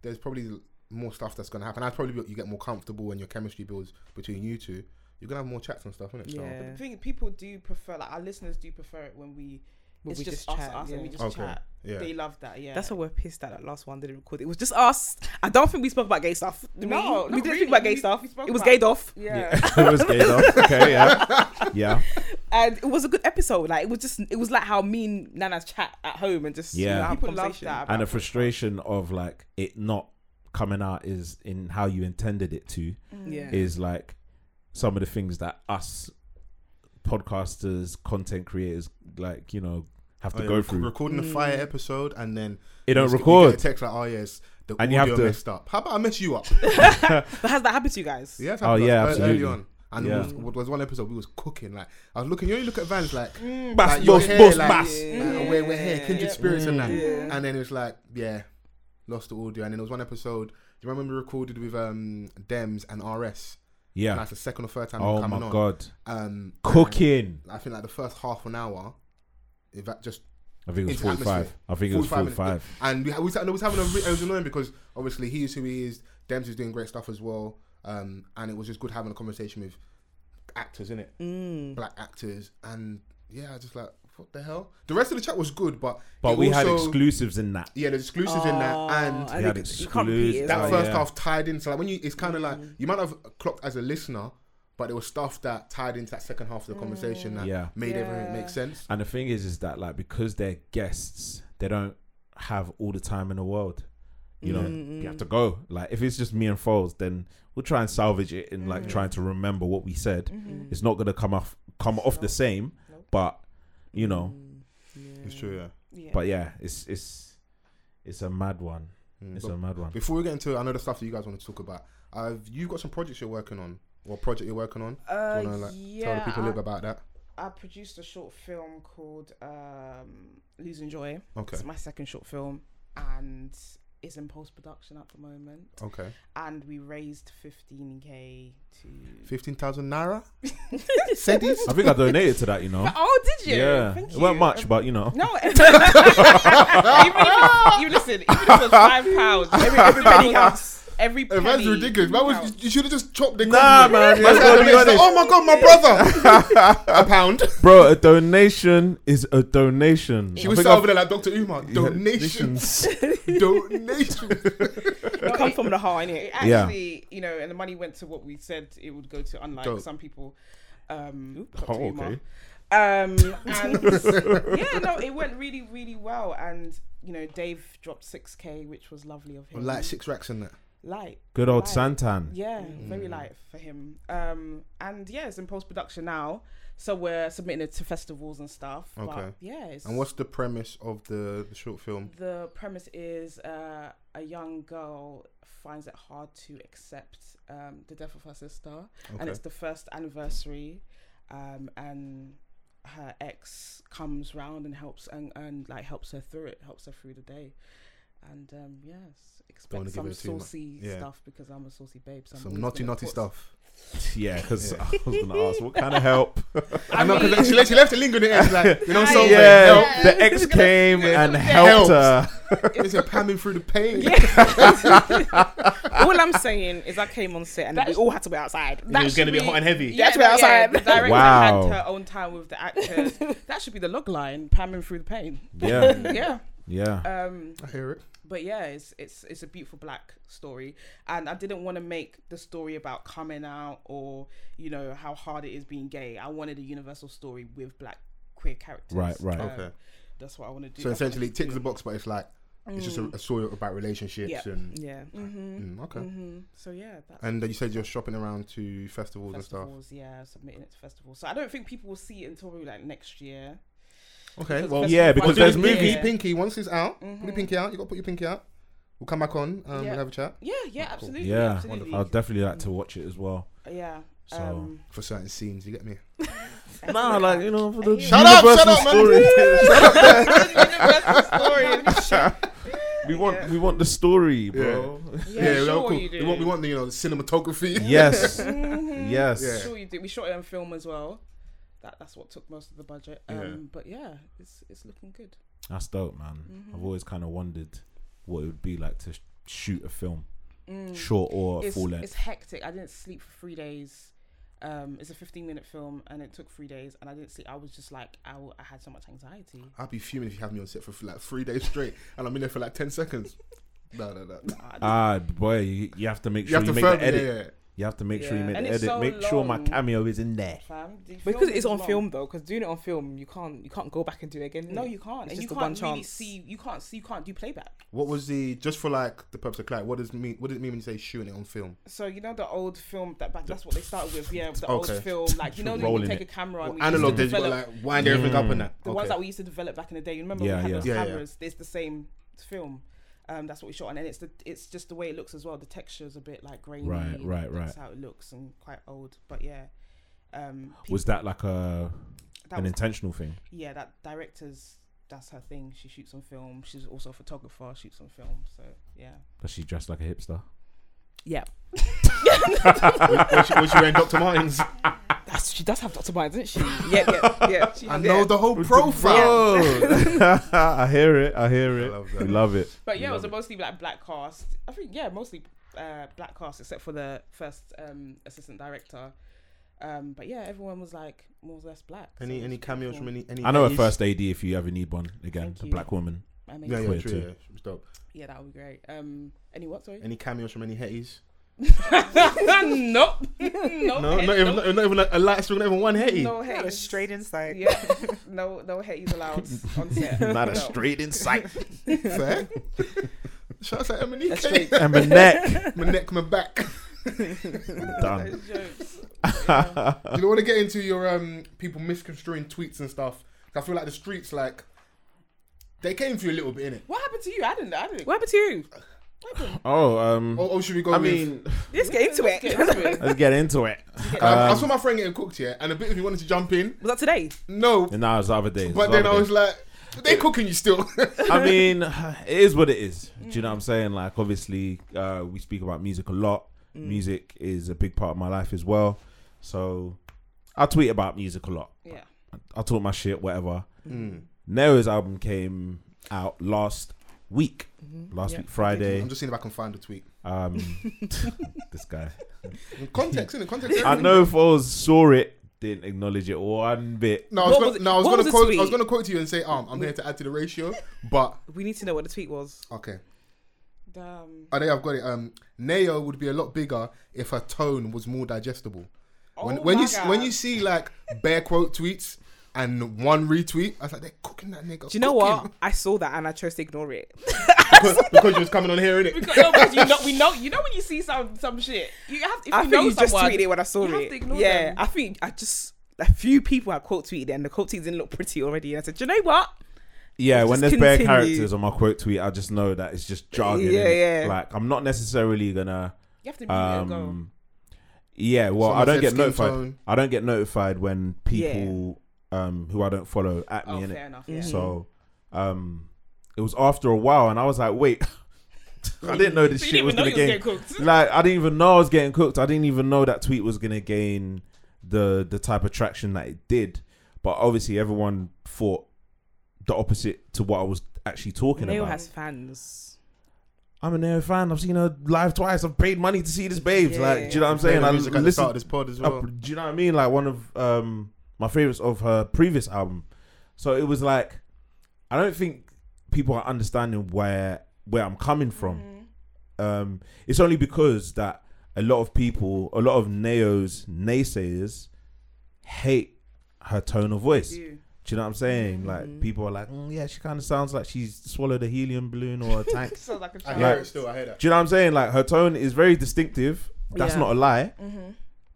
there's probably more stuff that's gonna happen. I'd probably be- you get more comfortable and your chemistry builds between you two. You're gonna have more chats and stuff, isn't it?
Yeah.
The thing people do prefer, like our listeners do prefer it when we
Where
it's
we
just,
just
us,
chat,
us, and
yeah.
we just
Okay,
chat.
yeah.
They love that. Yeah,
That's why we're pissed that that last one didn't record. It was just us. I don't think we spoke about gay stuff. did we?
No,
we,
not
didn't
really.
speak about gay
We-
stuff.
we spoke
it was
about-
gayed off,
yeah.
it was gay though. Okay, yeah, yeah.
and it was a good episode. Like it was just, it was like how me and Nana's chat at home and just you
Yeah.
know, have a
People love
conversation.
that.
and the frustration of like it not coming out is in how you intended it to
Yeah,
is like some of the things that us podcasters content creators like you know have to
Oh, yeah,
go
rec-
through
Recording the fire
Mm.
episode and then
it don't
just get- you get
record
a text like, oh yes, the
And you
audio
have to-
messed up. How about I mess you up?
but has that happened to you guys?
Yes,
Oh,
I've
yeah,
done it ear-
absolutely.
Early on. And
Yeah.
there was, was one episode we was cooking. Like I was looking, you only look at Vans like,
Mm.
Bas,
like, you're
bus,
here,
bus,
like,
bas.
like, we're, we're here, kindred spirits and that.
Yeah.
And then it's like, yeah, lost the audio. And then there was one episode. Do you remember we recorded with um Dems and RS?
yeah
And that's the second or third time
oh
I'm
my
coming on.
god
Um,
cooking
I think like the first half an hour, if that just
i think it was
Into atmosphere.
45 i think it was
45 minutes.
45
And we, we, was- and it was having a re- it was annoying because obviously he is who he is. Dems is doing great stuff as well. Um, and it was just good having a conversation with actors in it,
Mm.
black actors, and yeah, I was just like what the hell. The rest of the chat was good, but
but
it
we had
also-
exclusives in that
Yeah, there's exclusives in that, and
I
We had
think you can't repeat Oh, it.
exclusives.
as
that
well.
Oh,
first
yeah.
half tied in. So like when you, it's kind of like you might have clocked as a listener, but there was stuff that tied into that second half of the conversation that
Mm. Yeah.
made everything
Yeah.
make sense.
And the thing is, is that like because they're guests, they don't have all the time in the world. You know, you have to go. Like if it's just me and Foles, then we'll try and salvage it and like trying to remember what we said.
Mm-hmm.
It's not gonna come off come off the same, but you
Mm-hmm.
know,
It's true, yeah.
but yeah, it's it's it's a mad one. Mm. It's a mad one.
Before we get into another stuff that you guys want to talk about, uh, you've got some projects you're working on, or project you're working on.
Uh,
Do you wanna, like, tell the
yeah,
people a
I-
little bit about that?
I produced a short film called um, Losing Joy.
Okay,
It's my second short film, and it's in post production at the moment.
okay.
And we raised 15k to.
Fifteen thousand naira. Sedis.
I think I donated to that. You know,
Oh, did you?
yeah,
Thank
it weren't
you.
much, but you know,
No, even if, you listen, even if it's five pounds, every, every penny counts. Every penny.
That's ridiculous. That was,
counts.
you should have just chopped the.
Nah,
compliment.
man, let's
That's how
go
the
be
next-
honest.
Oh my god, my brother. a pound.
bro. A donation is a donation.
She
I
was
think
sat over there like Dr. Umar.
I've-
Donations. Donations.
It comes from the heart,
It
innit?
Yeah.
actually, you know, and the money went to what we said it would go to, unlike
Dope.
some people. Um,
Oh,
Dr. Umar.
okay.
Um, and yeah, no, it went really, really well. And, you know, Dave dropped 6K, which was lovely of him.
Like six racks in that.
light.
Good old
light.
Santan.
Yeah,
Mm.
very light for him. Um, and yeah, it's in post production now. So we're submitting it to festivals and stuff.
Okay.
But yeah. It's,
And what's the premise of the, the short film?
the premise is uh, a young girl finds it hard to accept um, the death of her sister, and
Okay.
it's the first anniversary, um, and her ex comes round and helps and, and like helps her through it, helps her through the day, and um, yes,
wanna
expect
give
some
it too much.
saucy
Yeah.
stuff because I'm a saucy babe. So I'm
Some
always
naughty,
gonna
naughty
put-
stuff.
Yeah, because I was gonna ask what kind of help.
I know, because she, left- she left a link in the end. Like, you know, so
yeah,
help.
the ex came and helped
helps.
her.
It's a pamming through the pain.
All I'm saying is I came on set and we all had to be outside.
That should
heavy.
Yeah,
That's where
no, yeah,
outside-
the director
Wow.
had her own time with the actors. that should be the log line, pamming through the pain.
Yeah,
Yeah.
yeah.
Um,
I hear it.
but yeah, it's it's it's a beautiful black story, and I didn't want to make the story about coming out or you know how hard it is being gay. I wanted a universal story with black queer characters. Um,
Right, right.
Okay.
That's what I want to do.
So essentially, it ticks the box, but it's like, it's just a, a story about relationships
Mm. Yeah.
and.
Yeah.
Mm, okay.
Mm-hmm. So yeah, that's
And you said you're shopping around to festivals,
festivals. Yeah, submitting it to festivals. So I don't think people will see it until probably like next year.
and stuff. Okay.
Because
Eh, Well,
festivals
Yeah, because
Put
might be
there's
your
in
movies.
the
pinky,
year.
pinky. Once it's out,
Mm-hmm.
put your pinky out. You got to put your pinky out. We'll come back on. Um,
Yeah.
We'll have a chat
Yeah, yeah, absolutely.
yeah,
absolutely.
I'd definitely like to watch it as well.
yeah.
So-
Um,
for certain scenes. You get me?
Nah, like you know, for the
Shut up, shut up, man.
universal story.
we want we want the story, bro.
Yeah,
we
sure
all cool.
you do. Mm-hmm.
We want, we want the you know the cinematography.
Yes, yes.
Yeah.
sure you did. We shot it on film as well. That that's what took most of the budget. Um,
Yeah.
But yeah, it's it's looking good.
That's dope, man. I've always kind of wondered what it would be like to sh- shoot a film, short or
It's,
full
Mm.
length.
it's hectic. I didn't sleep for three days. Um, it's a 15 minute film and it took three days and I didn't see. I was just like, I, w- I had so much anxiety.
I'd be fuming if you have me on set for like three days straight, and I'm in there for like ten seconds. No, no, no.
I just-
Ah, boy, you, you have to make
You
sure
have
you,
to
make
firm
the
it.
edit.
Yeah, yeah.
You have to make sure you
Yeah.
make
And
the
it's
edit.
so
make sure my
long.
cameo is in there.
fam, the
Because
film
it's
is
on
long.
film though, because doing it on film, you can't you can't go back and do it again.
No,
innit?
you can't.
Mm. It's
and you
just the
can't
one
really
chance.
see. You can't see. You can't do playback.
What was the just for like the purpose of clarity? What does mean? What does it mean when you say shooting it on film?
So you know the old film that back, that's what they started with. Yeah, the
Okay.
old film. Like you know, when you
Rolling
take
it.
a camera. and we
Well,
used to
analog, did you got
develop-
like
Mm.
wind everything up and that?
the ones that we used to develop back in the day. You remember
Yeah,
we had
yeah.
those
Yeah, yeah.
cameras. It's the same film. Um, that's what we shot, on. and it's the it's just the way it looks as well. The texture's a bit like grainy.
Right,
and
right,
That's
right.
how it looks and quite old, but yeah. Um,
Was that like a
peop- that
an
was-
intentional thing?
yeah, that director's that's her thing. She shoots on film. She's also a photographer. Shoots on film. So yeah.
That she dressed like a hipster?
Yeah,
was, she, was she wearing Dr. Martens?
That's, she does have Dr. Mind, doesn't she? Yeah, yeah, yeah. She
I
has-
know
yeah.
the whole profile.
Oh.
I hear it. I hear
I
it.
love
We
that.
love it.
But yeah, it was
Love
a mostly like black cast. I think yeah, mostly uh, black cast except for the first um, assistant director. Um, but yeah, everyone was like more or less black. so
Any
it
any
was
cameos
cool.
from any? any
I know a
ladies?
first AD if you ever need one again,
Thank
a
you.
black woman.
Amazing.
Yeah,
Yeah,
yeah,
Queer
true.
too.
Yeah, she was dope.
that would be great. Um, any what? Sorry.
Any cameos from any Hetties?
nope. no.
No,
head,
not even,
nope.
not, even a, a light string, not even one Hetty.
No
That was
heads.
straight insight.
Yeah. No. No heads allowed on set.
Not a
No.
straight in sight.
Fair. Shouts out Emily.
That's straight.
and my neck.
My neck, my back. Do
Done.
Those jokes.
you don't want to get into your um people misconstruing tweets and stuff. 'Cause I feel like the streets, like, they came for you a little bit, innit?
What happened to you? I didn't. I didn't.
What happened to you?
Oh, um,
Or, or should we go
I
with-
mean,
Let's get into
Let's
it.
get into it.
let's get into it.
I, I
Um,
saw my friend getting cooked here, and a bit of me wanted to jump in.
Was that today?
No,
and now it's the other day. it's
but
the
then
other
I
day.
was like, they cooking you still.
I mean, it is what it is. Do you know what I'm saying? Like, obviously, uh, we speak about music a lot. Music is a big part of my life as well. So I tweet about music a lot.
Yeah.
I talk my shit, whatever.
Hmm.
Noah's album came out last week, last week Friday.
I'm just seeing if I can find the tweet.
Um, this guy.
Context, innit? Context.
I
everything.
know Foles saw it, didn't acknowledge it one bit.
No, I was
What
gonna,
was it-
no, I was
what
gonna
was the
quote. I was
tweet?
gonna quote you and say, um, I'm here to add to the ratio, but
We need to know what the tweet was.
okay.
Damn.
I think I've got it. Um, Neo would be a lot bigger if her tone was more digestible. When,
Oh
when
my
you
God.
when you see like bare quote tweets and one retweet, I was like, they're cooking that nigga.
Do you know what? I saw that and I chose to ignore it.
because, because you was coming on here, innit?
No, because you know, we know, you know when you see some some shit, you have to. If
I
you
think
know
you just
someone,
tweeted it when I saw
you
it.
have to ignore
yeah,
them.
I think I just a few people I quote tweeted it and the quote tweets didn't look pretty already. And I said, Do you know what?
Yeah,
Just
when there's bare
continue.
characters on my quote tweet, I just know that it's just jargon.
Yeah,
innit?
yeah.
Like, I'm not necessarily gonna.
You have to mute it and go.
Um, yeah, well,
Someone
I don't
said
get
skin
notified.
tone.
I don't get notified when people um, who I don't follow at me
Oh,
in
fair
it.
enough. Yeah.
So um, it was after a while, and I was like, wait, I didn't know this
So you
shit
didn't
was
even
gonna
know you was getting
gain.
cooked.
Like, I didn't even know I was getting cooked. I didn't even know that tweet was gonna gain the the type of traction that it did. But obviously, everyone thought the opposite to what I was actually talking
Neil
about.
has fans.
I'm an Air fan. I've seen her live twice. I've paid money to see this babes. Like, do you know what I'm saying?
The
I
music at the start of
listened.
this pod as
I-
well.
do you know what I mean? Like one of um my favorites of her previous album. So it was like, I don't think people are understanding where where I'm coming from.
Mm-hmm.
Um, it's only because that a lot of people, a lot of Neo's naysayers, hate her tone of voice.
They
Do
do.
you know what I'm saying? Like
Mm-hmm.
people are like, "Mm, yeah, she kind of sounds like she's swallowed a helium balloon or a tank.
Sounds like a
I
child.
hear
Like-
it still. I hear that.
Do you know what I'm saying? Like her tone is very distinctive. That's
Yeah. Mm-hmm.
not a lie,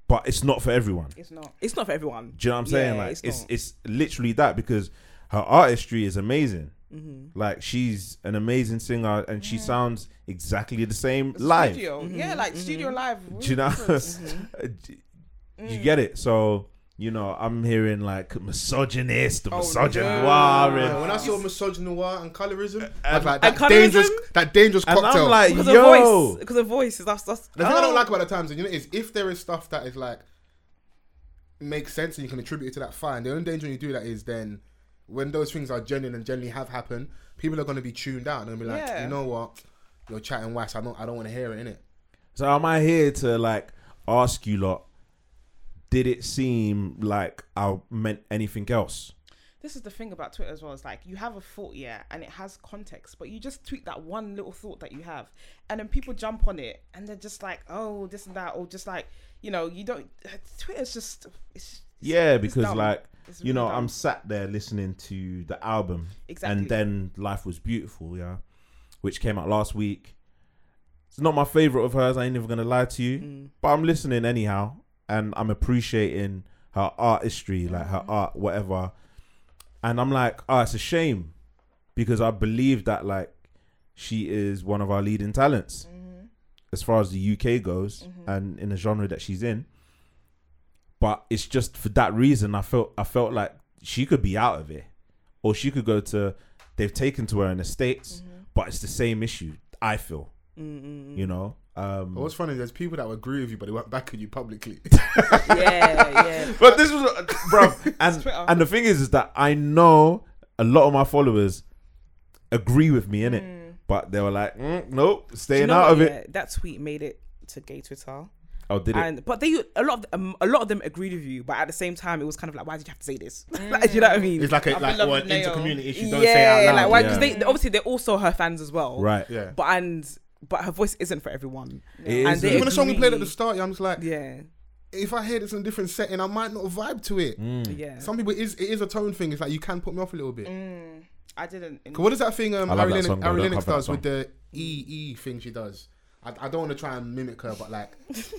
but it's not for everyone.
It's not.
It's not for everyone.
Do you know what I'm saying?
Yeah,
Like it's
it's
it's,
not.
literally that because her artistry is amazing.
Mm-hmm.
Like she's an amazing singer and she sounds exactly the same live.
Studio.
Mm-hmm.
Yeah, like studio live.
Do you know?
Mm-hmm.
Uh,
Mm.
You get it. So you know, I'm hearing like misogynist,
Oh,
misogynoir,
no.
and
When I saw misogyny noir and colorism, I
And-
was like,
and
that dangerous,
colorism?
that dangerous
and
cocktail.
I'm like,
Because
yo,
of voice. Because of voice. That's, that's,
The thing I
Oh.
don't like about the times, you know, is if there is stuff that is like makes sense and you can attribute it to that, fine. The only danger when you do that is then when those things are genuine and generally have happened, people are going to be tuned out and they'll be like,
Yeah.
you know what, you're chatting wass. I don't, I don't want to hear it in it.
So am I here to like ask you lot, did it seem like I meant anything else?
This is the thing about Twitter as well. It's like you have a thought, yeah, and it has context, but you just tweet that one little thought that you have, and then people jump on it, and they're just like, oh, this and that, or just like, you know, you don't. uh, Twitter's just, it's,
Yeah, because
dumb.
like
it's
you know,
really
I'm
dumb.
sat there listening to the album,
Exactly.
and then Life Was Beautiful, yeah, which came out last week. It's not my favorite of hers. I ain't even gonna lie to you,
Mm.
but I'm listening anyhow, and I'm appreciating her artistry, like her art, whatever. And I'm like, oh, it's a shame because I believe that like she is one of our leading talents as far as the UK goes and in the genre that she's in. But it's just for that reason I felt I felt like she could be out of it. Or she could go to they've taken to her in the States, but it's the same issue, I feel. You know? Um
What's funny, there's people that would agree with you, but they went back at you publicly.
yeah, yeah.
But this was bro and
Twitter.
and the thing is is that I know a lot of my followers agree with me in it. But they were like, mm,
Do
nope,
Hmm. you
staying
know
out
what?
of it.
Yeah, that tweet made it to gay Twitter,
Oh, did it?
and but they a lot of um, a lot of them agreed with you, but at the same time, it was kind of like, why did you have to say this? like, do you know what I mean?
it's like a,
I've
like
been
or an
loving Leo.
inter-community issue. Don't
yeah,
say it out loud.
like why? Because
Yeah.
they they- obviously they're also her fans as well,
right.
yeah.
But and but her voice isn't for everyone.
It
And
is
they
a-
Even the song we played at the
agree.
start, yeah, I'm just like,
Yeah,
if I hear this in a different setting, I might not vibe to it.
Hmm.
yeah.
Some people it is it is a tone thing. It's like you can put me off a little bit.
I didn't.
Cause what is that thing um,
I love
Ari
that song,
Lennox,
though.
Ari
Don't
Lennox
cover that
does with the E E thing she does? I, I don't want to try and mimic her, but like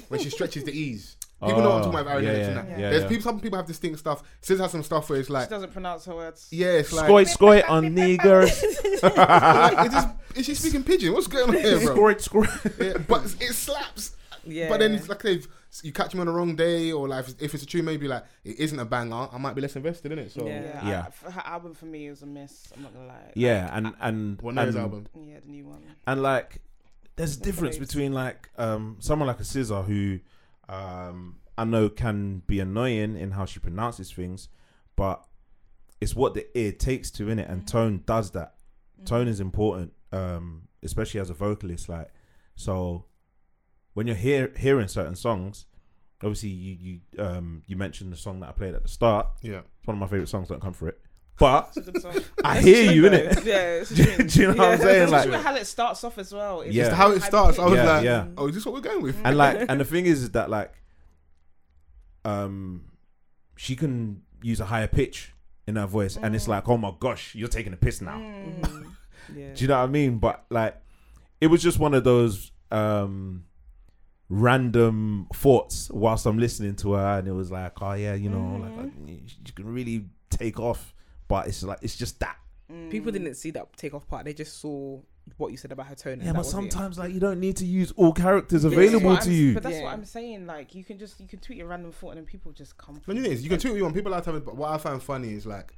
when she stretches the E's, people know what I'm talking about with Ari
Oh, yeah,
Lennox
yeah,
and that.
yeah,
There's
yeah.
people. Some people have distinct stuff. Sis has some stuff where it's
She
like,
doesn't pronounce her words.
yeah, it's like,
Skoy, skoy on niggers.
like, is, this, is she speaking pigeon? What's going on here, bro?
Skoy, skoy.
Yeah, but it slaps.
Yeah.
But then it's like they've. You catch me on the wrong day, or like if it's a tune, maybe like it isn't a banger. I might be less invested in it. So
Yeah, I-
Yeah.
f- her album for me was a miss. I'm not gonna lie.
Yeah, and and
Well,
and,
Noah's album.
Yeah, the new one.
and like, there's a difference
babes.
between like um someone like a Scissor who, um, I know can be annoying in how she pronounces things, but it's what the ear takes to in it,
Mm.
and tone does that. Tone is important, um, especially as a vocalist. Like, so when you're hear, hearing certain songs, obviously you you um you mentioned the song that I played at the start.
Yeah.
It's one of my favorite songs. Don't come for it, but
It's a good song.
I hear you in it.
yeah, it's
do, you- do you know what I'm saying?
Especially
Like,
how it starts off as well. It's
Yeah.
It's how it starts. I was
Yeah,
like,
yeah.
oh, is this what we're going with?
and like, and the thing is, is that like, um, she can use a higher pitch in her voice, and it's like, oh my gosh, you're taking a piss now.
Mm-hmm.
yeah.
Do you know what I mean? But like, it was just one of those um random thoughts whilst I'm listening to her, and it was like, oh yeah, you know, like, like, you can really take off, but it's like, it's just that.
People didn't see that takeoff part. They just saw what you said about her tone. and
Yeah,
that
but
was it.
sometimes like you don't need to use all characters
This is
available
what
to
I'm-
you.
But that's
Yeah.
what I'm saying. Like you can just you can tweet your random thought and then people just come.
No, you know, it is. you can tweet what you want. People like to have it, but what I find funny is like,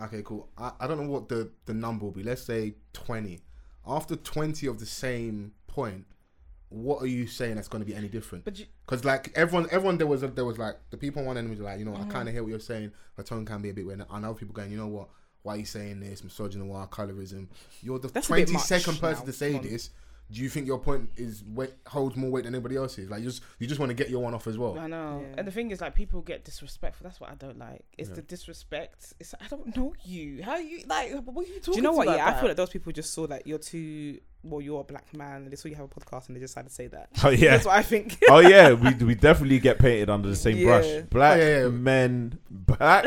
okay, cool. I, I don't know what the, the number will be. Let's say 20. After 20 of the same point, what are you saying that's going to be any different?
But you-
Because like everyone, everyone there was there was like the people on one end was like, you know,
Mm-hmm.
I kind of hear what you're saying. Her tone can be a bit weird, and other people going, you know what? Why are you saying this? Misogyny, why colorism? You're the
a bit
twenty second
much
person
now.
to say
Come on.
this. Do you think your point is weight, holds more weight than anybody else's? Like you just you just want to get your one off as well.
I know.
Yeah.
And the thing is, like, people get disrespectful. That's what I don't like. It's the disrespect. It's I don't know you. How you like? What are you
Do
talking?
you know
to
what?
like
Yeah, I
that?
feel like those people just saw that you're too. Well, you're a black man. and They saw you have a podcast and they just decided to say that.
Oh yeah.
That's what I think.
oh yeah, we we definitely get painted under the same
Yeah.
brush. Black
Oh, yeah, yeah.
men, black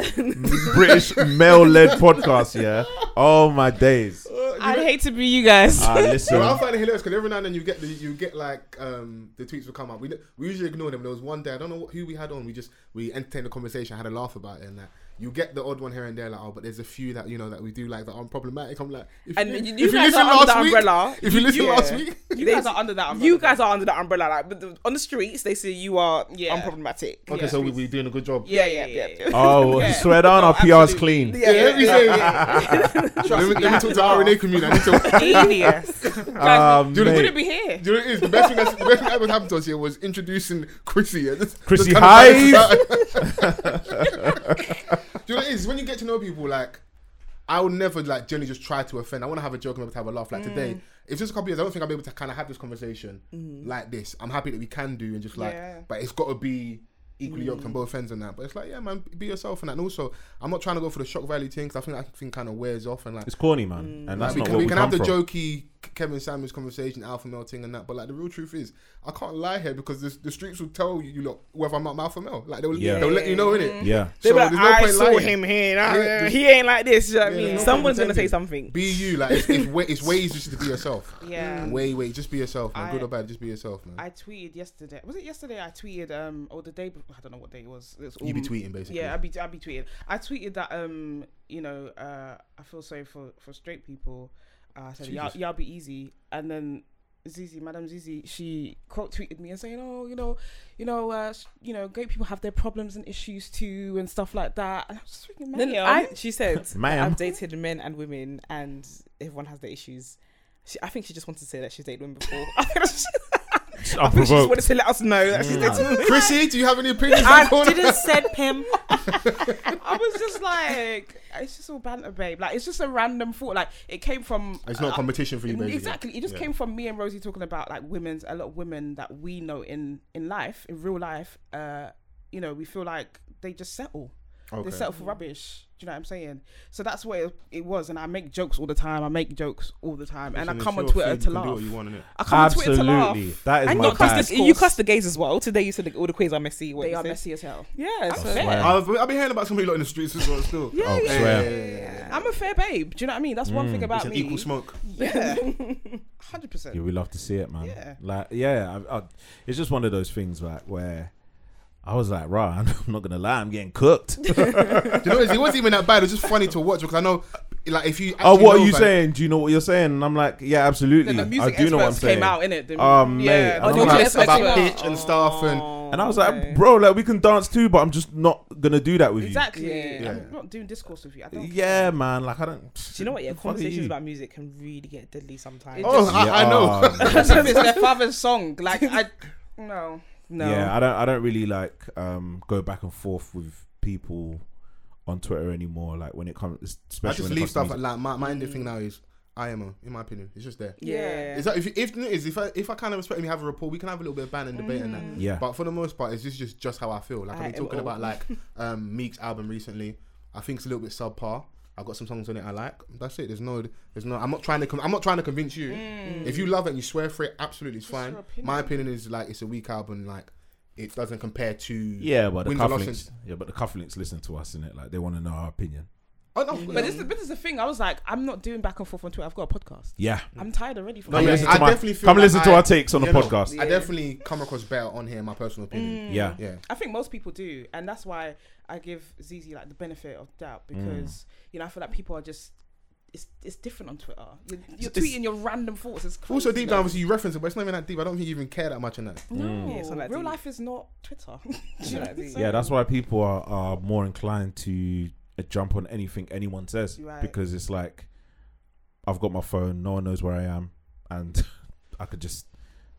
British male-led podcast. Yeah. Oh my days.
I'd hate to be you guys.
Ah, listen.
So I find it hilarious because every now and then you get the, you get like um, the tweets will come up. We, we usually ignore them. There was one day I don't know who we had on. We just we entertained the conversation, had a laugh about it, and that you get the odd one here and there. Like oh, but there's a few that you know that we do like that aren't problematic. I'm like, if
And
you,
you-
if
you guys
you listen
are under
last
the
week,
umbrella.
if you listen
Yeah.
last week,
you
They-
guys are under that. Umbrella.
you guys are under that umbrella. Like but the, on the streets, they see you are
Yeah.
unproblematic.
okay,
yeah.
so we we doing a good job.
yeah, yeah, yeah, yeah.
Oh,
Yeah.
swear down, our PR's clean.
Yeah, yeah,
every
yeah.
day. let me, let me talk to the RNA community. I need to,
Genius.
Ah,
Guys,
mate.
do you
be here.
do you know what it is? The best thing that's, the best thing that ever happened to us here was introducing Chrissy. And this,
Chrissy
this kind of-
Hive.
Do you know what it is? When you get to know people, like, I would never like generally just try to offend. I want to have a joke and be able to have a laugh. Like today, if just a couple years, I don't think I'll be able to kind of have this conversation like this. I'm happy that we can do and just like,
Yeah.
but it's got to be equally yoked on both ends and that. But it's like, yeah, man, be yourself and that. And also, I'm not trying to go for the shock value thing because I think that thing kind of wears off and like.
It's corny, man, and
Mm. Like,
that's
we
not
can,
what
we
we,
can
come
have the
from.
jokey Kevin Samuels conversation, alpha male thing, and that. But like the real truth is, I can't lie here because the, the streets will tell you, you look, whether I'm not alpha male. Like they'll,
Yeah.
they'll let you know in it.
Yeah,
They were like,
there's
I
point
saw
lying.
him here. nah,
Yeah, there's-
he ain't like this. You know what I
Yeah,
mean?
no point
Someone's gonna say
pretending.
something.
Be you. Like it's, it's, way, it's ways just to be yourself.
Yeah. Mm.
Way, way, just be yourself, man. Good
I-
or bad, just be yourself, man.
I tweeted yesterday. Was it yesterday? I tweeted um or the day before, I don't know what day it was. It's
you be
all-
tweeting basically.
Yeah, I'd be I'd be tweeting. I tweeted that um you know uh I feel sorry for for straight people. Uh, I said y'all
Jesus.
y'all be easy, and then Zizi, Madam Zizi, she quote tweeted me and saying, oh you know, you know uh s- you know gay people have their problems and issues too and stuff like that. And I was just thinking,
Then
"Ma'am."
I, she said,
Ma'am.
"I've dated men and women, and everyone has their issues." She, I think she just wanted to say that she's dated women before. I think she
I'm
just
provoked.
wanted to let us know that she's dated women.
Chrissy, do you have any opinions?
Mm. I
on corner?
didn't said Pim.
I was just like, it's just all banter, babe. Like it's just a random thought. Like it came from
It's not a competition for you, basically.
Exactly. It just
Yeah.
came from me and Rosie talking about like women's a lot of women that we know in in life, in real life, uh, you know, we feel like they just settle.
Okay.
They settle for rubbish. Do you know what I'm saying? So that's what it, it was, and I make jokes all the time. I make jokes all the time, and I
Listen,
come
it's
on
your
Twitter
thing, you
to
can do
laugh.
what you want, innit?
I come on Twitter to laugh.
Absolutely, that is
And
my
not just
bag.
this-
You cuss the gays as well. Today you said like, all the queens are messy. What
They
you
are
said.
messy as hell.
Yeah, so-
swear.
I've, I've been hearing about somebody lot in the streets as well. Still, yeah,
I Oh, swear.
I'm a fair babe. Do you know what I mean? That's one thing about
Mm. It's an
me.
equal smoke.
Yeah, hundred percent.
Yeah, we love to see it, man.
Yeah.
Like, yeah, I, I, it's just one of those things, like where I was like, right, I'm not gonna lie, I'm getting cooked.
Do you know, it wasn't even that bad. It was just funny to watch because I know, like, if you
oh,
actually
what
know,
are you
like-
saying? Do you know what you're saying? And I'm like, yeah, absolutely.
Then the
I
music
do know what I'm
experts
saying.
came out in it.
Oh,
Um,
mate. I
about,
don't
about,
know.
pitch and stuff
Oh,
and
And I was like, bro, like we can dance too, but I'm just not gonna do that with
Exactly.
Yeah.
Yeah.
I'm not doing discourse with you. I
you.
don't.
Yeah, man. Like I don't.
Do you know what? Yeah,
the fuck are you?
conversations about music can really get deadly sometimes.
It
oh, I, I know.
Yeah, um,
Because if it's their father's song, like I, no, no.
Yeah, I don't. I don't really like um go back and forth with people on Twitter anymore. Like when it comes, especially
I just
when it
leave
comes to
stuff
music.
like my my only
Mm.
thing now is IMO. In my opinion, it's just there.
yeah.
Is that if you- if is if I if I kind of respect and we have a rapport, we can have a little bit of banning debate and that.
Mm. Yeah.
But for the most part, it's just just, just how I feel. Like I've been
oh.
talking
IMO.
about like um, Meek's album recently. I think it's a little bit subpar. I've got some songs on it I like. That's it. There's no there's no. I'm not trying to com- I'm not trying to convince you. If you love it and you swear for it, absolutely it's fine.
Mm. your opinion.
My opinion is like it's a weak album. Like it doesn't compare to
Yeah, but the
Wins or losses.
cufflinks. Yeah, but the cufflinks listen to us in it. Like they want to know our opinion.
Oh, no,
Mm. But this, is, but this is the thing. I was like, I'm not doing back and forth on Twitter. I've got a podcast.
Yeah.
I'm tired already from
No,
Come
yeah,
it. Mm.
listen
I
to my,
definitely feel
come
like
listen to
I-
our takes on the
you know,
podcast.
I definitely come across better on here. in My personal
Mm.
opinion.
Yeah.
Yeah.
I think most people do, and that's why I give ZZ like the benefit of doubt because you know I feel like people are just. It's, it's different on Twitter. You're, you're
It's-
tweeting your random thoughts. It's crazy.
Also, deep down, obviously, you reference it, but it's not even that deep. I don't think you even care that much in that.
No,
Yeah, it's not that
real
deep.
life is not Twitter. Do you know what I mean?
Yeah, that's why people are, are more inclined to uh, jump on anything anyone says
Right.
because it's like I've got my phone, no one knows where I am, and I could just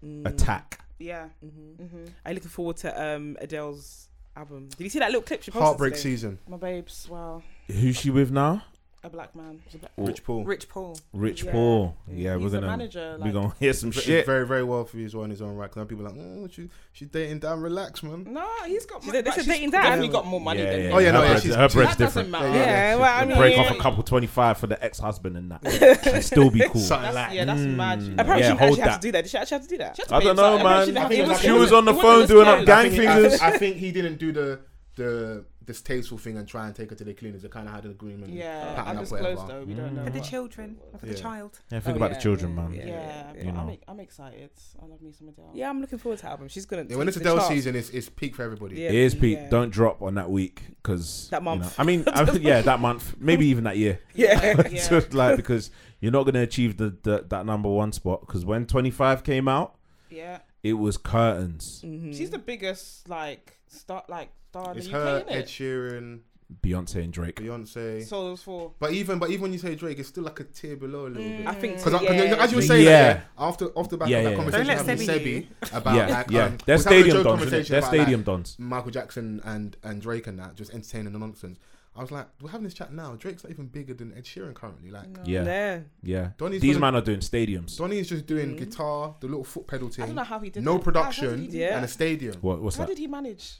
Mm.
attack.
Yeah.
Mhm.
hmm
Mm-hmm. Are you looking forward to um, Adele's album? Did you see that little clip she posted?
Heartbreak
today?
season.
My babes. Wow.
Who's she with now?
A black man. He's a black-
Rich Paul.
Rich Paul.
Rich
Yeah.
Paul. Yeah, um, we're
He's a
gonna
manager,
we're
like-
gonna hear some
Very-
shit.
Very, very well for you as well in his own right. Because people are like, oh, she, she's dating down, relax, man.
No, he's got.
She said,
but
"This is
she's
dating dad."
Definitely got more money
Yeah,
than
yeah,
him.
Oh, yeah, no,
her
yeah,
bread's,
she's-
her bread's
that
different.
doesn't matter.
Yeah,
Yeah,
yeah,
well, I mean,
Break off a couple twenty five for the ex husband and that, and still be cool.
Something
That's,
like
yeah, that's mad. you
Mm. Apparently,
know.
Yeah,
she didn't
hold
actually have
that.
to do that. Did she actually have to do that?
Just
I don't
based
know,
on-
man.
didn't have
I think
to-
that's-
it
she
wasn't-
was
on the
it
phone
wasn't
doing up
disclosed.
gang
I think,
fingers.
I, I think he didn't do the the distasteful thing and try and take her to the cleaners. They kind of had an agreement.
Yeah,
pattern up, whatever.
undisclosed though. We don't know.
For the
what-
children. Or for the
Yeah.
child.
Yeah, think
Oh,
about
yeah,
the children,
yeah,
man.
yeah.
Yeah, but
You know.
I'm, ex- I'm excited. I love me some Adele.
Yeah, I'm looking forward to the album. She's gonna.
Yeah, when
take
it's
the
Adele
charts.
season, it's, it's peak for everybody.
Yeah.
It is Pete.
Yeah.
Don't drop on that week because
That month.
I mean, I mean, yeah, that month, maybe even that year.
Yeah.
So, like because you're not gonna achieve the, the that number one spot because when 25 came out,
yeah.
it was curtains.
Mm-hmm.
She's the biggest like star, like star in
It's
the
her,
UK,
Ed
isn't
Sheeran,
Beyonce and Drake.
it?
Beyonce.
So those four.
But even but even when you say Drake, it's still like a tier below a little bit.
I think
Because
so, yeah.
as you were
Yeah.
saying,
Yeah.
yeah. after off the back
Yeah,
of
yeah,
that
yeah.
conversation
Don't let
having
Sebi
Sebi
do.
about
yeah,
like,
yeah,
um,
they're
was having a
stadium
joke
dons.
conversation
They're
about, like,
stadium dons.
Michael Jackson and and Drake and that just entertaining the nonsense. I was like, we're having this chat now. Drake's not even bigger than Ed Sheeran currently. Like
Mm.
Yeah,
Yeah.
yeah.
Donny's
These
gonna-
men are doing stadiums.
Donny is just doing guitar, the little foot pedal thing.
I don't know how he did.
no
that. How- how did
production
he do
Yeah.
that?
and a stadium.
What, what's
How
that?
did he manage?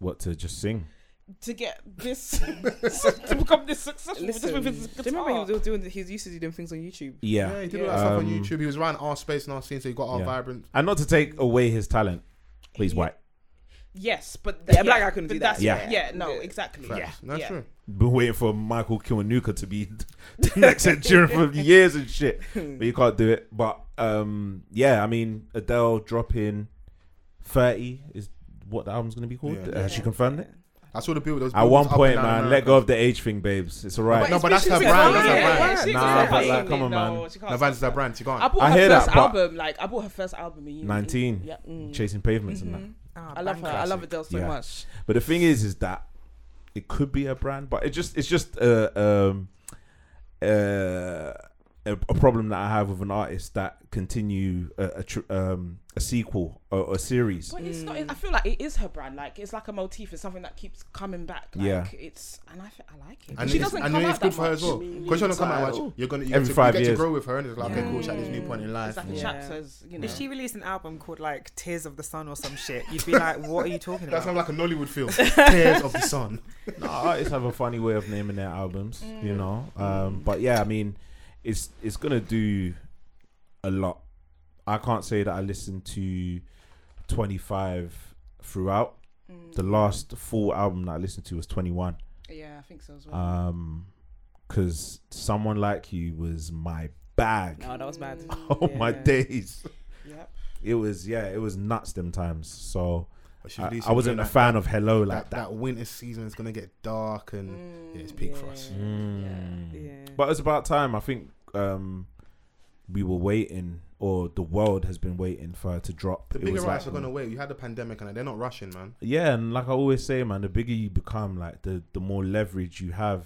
What to just sing?
to get this to become this successful just
Listen,
with
do
his
you
guitar.
remember he was doing? He used to do them things on YouTube.
Yeah.
Yeah, he did all
Yeah.
that stuff on
Um,
YouTube. He was around our space and our scene, so he got our
Yeah.
vibrant.
And not to take away his talent, but he's
Yeah.
white.
yes, but
Yeah, a black guy couldn't
but
do that.
that's-
Yeah.
yeah, no, exactly.
Facts.
Yeah,
that's
yeah.
true.
Been waiting for Michael Kiwanuka to be the next centurion for years and shit, but you can't do it. But um, yeah, I mean Adele dropping thirty is what the album's gonna be called.
Yeah.
Uh, she confirmed it.
I saw the build. Those
At one
buildings up
point,
and down
man,
America.
let go of the age thing, babes. It's alright.
No, but that's her
She's
brand.
like,
That's her
yeah,
brand.
yeah, she
Nah,
can't
but
say
like, come
anything.
on, man.
No, she can't
No,
say
Vans is her brand. She
I
can't.
bought
I
her
hear that,
first
but-
album. Like I bought her first album. In uni.
19.
Yeah. mm.
Chasing pavements and
Mm-hmm.
that.
Ah,
I love her.
banger.
I love Adele so
Yeah.
much.
But the thing is, is that it could be a brand, but it just it's just a um, uh, a, a problem that I have with an artist that continue a a, tr- um, a sequel or a series.
But it's not. I feel like it is her brand. Like it's like a motif. It's something that keeps coming back. Like,
Yeah.
It's and I think I like it.
And
she
it's-
doesn't
and
come
it's
out
good
that
for her as
much.
well. Because you're not coming out much, you're gonna you
Every
get, to,
five
you get to
years.
grow with her, and it's like, okay, cool, she at this new point in life.
Exactly.
Yeah.
Chapters. You know.
If she released an album called like Tears of the Sun or some shit, you'd be like, what are you talking
That sounds
about?
like a Nollywood film. Tears of the Sun.
No, artists have a funny way of naming their albums, you know. Um, but yeah, I mean, it's it's gonna do a lot. I can't say that I listened to twenty five throughout.
Mm.
The last full album that I listened to was twenty one.
Yeah, I think so as well.
um because someone like you was my bag
No, that was bad.
oh my
Yeah.
days
Yep.
it was yeah it was nuts them times so
But she's
I,
releasing
I wasn't a
during
fan of hello
that,
like
that,
that,
that winter season is gonna get dark
Mm.
and yeah, it's peak for us.
Mm.
Yeah.
but it's about time i think um we were waiting or the world has been waiting for her to drop
The
It
bigger
was like-
artists are gonna wait. You had the pandemic and they're not rushing, man.
yeah and like i always say man the bigger you become like the the more leverage you have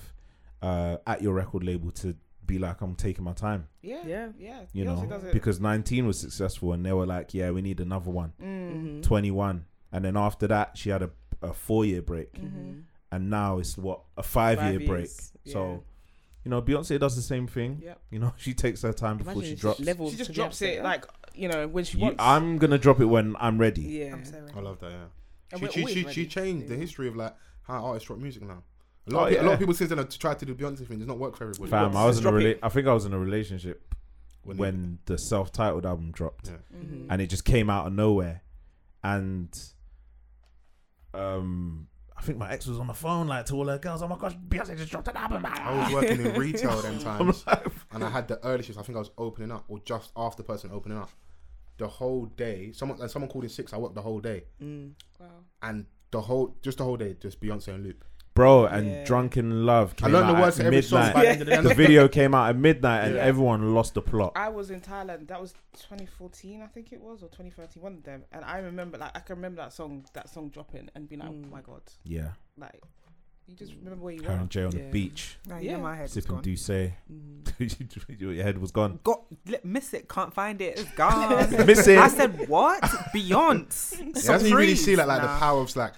uh at your record label to be like i'm taking my time
Yeah.
Yeah.
Yeah.
you
Beyonce
know,
does it.
because 19 was successful and they were like, yeah, we need another one.
Mm. Mm-hmm.
Mhm.
Mm.
21. And then after that, she had a, a four year break.
Mhm.
And now it's what, a five,
Five
year break.
years, yeah.
So, you know, Beyonce does the same thing.
Yep.
You know, she takes her time before she drops.
level
she just
to be
drops
upset.
it like you know when she
You-
wants.
I'm going to drop it when I'm ready.
Yeah.
I'm so ready.
I love that. Yeah.
And
She
we're
she
always
she,
ready.
she changed the history of like how artists drop music now. A lot,
Oh,
of, pe- a lot
yeah.
of people since then have tried to do Beyonce thing. It's not work for everybody.
Fam, I
Just
was in a
drop
rela-
it.
I think I was in a relationship when,
When they-
the self titled album dropped.
Yeah.
Mm-hmm.
Mhm.
and it just came out of nowhere. And um, I think my ex was on the phone like to all her girls. Oh my gosh, Beyonce just dropped an album.
I was working in retail them
I'm
times,
like,
and I had the early shifts. I think I was opening up, or just after person opening up. The whole day, someone like someone called in six. I worked the whole day,
Mm.
and the whole just the whole day, just Beyonce and loop.
bro, and
Yeah.
Drunken Love
I
came
learned the
out
words
at
to every song. By
midnight.
the, end of the, day.
the video came out at midnight, and
Yeah.
everyone lost the plot.
I was in Thailand. That was 2014, I think it was, or 2013, one of them. And I remember, like, I can remember that song, that song dropping, and being like, "Oh my god!"
Yeah,
Like, you just remember where you
her
were.
and Jay on
Yeah.
the beach
No,
Yeah.
yeah, my head
sipping
gone.
Douce.
Mm.
Your head was gone.
Got li- miss it, can't find it, it's gone.
Miss it.
I said what? Beyonce.
Yeah, that's when you really
Surprise.
see like like
Nah.
the power of like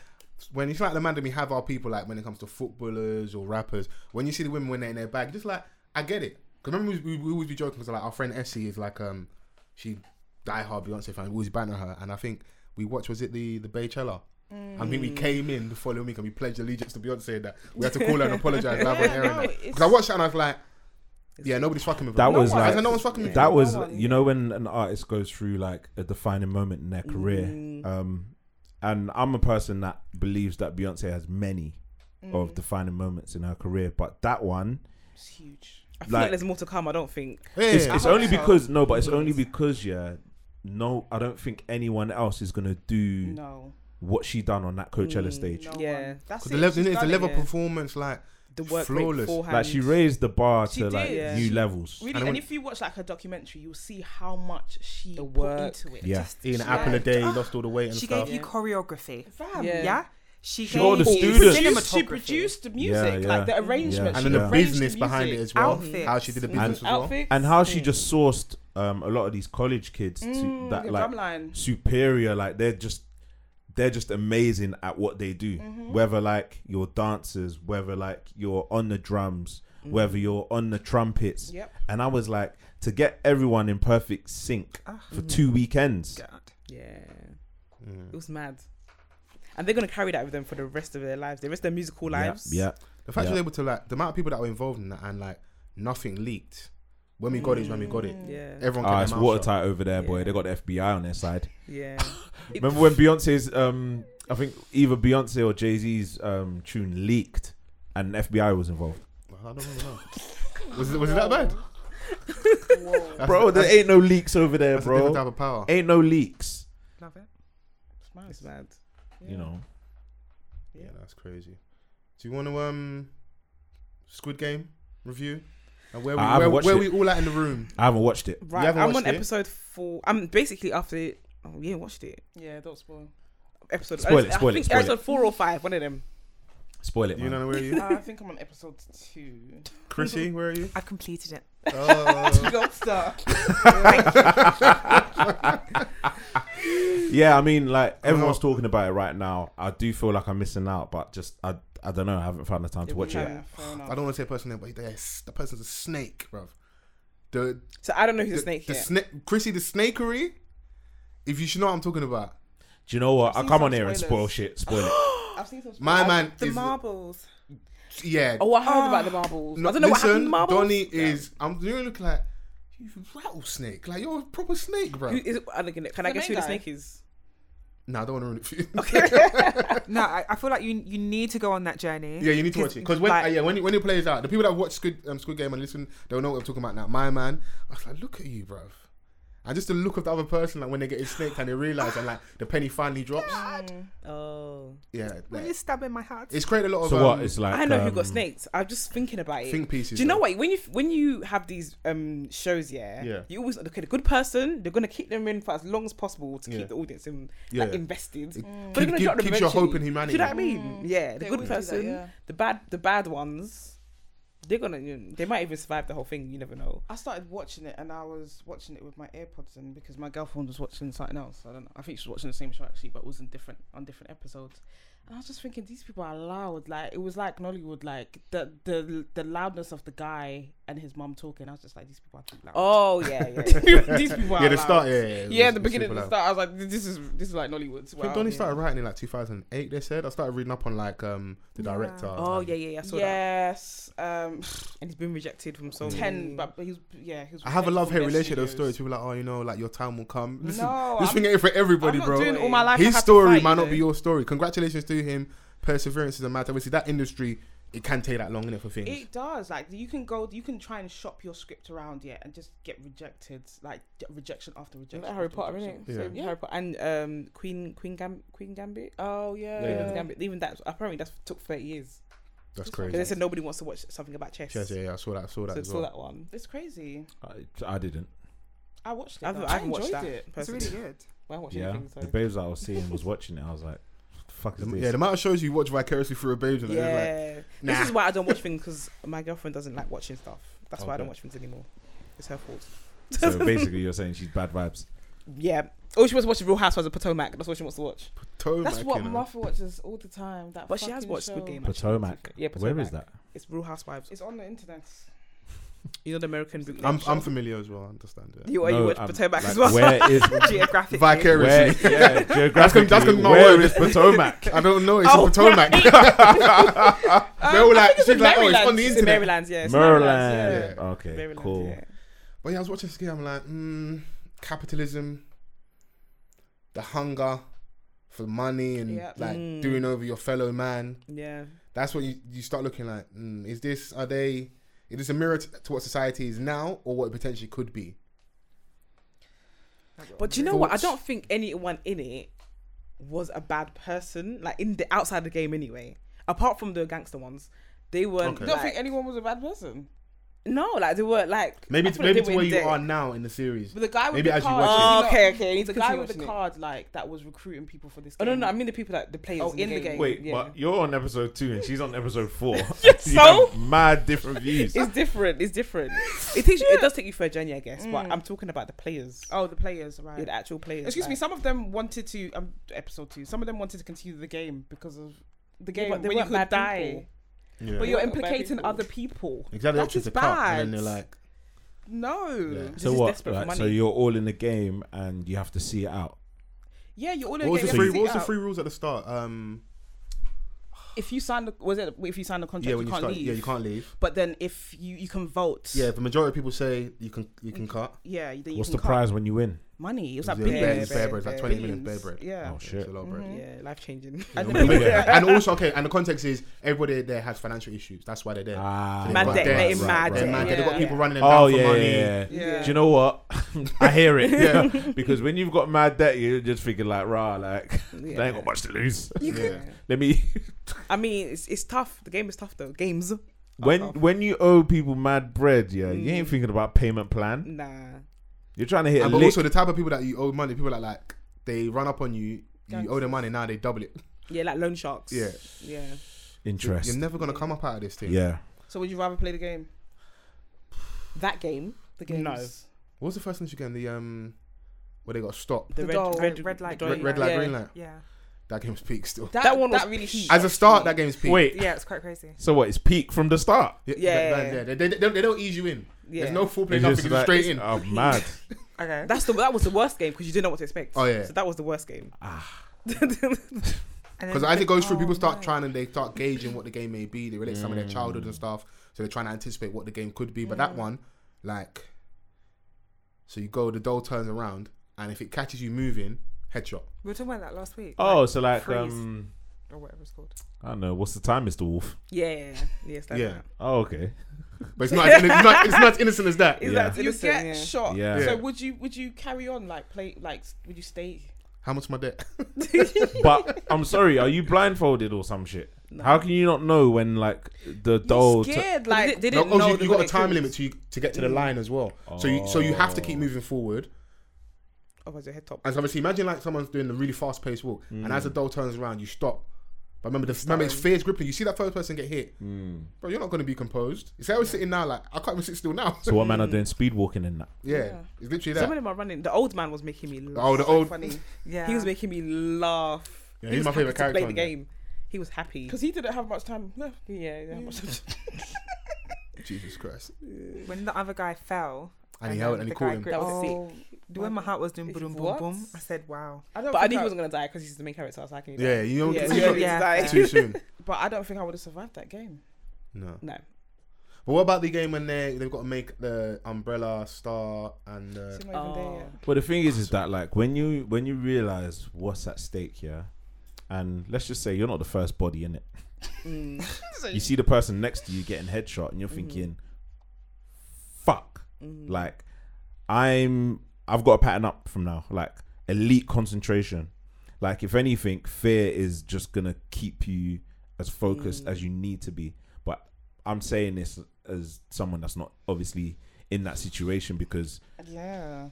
when it's like the man that we have our people like when it comes to footballers or rappers. When you see the women when they're in their bag, just like I get it. 'Cause remember we, we, we always be joking because like our friend Essie is like um she diehard Beyonce fan. We always banner her, and I think we watched was it the the Baychella. I mean,
Mm.
we came in the following week and we pledged allegiance to Beyonce. and That we had to call her and apologize live on
Yeah,
air.
no,
and that.
it's-
'Cause I watched it and I was like, "Yeah, nobody's fucking with her.
That
No
was
one. I
like
said, no one's fucking with
That
you.
was
No one,
you know when an artist goes through like a defining moment in their career.
Mm-hmm.
Um, and I'm a person that believes that Beyonce has many
Mm.
of defining moments in her career, but that one
It's huge.
I feel like,
like
there's more to come. I don't think.
Yeah.
it's, it's
I hope
only
so.
because no, but it's only because yeah, no, I don't think anyone else is gonna do
No, Mm.
what she done on that Coachella stage.
no
Yeah.
one. that's
'Cause
it.
the level,
She's
it's the
done it.
level of
yeah.
performance. Like
The work
Flawless.
rate beforehand.
Like she raised the bar
She
to like
did.
new
She-
levels.
Really,
And
and,
when-
if you watch like her documentary, you'll see how much she
The
put
work.
into it.
Yeah,
eating an
She
apple a
like- ah,
day, lost all the weight and
She
stuff.
gave you choreography.
Fam,
Yeah.
Yeah. She,
She
gave
got all the
you
students.
She produced- She
cinematography.
produced the music,
Yeah,
like
yeah.
the arrangement,
Yeah.
and
she
then the
arranged
business behind it
music.
as well.
Outfits.
How she did the
Mm.
business as well.
Outfits.
And how she just sourced um a lot of these college kids to that
Mm, the
like
drumline.
superior like they're just they're just amazing at what they do whether like you're dancers whether like you're on the drums whether you're on the trumpets
Yep.
and i was like to get everyone in perfect sync for two weekends
God.
Mm.
Yeah. It was mad. and they're gonna carry that with them for the rest of their lives, the rest of their musical lives.
Yeah. Ah,
The fact
Yeah.
you're able to like the amount of people that were involved in that and like nothing leaked. When we got it, is when we got it.
yeah,
Everyone
Ah,
kept
it's
their mouth shut.
watertight over there, boy.
Yeah.
They got the FBI on their side.
yeah. It-
Remember when Beyonce's, um, I think either Beyonce or Jay Z's um, tune leaked and FBI was involved?
I don't really know. Was it was it that bad? That's-
Bro, there
that's,
ain't no leaks over there,
that's a different type
bro.
of power.
Ain't no leaks,
Love it.
it's mad.
you know.
Yeah, that's crazy. Do you want to um, Squid Game review? And where we
I haven't
where,
watched
where
it.
we all at in the room?
I haven't watched it.
Right,
haven't
I'm on
watched it?
episode four. I'm basically after. It. Oh, you ain't watched it.
Yeah, don't spoil.
Episode.
Spoil it,
I,
spoil it,
think
spoil it.
episode four or five. One of them.
Spoil it,
You
man.
know where are you?
Uh, I think I'm on episode two.
Chrissy, where are you?
I completed it.
Oh,
Don't start.
Yeah, I mean, like everyone's talking about it right now. I do feel like I'm missing out, but just I, I don't know. I haven't found the time to watch it.
Yeah, fair enough.
I don't want to say a person name, but yes, the person's a snake, bruv. The
So I don't know who's
the,
the snake
the
yet.
sna- Chrissy the snakery. If you should know what I'm talking about,
Do you know what? I
I've seen
come on
some
here and spoil
spoilers.
shit. Spoil it.
I've seen some.
my
spoilers.
man
the
is
marbles.
yeah.
Oh, I heard about the marbles.
No,
I don't know
listen,
what happened
Donnie
to the marbles.
is. I'm really looking like you rattlesnake. Like you're a proper snake, bro.
Who is- I don't get it. Can I
The
guess who the
main guy.
snake is?
Nah, I don't want to ruin it for you.
No, I, I feel like you you need to go on that journey.
Yeah, you need to watch it because when
like-
uh, yeah when it- when it plays out, the people that watch Squid um, Squid Game and listen, they'll know what I'm talking about now. My man, I was like, look at you, bruv. And just the look of the other person, like when they get snaked and they realize, and like the penny finally drops.
Oh,
Yeah,
Why
like,
are you stabbing my heart?
it's created a lot of.
So what?
um,
It's like
I know who got
um,
snakes. I'm just thinking about it.
think pieces.
Do you know
though.
what? When you when you have these um shows, yeah,
Yeah.
you always okay. The good person, they're gonna keep them in for as long as possible to
Yeah.
keep the audience in,
Yeah.
like, invested. But
It keep-
they're gonna
keep-
drop them
keeps your hope
eventually.
in
Do
humanity.
you know what I mean? Mm, Yeah, the
They
good
always do that,
person,
yeah.
the bad, the bad ones. They're gonna. You know, they might even survive the whole thing. You never know.
I started watching it and I was watching it with my AirPods in because my girlfriend was watching something else. I don't know. I think she was watching the same show actually, but it was in different on different episodes. And I was just thinking, these people are loud. Like it was like Nollywood, like the the the loudness of the guy and his mum talking. I was just like, these people are too loud.
Oh yeah, yeah.
these people are
Yeah, the
loud.
start. Yeah, yeah,
Yeah, the beginning of the start, I was like, this is this is like Nollywood.
When
Wow.
Donnie
Yeah.
started writing in like 2008, they said. I started reading up on like um the
Yeah.
director.
oh
and-
yeah, yeah, yeah. I saw that.
Yes, um,
And he's been rejected from so many.
ten. But he was yeah. He was
I have a
rejected
love
from
hate
their
relationship with those
studios.
stories. People are like, oh, you know, like your time will come. Listen,
No,
this
I'm-
thing ain't for everybody,
I'm not
bro.
doing all my life. I
His
had to
story
fight,
might not
though.
be your story. Congratulations to him. Perseverance is a matter. Obviously, that industry, it can take that long, innit, for things.
It does. Like you can go, you can try and shop your script around yet, and just get rejected, like j- rejection after rejection.
Like Harry
after
Potter,
rejection.
isn't it?
Yeah.
So Harry Potter and um, Queen Queen Gam- Queen Gambit.
Oh
Queen
yeah.
of the Gambit. Even that apparently that's took thirty years.
That's
Because they
crazy.
said nobody wants to watch something about chess.
Yeah, yeah, yeah, I saw that. I saw
So
that. as
it's all
well.
that one.
It's crazy.
I, I didn't.
I watched it.
I've,
though.
I haven't watched
enjoyed
that.
it.
It's
Personally.
really good.
I haven't watched
Yeah,
anything. So.
the babes that I was seeing was watching it. I was like, "What the "Fuck is
The-
this?"
yeah, the amount of shows you watch vicariously through a baby. and it's Like,
yeah.
nah.
This is why I don't watch things because my girlfriend doesn't like watching stuff. That's why I don't
Okay.
watch things anymore. It's her fault.
so basically, you're saying she's bad vibes.
Yeah. Oh, she wants to watch Real Housewives of Potomac. That's what she wants to watch.
Toe
That's
Mac,
what
you know.
Martha watches all the time. That
But she has
fucking
watched Squid
show.
Game. actually.
Potomac.
Yeah,
Where is
Potomac.
that?
It's Real Housewives.
It's on the internet.
You know the American book.
I'm, I'm familiar as well. I understand. Yeah.
You, you
No,
watch
um,
Potomac
like,
as well.
Where is
Geographically.
where?
Vicariously.
Yeah,
That's
geographically.
gonna, that's gonna be my
where
word.
is Potomac?
I don't know. It's
Oh,
in Potomac. They were like, she's like, oh, it's on the
It's
internet.
in Maryland, yeah. it's in
Maryland.
yeah.
Okay,
Maryland,
cool.
yeah.
But yeah, I was watching this game. I'm like, mm, capitalism, the hunger for money, and
Yep.
like
Mm.
doing over your fellow man.
Yeah.
That's what you, you start looking like. Mm, is this are they? Is this a mirror t- to what society is now, or what it potentially could be?
But do you know what? I
Thoughts?
don't think anyone in it was a bad person. Like in the outside the game, anyway. Apart from the gangster ones, they weren't.
Okay.
I don't
like-
think anyone was a bad person.
No, like they were like.
Maybe
I
to,
feel like they
maybe to
were
where
in
you
debt.
are now in the series.
But the guy with
Maybe
the
as you
card,
watch it.
Oh,
you know,
okay, okay. I need to
The guy
continue
with the
watching it.
card, like that was recruiting people for this.
Oh
Game.
no, no, I mean the people that the players.
Oh, in the game.
Wait,
yeah.
but you're on episode two and she's on episode four. you
so?
have mad different views.
It's different. It's different. It takes. It does take you for a journey, I guess. But I'm talking about the players,
Mm. Oh, the players, right?
yeah, the actual players.
Excuse me.
like-
Some of them wanted to um, episode two. Some of them wanted to continue the game because of the game
but they
when you
weren't
could
bad
die.
people.
yeah.
But you're
They weren't bad
implicating
people.
other people.
exactly.
that
options
is
are cut, and then
bad.
they're like,
No.
Yeah.
This
so
is
what?
desperate for
Like, so
money.
you're all in the game and you have to see it out.
Yeah, you're all
What was
gonna
the
get
three?
your
What was
seat
the
out.
three rules at the start? Um,
If you sign the was it if you sign the contract,
yeah,
you
when you
can't
start,
leave.
yeah, you can't leave.
But then if you you can vote.
Yeah, the majority of people say you can you can cut.
Yeah, then you
What's
can
the
cut.
prize when you win?
Money. It was
It's
like
yeah,
billions.
bare, it's bare bread, it's like
bare
twenty million
billions.
bare bread.
Yeah.
Oh
It's
shit!
a lot of bread.
Yeah, life changing.
And
Yeah.
then people-
and also, okay, and the context is everybody there has financial issues. That's why they're there.
Ah,
they've
Mad
got
debt,
debts,
they're in mad
They're
debt.
mad debt. They've got
Yeah.
people running them
Oh
down
yeah,
for money.
yeah, yeah.
Yeah.
Do you know what? I hear it.
Yeah.
because when you've got mad debt, you're just thinking like, rah, like they
Yeah.
ain't got much to lose.
Yeah.
Let me.
I mean, it's, it's tough. The game is tough though. Games.
When
tough.
when you owe people mad bread, yeah, you
Mm.
ain't thinking about payment plan.
Nah.
You're trying to hit a
And but
lick.
also the type of people that you owe money, people that like they run up on you, you owe them money now they double it.
Yeah, like loan sharks.
Yeah,
Yeah.
interest.
you're never gonna come up out of this thing.
yeah.
So would you rather play the game?
That game. The games.
No.
What was the first thing you get? The um, where they got stopped.
The,
The
red,
doll,
red,
red light,
the
green
Red, red light, green light.
Yeah.
That game's peak still.
That,
That
that
one
one
was
that really
peak.
As a start, that game's peak.
Wait.
Yeah, it's quite crazy.
So what? It's peak from the start.
Yeah,
Yeah.
that- that- They, they, don't- they don't ease you in.
Yeah.
There's no foreplay,
It's
nothing.
just
It's
like-
straight in.
Oh, mad.
Okay.
That's the that was the worst game because you didn't know what to expect.
Oh, yeah.
So that was the worst game.
And then-
Because as it goes through,
Oh,
people start
no.
trying and they start gauging what the game may be. They relate some of their childhood and stuff, so they're trying to anticipate what the game could be. But that
Mm.
one, like, so you go, the doll turns around, and if it catches you moving, headshot.
We were talking about that last week.
Oh, so like
freeze.
um,
or whatever it's called.
I don't know. What's the time, Mister Wolf?
Yeah. Yes. That
yeah,
Oh, okay.
but it's not, it's not it's not as innocent as that.
Is
Yeah.
that
You
innocent?
get
Yeah.
shot.
Yeah.
So would you would you carry on like play like would you stay?
How much my debt?
But I'm sorry. Are you blindfolded or some shit? How can you not know when like the
Oh,
doll? t-
Scared
But
like
they, they
No,
didn't know.
obviously
they
you got
got
a time
killed.
limit to to get to
Mm.
the line as well. So you so you have to keep moving forward.
Oh,
Otherwise, your head top.
And so obviously, imagine like someone's doing a really fast paced walk, and as the doll turns around, you stop. But remember, the, remember, it's fear's gripping. You see that first person get hit, bro. You're not going to be composed. It's how we're sitting now. Like I can't even sit still now.
so what man are doing speed walking in that?
yeah, it's literally
Some of
that.
them are running. The old man was making me laugh.
Oh, the old.
funny
Yeah.
He was making me laugh.
Yeah,
he was
he's my
happy
favorite
to play
character.
the
on there.
game. He was happy.
because he didn't have much time left.
Yeah, yeah.
Mm.
Jesus Christ.
when the other guy fell.
And he held
then
and he
the
caught
guy
him.
gripped-
That was
oh, The way my heart was doing
It's
boom, boom,
what?
boom. I said, wow.
I don't.
but I
think
knew
I-
he was gonna die because he's the main character. So I was like, he
Yeah,
died.
you don't.
Yeah,
it's
so
not
he died.
too soon.
But I don't think I would have survived that game.
No.
No.
But what about the game when they they've got to make the umbrella star and uh,
It's not even there
Oh.
yet.
But the thing is, is that like when you when you realize what's at stake here, and let's just say you're not the first body in it.
Mm,
you see the person next to you getting headshot, and you're thinking, "Fuck!" Like I'm, I've got a pattern up from now. Like elite concentration. Like if anything, fear is just gonna keep you as focused as you need to be. But I'm saying this as someone that's not obviously in that situation because
Yeah.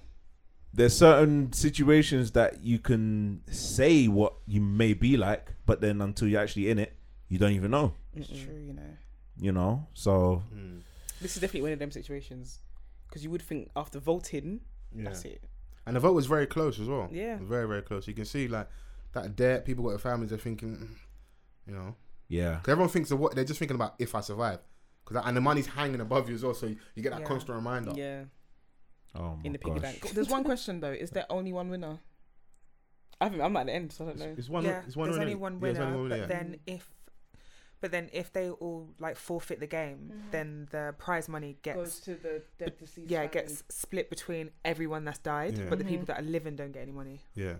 there's certain situations that you can say what you may be like, but then until you're actually in it, you don't even know.
It's true, you know.
You know, so
mm.
hmm,
This is definitely one of them situations because you would think after voting,
yeah. Oh,
that's it.
And the vote was very close as well.
Yeah.
Very very close. You can see like that debt. People got their families. They're thinking, mm, you know.
yeah,
Because everyone thinks of what they're just thinking about if I survive. Because and the money's hanging above you as well, so you, you get that
Yeah.
constant reminder.
Yeah,
oh my
in the piggy
gosh.
bank.
There's one question though. Is there only one winner?
I haven't- I'm not at the end, so I don't know.
It's, it's one.
yeah,
It's one.
there's
winner.
only one
Yeah,
winner.
there's only one
but
winner, yeah.
then if, but then if they all like forfeit the game, then the prize money gets
Goes to the dead deceased.
yeah it
family.
gets split between everyone that's died,
Yeah.
but the people that are living don't get any money.
Yeah.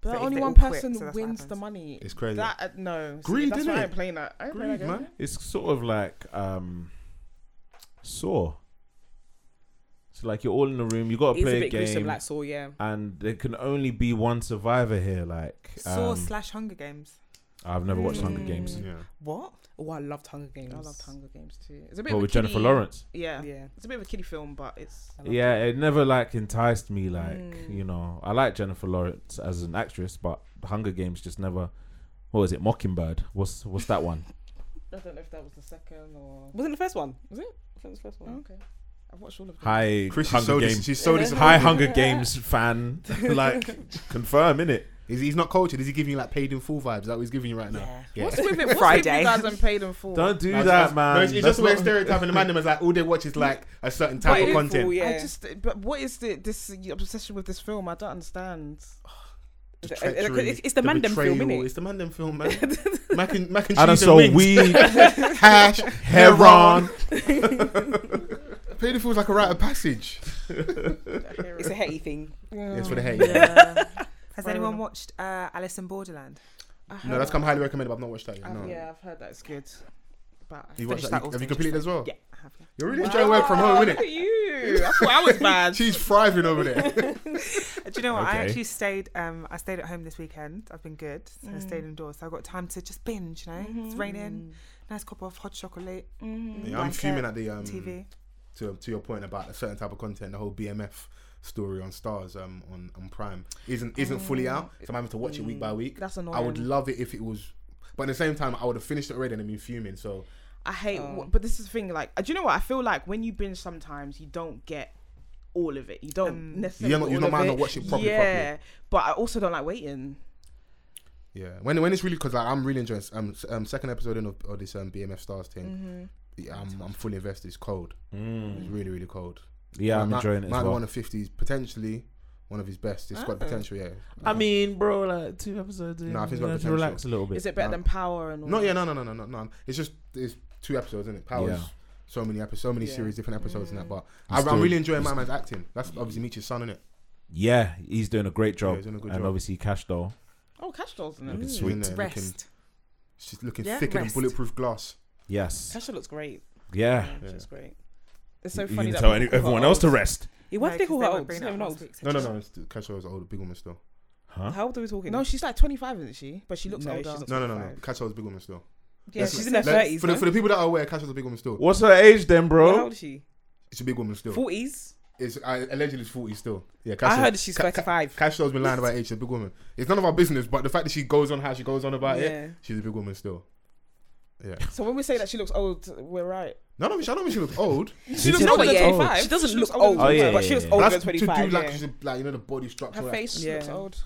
But
So if
only
they
one
all quit,
person
so that's what
wins the
happens.
money.
It's crazy.
That uh, no. See,
Greed,
That's why
innit?
I ain't playing that. I ain't playing
Greed,
that game.
man.
It's sort of like um, Saw. So like you're all in the room, you got to
It's a
play a
bit gruesome,
game,
like Saw. Yeah,
and there can only be one survivor here. Like,
Saw
um,
slash Hunger Games. Hmm.
I've never watched Hunger Games.
Yeah.
What?
Oh, I loved Hunger Games.
I loved Hunger Games too. It's a bit
But
of a
with Jennifer
kiddie-
Lawrence,
Yeah.
Yeah.
It's a bit of a kiddie film, but it's
yeah, it never like enticed me. Like
Hmm.
you know, I like Jennifer Lawrence as an actress, but Hunger Games just never. What was it? Mockingbird. What's what's that one?
I don't know if that was the second or
Wasn't it the first one?
was it?
I think it was the first one.
okay. I've watched all of them.
High
Chris is so
Hunger
dis-
Games.
she's so
High
disappointed.
Hunger Games fan.
Oh.
like confirm in it.
Is he's not cultured? Is he giving you like paid in full vibes? Is That what he's giving you right now. Yeah.
What's with it? What's With
Friday.
you guys and paid in full.
Don't do
No, it's-
that,
it's-
man.
No, it's, it's
That's
just a way of
not-
stereotyping the man them as like all they watch is like a certain type
Paid
of
in
content.
full, yeah.
I just but what is the, this obsession with this film? I don't understand.
the
It's-
treachery,
it's- it's the Mandem film,
betrayal.
innit?
It's the Mandem film, man. mac and mac and
And
cheese
I
and,
so
wings.
weed,
hash.
heron.
Pedophile feels like a rite of passage.
It's a hetty thing.
It's for the hate.
Yeah. Has anyone watched uh, Alice in Borderland?
No, that's come highly recommended. But I've not watched that yet.
I've-
No.
Yeah, I've heard that's good. But
You
Finish
watched
that
that? You,
off,
have you
finish
completed as well?
Yeah, I have. Yeah.
You're really enjoying work from home,
Look
innit?
at you. I thought I was bad.
She's thriving over there.
Do you know what? I
Okay.
actually stayed. Um, I stayed at home this weekend. I've been good. So I
Mm.
stayed indoors. So I got time to just binge. You know,
Mm-hmm.
it's raining. Nice cup of hot chocolate.
Yeah,
uh,
I'm
blanket,
fuming at the um,
TV.
to to your point about a certain type of content, the whole BMF story on Stars um on, on Prime isn't isn't fully out, so I'm having to watch it week by week.
That's
I would
annoying.
love it if it was, but at the same time, I would have finished it already and been fuming. So
I hate,
Oh.
wh- but this is the thing. Like, uh, do you know what? I feel like when you binge, sometimes you don't get all of it. You don't
Um,
necessarily.
You're not-
get
you're
all
not
of
might
it.
not watch it properly,
Yeah, but I also don't like waiting.
yeah, when when it's really because like, I'm really enjoying s- um, s- um second episode in of, of this um BMF Stars
Mm-hmm.
thing. Yeah, I'm I'm fully invested. It's cold. It's really really cold.
Yeah, I'm
Mm. Might-
enjoying it
might
as
be one
well.
of fifties potentially. One of his best. It's got potential, yeah. Um,
I mean, bro, like two episodes. in,
Nah, I think it's
you
got
know, to
potential.
relax a little bit.
Is it better than Power and all?
No,
that?
yeah, no, no, no, no, no, no. It's just it's two episodes, isn't it? Powers.
Yeah.
So many episodes, so many
Yeah.
series, different episodes, and that. But I,
still-
I'm really enjoying my man's acting. That's obviously Meech's son, isn't it?
Yeah, he's doing a great job.
Yeah, he's doing a good
and
job.
obviously, Cash though.
Oh, Cash Dolls in
Mm.
Looking
it.
sweet.
Looking,
Rest.
she's looking
Yeah,
thicker
rest.
than bulletproof glass.
Yes.
Tasha looks great.
Yeah.
Yeah,
Yeah.
She's great. It's so
You
funny
can
that
tell
people
any,
call her
everyone else to
old.
rest.
Yeah, why
No,
did they
'cause
call her
won't
old?
bring
She's
that
not even
up
old.
last week, so
No, no,
just-
no. It's, Casho's old, big woman still.
Huh?
How old are we talking?
No, she's like 25, isn't she? But she looks
No,
older.
she's not.
No, no, no, no.
Five.
Casho's big woman still.
yeah,
Let's-
she's in her
let's-
thirties.
For the, for the people that are aware, Casho's a big woman still.
What's her age then,
How
bro?
old is she?
It's a big woman still.
Forties.
It's I, allegedly it's forty still. Yeah,
I
Casho's-
heard she's
Ca- Ca-
thirty-five.
Casho's been lying about age. She's a big woman. It's none of our business, but the fact that she goes on how she goes on about
Yeah.
it, she's a big woman still. Yeah.
So when we say that she looks old, we're right.
No, no, I don't mean she looks old.
She looks older than twenty-five.
She doesn't look
older than
old.
Oh, yeah,
25, but
yeah,
she looks
yeah.
older than
That's to
twenty-five.
do like,
yeah.
she's a- like you know the body structure.
Her
like-
face
Yeah.
looks old.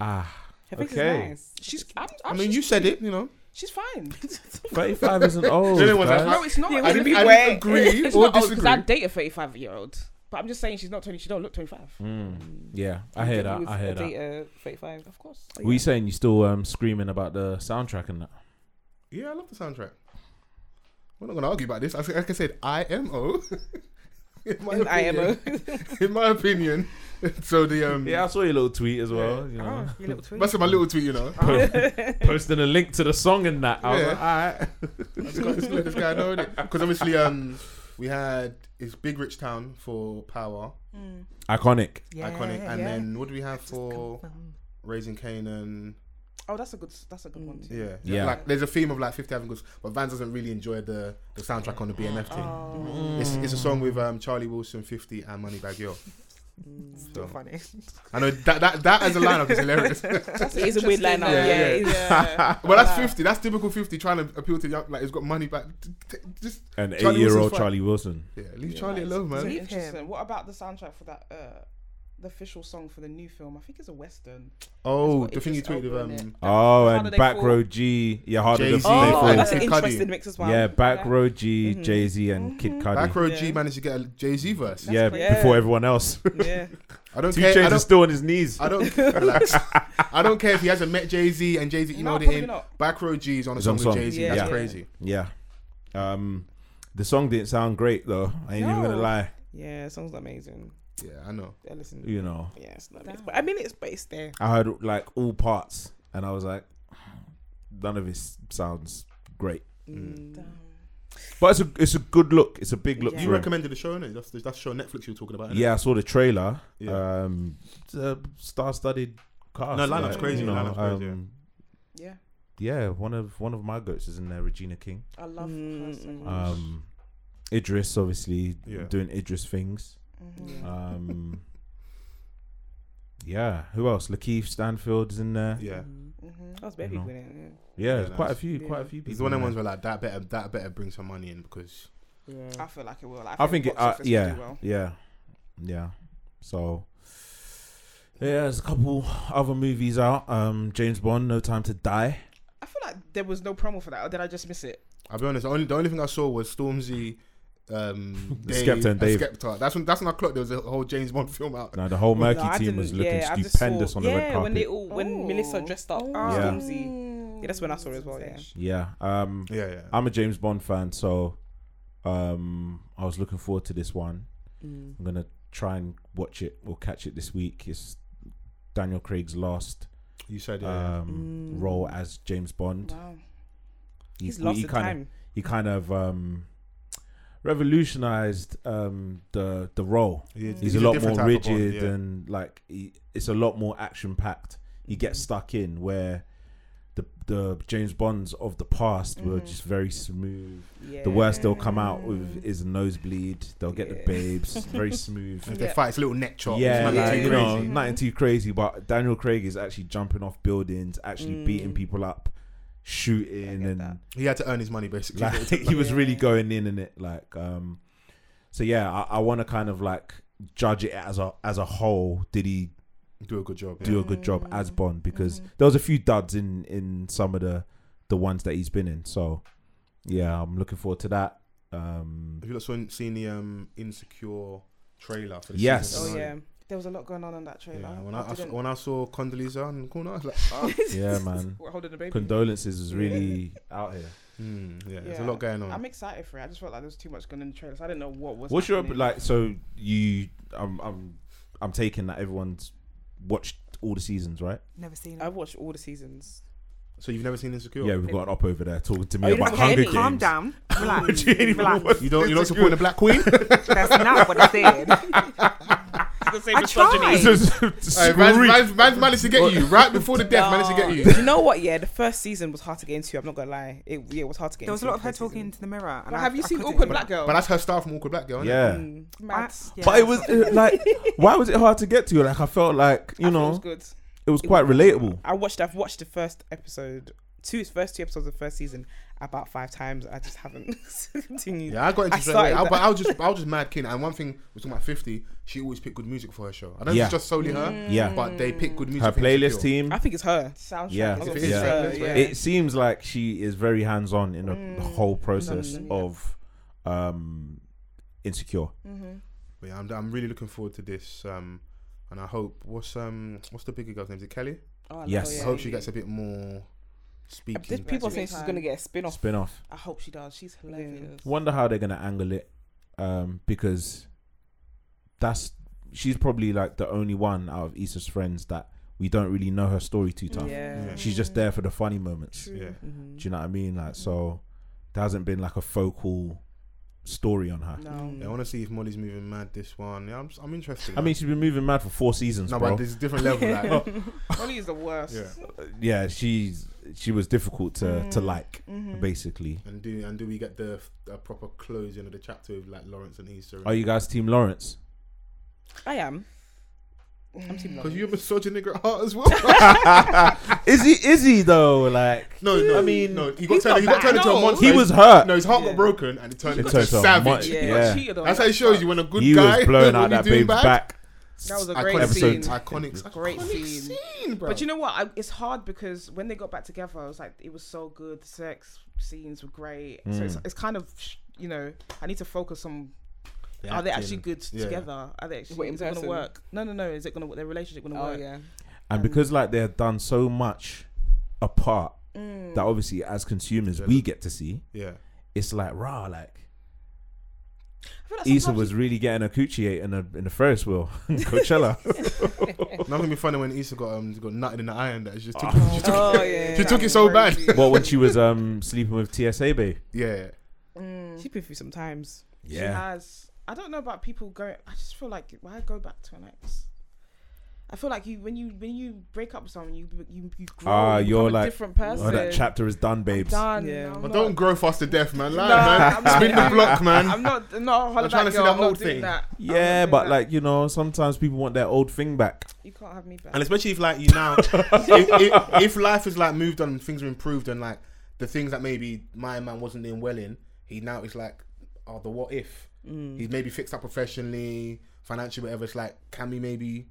Ah,
Her face
Okay.
is nice.
She's. I'm,
I
I'm,
mean, you said it, you know.
She's fine.
35 isn't old.
Jenny was like,
guys.
no, it's not.
Yeah,
I
Would it
didn't,
be
I
way-
didn't agree
It's
or
not old because
disagree.
I date a 35 year old. But I'm just saying she's not 20. She don't look 25.
Mm, yeah, I hear that. I hear that.
Thirty-five, of course.
Were you saying you still um, screaming about the soundtrack and that?
yeah, I love the soundtrack. We're not gonna argue about this. As- Like I said, IMO. in, my
I am a
opinion- in my opinion. So the um,
Yeah, I saw your little tweet as well. Ah, You know,
Oh, you little tweet.
that's my little tweet, you know.
Po- posting a link to the song and that. I was
Oh. Yeah.
like, alright.
I just gotta just let this guy know because obviously um, we had it's Big Rich Town for Power,
Iconic.
Yeah,
iconic, and
yeah.
then what do we have
Just come
for
from-
Raising Canaan?
Oh, that's a good. That's a good one. Too.
Yeah.
Yeah.
Like there's a theme of like 50 Having Goods, but Vans doesn't really enjoy the, the soundtrack on the BMF thing.
Oh.
It's, it's a song with um, Charlie Wilson, 50, and Moneybag Yo.
Mm.
Still funny.
I know that that, that as a lineup is hilarious.
It is a weird lineup.
Yeah,
Yeah,
yeah.
it is.
well, that's 50. That's typical 50 trying to appeal to young. Like he's got money back. T- t- Just
An eight-year-old
Charlie Wilson's fine.
Charlie Wilson.
yeah, leave Charlie alone, man.
Leave
Interesting.
him.
What about the soundtrack for that? Uh, the official song for the new film. I think it's a western.
Oh,
It's got
the thing you
Idris
tweeted
Elba in
with um,
it.
Oh,
Harder
and
They
back
Fall.
row G. Yeah, harder
Jay-Z.
they fall.
Oh,
Playful.
that's an
Kid Cudi.
interesting mix as well.
yeah, back row G, Jay Z, and Kid Cudi.
Mm-hmm. Back Row G
Yeah.
managed to get a Jay Z verse.
yeah,
crazy.
before everyone else.
Yeah.
I don't
Two
care. I
Chainz is
don't,
still on his knees.
I don't. relax. I don't care if he hasn't met Jay Z and Jay Z
No,
emailed it
probably
in.
not.
Back Row G is on a
It's on
song with
song.
Jay Z.
Yeah.
That's
Yeah.
crazy.
Yeah. Um, the song didn't sound great though. I ain't even gonna
No.
lie.
Yeah, song's amazing.
Yeah, I know.
I listen.
You know,
Yeah, it's not amazing. But I mean, it's but it's there.
I heard like all parts, and I was like, none of this sounds great.
Mm.
Mm.
But it's a it's a good look. It's a big look.
You
for him.
recommended the show, innit? That's the, that's the show on Netflix you were talking about. innit?
Yeah, I saw the trailer.
Yeah.
Um, it's a star-studded cast.
No, lineup's crazy,
you know,
lineup's crazy,
um,
Yeah,
yeah, one of one of my goats is in there, Regina King.
I love her so much.
Um, Idris, obviously,
Yeah.
doing Idris things. Um, yeah, who else? Lakeith Stanfield is in there.
yeah.
That was bare
You know.
people in it. yeah.
Yeah,
Yeah,
quite a
nice.
few, quite a few people.
It's one of
in
the ones
there.
where like that better that better bring some money in because
I feel like it will.
I think it.
box
Uh,
office will
yeah,
do well.
yeah, yeah. So. Yeah, there's a couple other movies out. Um, James Bond, No Time to Die.
I feel like there was no promo for that, or did I just miss it?
I'll be honest, the only the only thing I saw was Stormzy um,
The Skepta and Dave.
Skepta. That's when that's when I clocked there was a whole James Bond film out.
Now the whole Murky
No, I
team was
didn't-
looking
yeah, I just
stupendous
saw-
on the
yeah,
red carpet.
when they all when Melissa dressed up as
Yeah.
Stormzy. Yeah, that's when I saw it as well. Yeah.
yeah, um,
Yeah, yeah.
I'm a James Bond fan, so um, I was looking forward to this one.
Mm.
I'm gonna try and watch it or catch it this week. It's Daniel Craig's last
you said yeah. yeah.
um, role as James Bond.
Wow.
He-
Mm. He's
he-
lost
he
the
kind
time.
Of, he kind of um, revolutionized um, the the role.
He-
He's, a
a
lot
different
more
type of Bond,
rigid
yeah.
and like he, it's a lot more action packed. He gets stuck in where the the James Bonds of the past were just very smooth.
Yeah.
The worst they'll come out with is a nosebleed. They'll get the babes. Very smooth.
If they fight, it's little neck chop.
Yeah,
it's
like,
not
you
too
know,
crazy.
nothing too crazy. But Daniel Craig is actually jumping off buildings, actually beating people up, shooting, and
He had to earn his money basically.
like he was really going in in it. Like, um, so yeah, I, I want to kind of like judge it as a as a whole. Did he
do a good job.
do
yeah.
a good job as Bond? Because there was a few duds in in some of the the ones that he's been in. So yeah, I'm looking forward to that. Um,
Have you also seen the um, insecure trailer for the
Yes.
season
Oh
finale?
yeah.
There was a lot going on on that trailer.
Yeah, when I, I
I
s-
didn't-
when I saw Condoleezza in the corner, I was like, ah.
yeah, man.
We're holding the baby.
Condolences is really out here.
Hmm, yeah, there's a
Yeah.
lot going on.
I'm excited for it. I just felt like there was too much going in the trailer. So I didn't know what was.
What's your
happening.
like? So you, I'm, I'm, I'm taking that everyone's watched all the seasons, right?
Never seen
I
it.
watched all the seasons.
so you've never seen Insecure?
Yeah, we've got an op over there talking to me
you
about
don't-
Hunger
okay,
Games.
Calm down. Relax.
You ain't even
Relax.
watched
You don't. You're not
Insecure.
supporting the Black Queen.
That's not what I said. I
It's
tried.
just
Hey, man's, man's, man's managed to get you right before the death. Managed to get
Do
you.
you know what? Yeah, the first season was hard to get into. I'm not gonna lie. It yeah, it was hard to get.
There was a
into the
lot of her
first season.
talking into the mirror. and
But
I-
have you
I
seen
couldn't.
Awkward Black Girl?
But that's her star from Awkward Black Girl. innit?
yeah.
Mm.
I-
Mad.
yeah.
But it was it, like, why was it hard to get to? Like, I felt like you
I thought it was
know,
good.
it was quite relatable.
I watched. I've watched the first episode, two first two episodes of the first season about five times. I just haven't continued.
Yeah, I got into
I
straight away.
started
I, but
that.
I was just, I was just mad keen. And one thing was talking about Fifty. She always picked good music for her show. I don't know
Yeah.
if it's just solely her.
Yeah.
But they pick good music.
Her
for
playlist
Insecure.
team.
I think it's her.
Soundtrack.
Yeah.
I
If it
was gonna
is
say,
Fabulous,
yeah.
It seems like she is very hands on in the whole process of um, insecure.
Mm-hmm.
But yeah, I'm, I'm really looking forward to this. Um, and I hope what's um what's the bigger girl's name? Is it Kelly?
Oh, I love
Yes.
her,
I
yeah.
hope she gets a bit more speaking.
There's people
That's
saying
a
she's
good
gonna
time.
get a spin off.
Spin off.
I hope she does. She's hilarious.
Wonder how they're gonna angle it, um, because that's she's probably like the only one out of Issa's friends that we don't really know her story
Mm.
too tough.
Yeah.
Yeah.
She's just there for the funny moments.
Yeah.
Mm-hmm.
Do you know what I mean? Like, so there hasn't been like a focal story on her.
No.
Yeah, I want to see if Molly's moving mad this one. Yeah, I'm, s- I'm interested.
I mean, she's been moving mad for four seasons,
no,
bro.
but there's a different level. Like,
Molly is the worst.
yeah.
yeah, she's she was difficult to
Mm.
to like,
Mm-hmm.
basically.
And do and do we get the f- a proper closing of the chapter with like Lawrence and Issa?
Are Oh, you guys Team Lawrence?
I am.
Because you're a misogynic at heart as well.
Is he? Is he though? Like,
no, no. I mean, no. He got turned. He got turned into a monster.
he was hurt.
No, his heart got broken and he turned
It
into a
turns out much-
savage.
Yeah.
Got cheated on.
That's how it shows you when a good
he
guy
was blowing
knows
out
what
that
he's doing
babe's back.
That was a
Iconic
great
Episode.
scene.
Iconic.
Iconic,
Great
iconic
scene.
scene, bro.
But you know what? I, it's hard because when they got back together, it was like it was so good. The sex scenes were great. So it's,
Mm.
it's kind of sh- you know I need to focus on are they actually good
Yeah.
together? Are they actually
What, in
is it gonna
person?
work? No, no, no. Is it gonna work? Their relationship gonna
Oh
work?
yeah.
and because like they had done so much apart
Mm.
that obviously as consumers we get to see
Yeah.
it's like rah like
I feel like
Issa
sometimes-
was really getting a coochie in a in the Ferris wheel in Coachella.
Not gonna be funny when Issa got um got nutted in the iron. That she just
Ah.
took. She took,
Oh yeah.
she took it so bad.
well, when she was um sleeping with TSA babe.
Yeah.
She's been Mm. through some times.
She has. I don't know about people going. I just feel like why go back to an ex? I feel like you when you when you break up with someone, you you you grow.
Ah,
you become
you're
a
like
different person.
Oh, that chapter is done, babes.
Done.
Yeah.
I'm
But
not-
don't grow fast to death, man. Lie,
No, I'm
man.
not
Spin the
doing
block, man.
I'm not. I'm not. Holler
I'm trying
back,
to see
girl.
that
I'm not
old
doing
thing.
That. I'm not
Yeah,
doing
but
that.
like you know, sometimes people want their old thing back.
you can't have me back.
And especially if like you now, if, if, if life is like moved on, and things are improved, and like the things that maybe my man wasn't doing well in, he now is like, oh, the what if? He's maybe fixed up professionally, financially, whatever. It's like, can we maybe,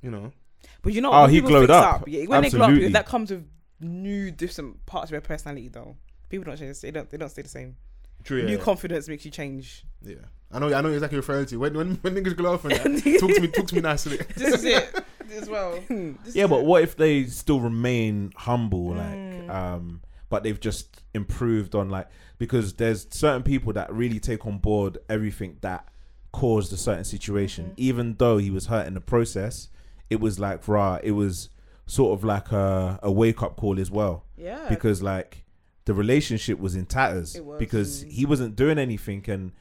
you know,
But you know,
Oh,
when
he
people
glowed
fix
up.
Yeah, when they glow
Absolutely.
up, that comes with new different parts of their personality, though. People don't change. They don't. They don't stay the same.
True, yeah,
new
yeah.
confidence makes you change.
Yeah, I know. I know exactly what you're referring to. When when, when niggas go off and that, talk to me, talk to me nicely.
This is it as well.
Hmm.
This
yeah,
is
but
it. Mm.
what if they still remain humble, like, um, but they've just improved on like because there's certain people that really take on board everything that caused a certain
Mm-hmm.
situation, even though he was hurt in the process. It was like rah, it was sort of like a, a wake up call as well,
yeah,
because like the relationship was in tatters
It was,
because
mm.
he wasn't doing anything and.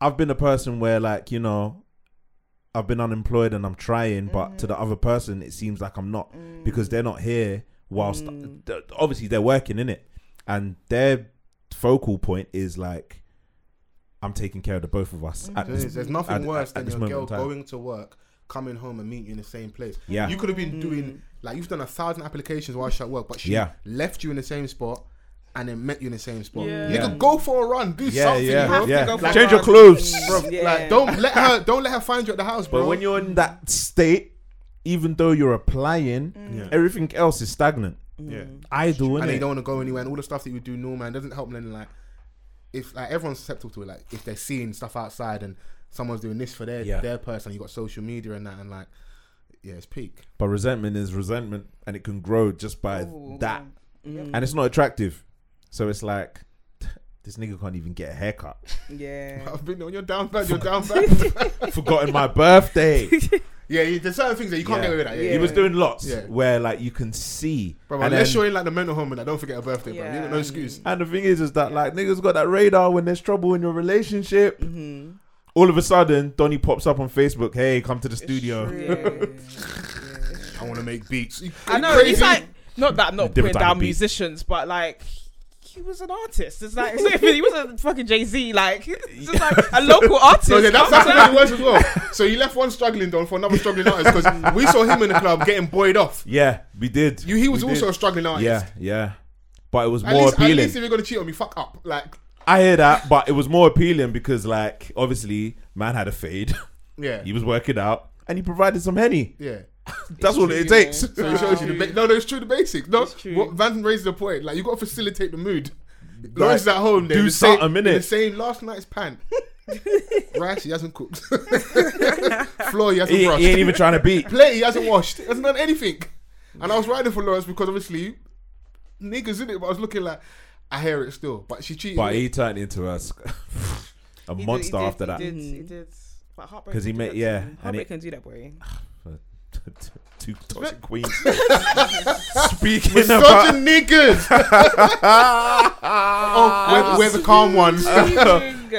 I've been a person where like you know I've been unemployed and I'm trying, but to the
Mm-hmm.
other person, it seems like I'm not because they're not here. Whilst
Mm.
th- obviously they're working in it, and their focal point is like, I'm taking care of the both of us.
Mm-hmm.
At
There's,
this,
there's
at-
nothing
at-
worse
at
than
this
your
moment
girl
in time.
going to work, coming home and meeting you in the same place.
Yeah.
You could
Mm.
have been doing like you've done a thousand applications while she's at work, but she
Yeah.
left you in the same spot and then met you in the same spot.
Yeah.
You
Yeah.
could go for a run, do
yeah,
something,
yeah,
bro.
yeah.
go for
Change your
runs.
clothes.
Bro,
Yeah.
Like don't let her don't let her find you at the house, bro.
But when you're in that state, even though you're applying,
Yeah.
everything else is stagnant.
yeah.
Idle,
and they
innit?
don't want to go anywhere and all the stuff that you do normal and it doesn't help them like if like everyone's susceptible to it like if they're seeing stuff outside and someone's doing this for their
Yeah.
their person you got social media and that and like yeah it's peak
But resentment is resentment, and it can grow just by
Ooh,
that.
yeah.
Mm.
and it's not attractive. So it's like this nigga can't even get a haircut.
Yeah.
I've been on your down bad your down bad
Forgotten my birthday.
yeah you- there's certain things that you can't
Yeah.
get away with that yeah,
He was doing lots
Yeah.
where like you can see.
Bro,
and,
unless
then-
you're in like the mental home and I don't forget a birthday, bro. You got no
Yeah.
excuse.
and the thing is, is that like niggas got that radar when there's trouble in your relationship.
Mm-hmm.
All of a sudden, Donny pops up on Facebook. Hey, come to the studio.
Yeah.
I want to make beats. You-
I
you
know
crazy?
it's like not that I'm not
Different
putting
type of
down
beat.
musicians, but like he was an artist. It's like it's not even- he wasn't fucking Jay Z. Like it's just like a local artist.
No, yeah, that's,
I'm
that's
saying.
even worse as well. So you left one struggling don for another struggling artist because we saw him in the club getting buoyed off.
Yeah, we did.
You, he was
We
also a
did.
struggling artist.
yeah, yeah. But it was
At
more
least,
appealing.
at least if you're gonna cheat on me, fuck up. Like,
I hear that, but it was more appealing because like obviously, man had a fade.
yeah,
he was working out, and he provided some henny.
yeah.
That's all it takes.
So it shows you the ba- no, no, it's true. The basics. No,
true.
what Van raises the point. Like, you got to facilitate the mood.
Like,
Lawrence is at home. They're
do
in the same,
something,
in The
innit?
same last night's pant. Rice he hasn't cooked. Floor he hasn't
He, he
brushed.
ain't even trying to beat.
Plate he hasn't washed. He hasn't done anything. And I was riding for Lawrence because obviously niggas in it. But I was looking like I hear it still. But she cheated.
But he turned into a, sc- a
He did-
monster
he did,
after that.
He did.
Mm.
He did. But heartbreak
'Cause he
can do
made-
that to
yeah,
you.
and
Heartbreak
it-
can do that, boy.
Two toxic queens. Speaking
Such a
about
niggas. oh, we're, we're the calm ones.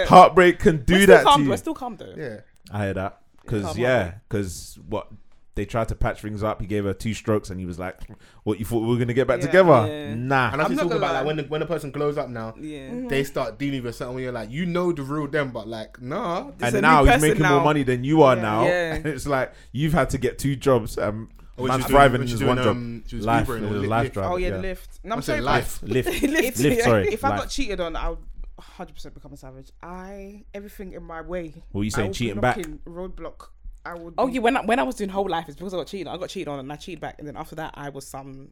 heartbreak can do
We're still
that
calm,
to you.
We're still calm though.
yeah.
I hear that because
Calm
yeah, because what they tried to patch things up. He gave her two strokes, and he was like, "What you thought we were gonna get back
Yeah.
together?
Yeah.
And
Nah."
I'm
I'm not
talking
gonna
about like
lie.
when the, when the person glows up now,
Yeah.
they start dealing with something. Where you're like, you know the real them, but like, nah.
It's a
And
new
now he's
person
making
now.
more money than you are
Yeah.
now.
Yeah.
And it's like you've had to get two jobs. Um,
Oh,
man's
she's doing-
thriving in
she's
his
doing,
one
um, she
job.
was
Life,
Ubering or
uh,
Lyft.
life driver.
Oh yeah,
yeah.
the lift. And
I
I'm
said
sorry,
life.
Lyft.
Lift,
Lift,
yeah.
sorry.
If I got
Life.
cheated on, I would 100% become a savage. I everything in my way.
What you
I
saying,
would be
cheating back?
blocking, Roadblock. I would.
Oh
be-
yeah, when I, when I was doing whole life, it's because I got cheated. on. I got cheated on and I cheated back, and then after that, I was some.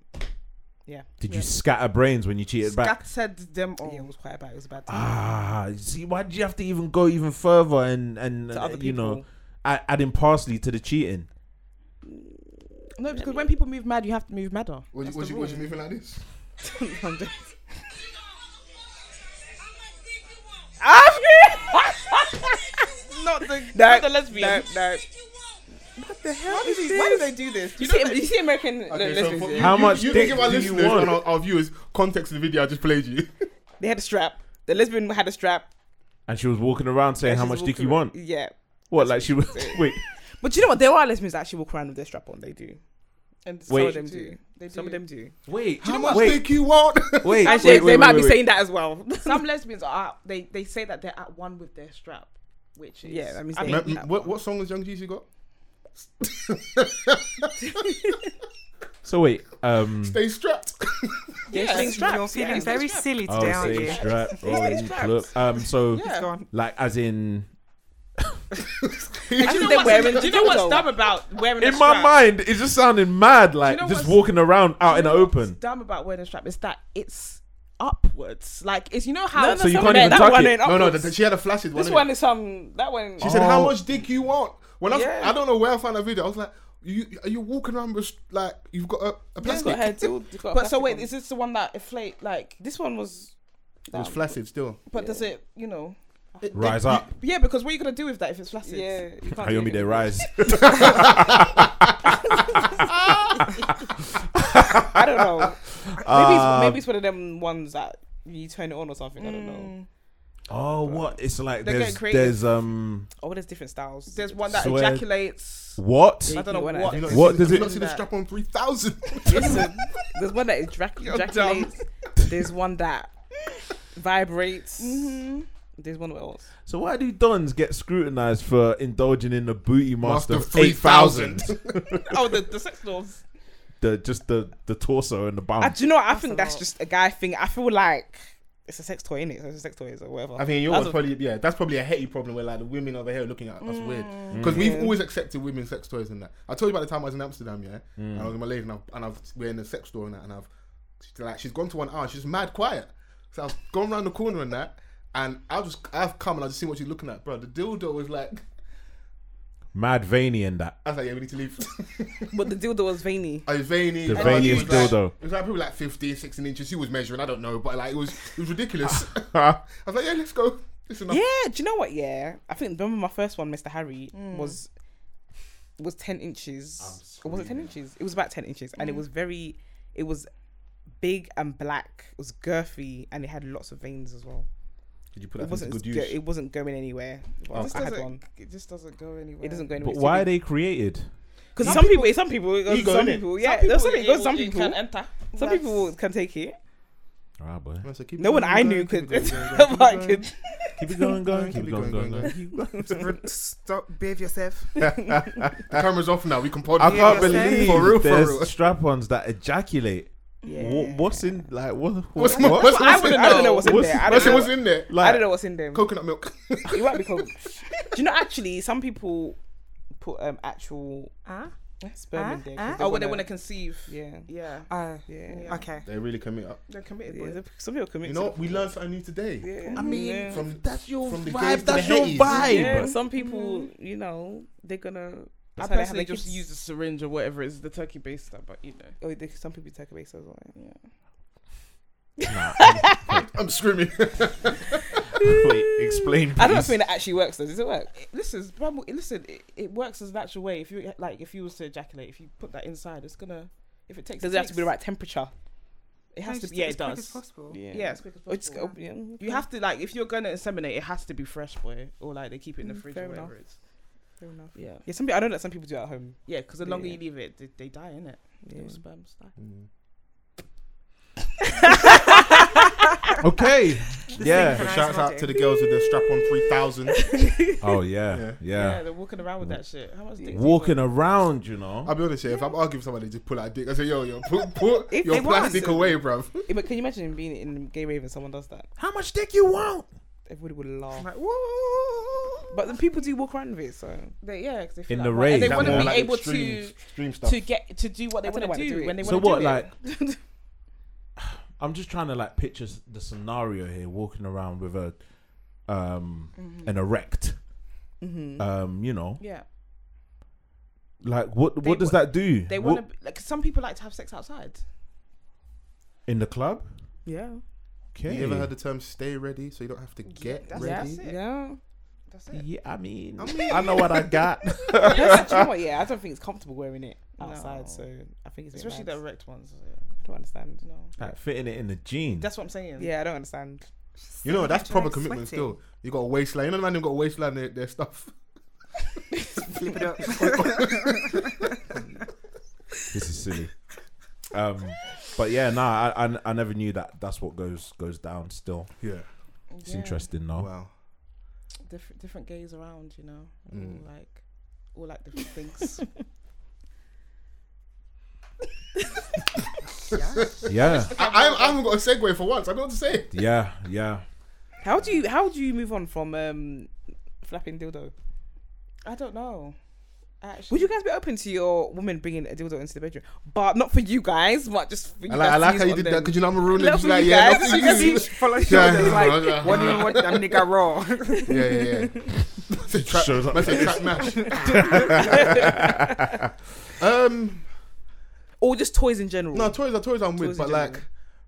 Yeah.
Did you scatter brains when you cheated back?
Scattered them all.
Yeah, it was quite bad. It was a bad time.
Ah, see, why did you have to even go even further and and
To other
you know
people.
add, adding parsley to the cheating?
No, because when people move mad, you have to move madder.
Was you, was, you, was you moving like this?
I'm just- Ah,
Not the,
No,
not the lesbian.
no, no.
Why, do they- why do they do this? Do
You
you know
see, you see American
Okay, so
lesbians.
for-
yeah?
How much
You, you
dick
give our
do you
listeners
want?
and our, our viewers context of the video I just played you.
They had a strap. The lesbian had a strap.
And she was walking around saying, "How
She's
much dick
walking
you
around-
want?"
Yeah.
What, like she was? Wait,
But you know what? There are lesbians that actually walk around with their strap on. They do.
And some
Wait.
of them do. They do.
Some of them do.
wait,
How much
wait,
dick you want?
wait,
And
wait,
they,
wait,
might
wait,
be
wait.
saying that as well.
Some lesbians are. They they say that they're at one with their strap, which is
Yeah, that means
I
they-
mean,
M- m- what, what song has Young Jeezy got?
So wait, um,
Stay strapped.
yeah,
Sling straps,
You're feeling
yeah.
very silly
oh,
today, aren't
stay
you?
strapped, oh,
stay
you
strapped.
look, um, so
Yeah.
Go on.
like as in,
Do you know
They're
what's,
wearing-
do you know what's
though.
dumb about wearing a
in
strap?
my mind, it just sounded mad, like
know
just
what's-
walking around out in the
You know what's
open.
dumb about wearing a strap is that it's
upwards. Like it's you know how
no, So you some can't men- even that tuck one it? ain't
No, no, th- th- she had a flaccid one.
oh, this
innit?
one is some that one.
She said, "How
Oh.
much dick you want?" When I, f-
Yeah.
I don't know where I found that video. I was like, "You are you walking around with like you've got a, a
It's
plastic?"
got hair too. It's got a
But so
plastic
wait,
on.
is this the one that inflate? Like,
this one was?
It was flaccid still.
But does it? You know.
Rise up.
Yeah, because what are you gonna do with that if it's flaccid?
yeah, you can't. do
Naomi,
it.
they rise.
I don't know. Maybe,
Uh,
it's, maybe it's one of them ones that you turn it on or something. I don't
Mm.
know.
oh, what? It's like
They're
there's,
getting creative.
there's um
Oh, there's different styles.
There's one that
Swear.
ejaculates.
what?
I don't know
What
what.
I
You know,
What
you-
does
you
it-
Not see the
that?
strap on three thousand.
Listen, there's one that is drac- ejaculates. There's one that vibrates. There's one what else?
So why do dons get scrutinized for indulging in the booty master,
Master
of eight thousand?
Oh, the, the sex dolls.
the just the the torso and the bum.
I, do you know? what? I think
a
that's
lot.
just a guy thing. I feel like it's a sex toy, innit? It's a sex toy or whatever.
I mean,
That's
yours
a-
probably yeah. That's probably a hetty problem where like the women over here are looking at us weird
Mm.
because we've always accepted women's sex toys and that. I told you about the time I was in Amsterdam, yeah,
Mm.
and I
Hmm.
was with my lady and I've, and I've we're in a sex store and that, and I've she's like she's gone to one hour, she's mad quiet. So I've gone around the corner and that, and I just I've come and I just seen what she's looking at, bro. The dildo was like,
Mad veiny and that.
I was like, yeah, we need to leave.
But the dildo was veiny.
I was veiny.
The
and I was
veiniest
like-
dildo.
It was like probably like 15, 16 inches. She was measuring. I don't know, but like it was it was ridiculous. I was like, yeah, let's go. It's enough.
Yeah, do you know what? Yeah, I think remember my first one, Mr. Harry, was was ten inches. Or was it ten inches? It was about ten inches, and it was very, it was big and black. It was girthy, and it had lots of veins as well.
Did you put
It wasn't, as go- it wasn't going anywhere.
Oh.
I had one.
It just doesn't go anywhere.
It doesn't go anywhere.
But why are they created?
Because some people, some people, it goes to
Ego,
some
innit?
people, yeah, some people, some people, it goes to some people,
can enter.
some people can take it.
All right, Ah, boy.
No, so keep
No
it
one
going,
I
keep
knew
it
could.
going, keep it going, keep it
I
going.
could.
Keep it going, going. Keep it going, going, going.
Stop, behave yourself.
The camera's off now. We can pod.
I
Yeah,
can't
yeah,
believe
for real, for
there's
real.
strap-ons that ejaculate.
Yeah.
Wha- what's in like what?
What's
what-
my-
what?
what's-
I wouldn't know. I don't know what's in
What's-
there. I
What's
don't
in,
know.
what's in there?
I
Like,
don't know what's in them.
Coconut milk.
It won't be cold. Do you know actually some people put um actual
Huh?
sperm in
Ah,
there?
ah.
because
Oh,
wanna-
conceive.
Yeah.
Yeah. Ah,
Oh,
Yeah.
okay.
they really commit up.
They're committed.
yeah.
boys.
the- Some people commit.
You know,
to-
we learned something new today.
Yeah.
I mean,
Yeah.
From
that's your
from the gays
vibe.
to
That's
the
your
hetties.
vibe.
Yeah,
bro.
some people, you know, they're gonna.
I
that's how they have
personally
their
just
kids.
use a syringe or whatever is the turkey based stuff, but you know.
Oh, they, some people take away so yeah.
I'm screaming.
Wait, explain.
I don't
please.
think that actually works though. Does it work?
This is Bramble. Listen, it, it works as a natural way. If you like, if you was to ejaculate, if you put that inside, it's gonna. If it takes,
Does it have to be the right temperature?
It
No,
has to
just
be. Yeah,
as
it
quick
does.
as possible.
Yeah.
Yeah.
as quick as
Or just
possible.
go, yeah, okay.
You have to like if you're gonna inseminate, it has to be fresh, boy, or like they keep it in the
Mm,
fridge
fair
or whatever
enough.
it is.
Fair enough.
Yeah,
Yeah, some people, I know that some people do at home.
yeah, because the longer
Yeah.
you leave it, they, they die in it.
Yeah.
sperms die.
Okay. yeah.
So shouts out to the girls with the strap on three thousand.
Oh yeah. Yeah.
Yeah.
Yeah. they're walking around with that shit. How much? dick do you
Walking
want?
around, you know.
I'll be honest here. If I'm arguing with somebody, just pull out a dick. I say, yo, yo, put, put
If
your
they want
plastic
to.
away, bruv.
Yeah, but can you imagine being in gay rave and someone does that?
How much dick you want?
Everybody would laugh.
Like, whoa.
But then people do walk around with it, so.
They, yeah, 'cause they
In
feel like
the
that.
rave.
And they
That
want to
more
be
like
able
extreme,
to
extreme stuff.
to get to do what they
I don't know why
want to
they
do,
do it.
when they
So
want to
what?
do
Like,
it.
I'm just trying to like picture s- the scenario here. Walking around with a, um,
Mm-hmm.
an erect.
Uh,
Um, you know,
Yeah,
like what?
They
what does
wa-
that do?
they
What-
want to. Like some people like to have sex outside.
in the club.
Yeah.
Okay.
You ever heard the term "stay ready" so you don't have to get
that's-
ready?
that's it.
Yeah.
That's it.
yeah, I mean, I know what I got.
That's- do you know what? Yeah, I don't think it's comfortable wearing it outside,
No.
so I think it's
Especially
especially
the
that. I
erect ones.
don't understand.
No,
like fitting it in the jeans.
that's what I'm saying.
Yeah, I don't understand.
You know, that's
Imagine
proper
I'm
commitment
sweating.
still. You got a waistline. You know, the man who got a waistline their, their stuff.
Flip it up.
this is silly. Um, but yeah, nah, I, I I never knew that. That's what goes goes down. Still,
Yeah.
it's
Yeah.
interesting though.
Wow.
Different different gays around, you know,
Mm.
all like all like different things.
Yeah,
I, I, I haven't got a segue for once. I don't know what to say.
yeah, yeah.
How do you how do you move on from um flapping dildo?
I don't know. Actually,
Would you guys be open to your woman bringing a dildo into the bedroom? But not for you guys, but just for you
I like,
guys to
I like
use
how you
on
did
them.
that because you know I'm a ruler.
No,
She's
for
like,
you
yeah,
guys,
no,
you can
you.
see-
Follow
Yeah.
shoulders, like, what do you want that nigga raw?
Yeah, yeah, yeah. That's a trap,
Shows up
that's a trap match. um,
or just toys in general.
no, toys are toys I'm with,
Toys
but
in
like,
general.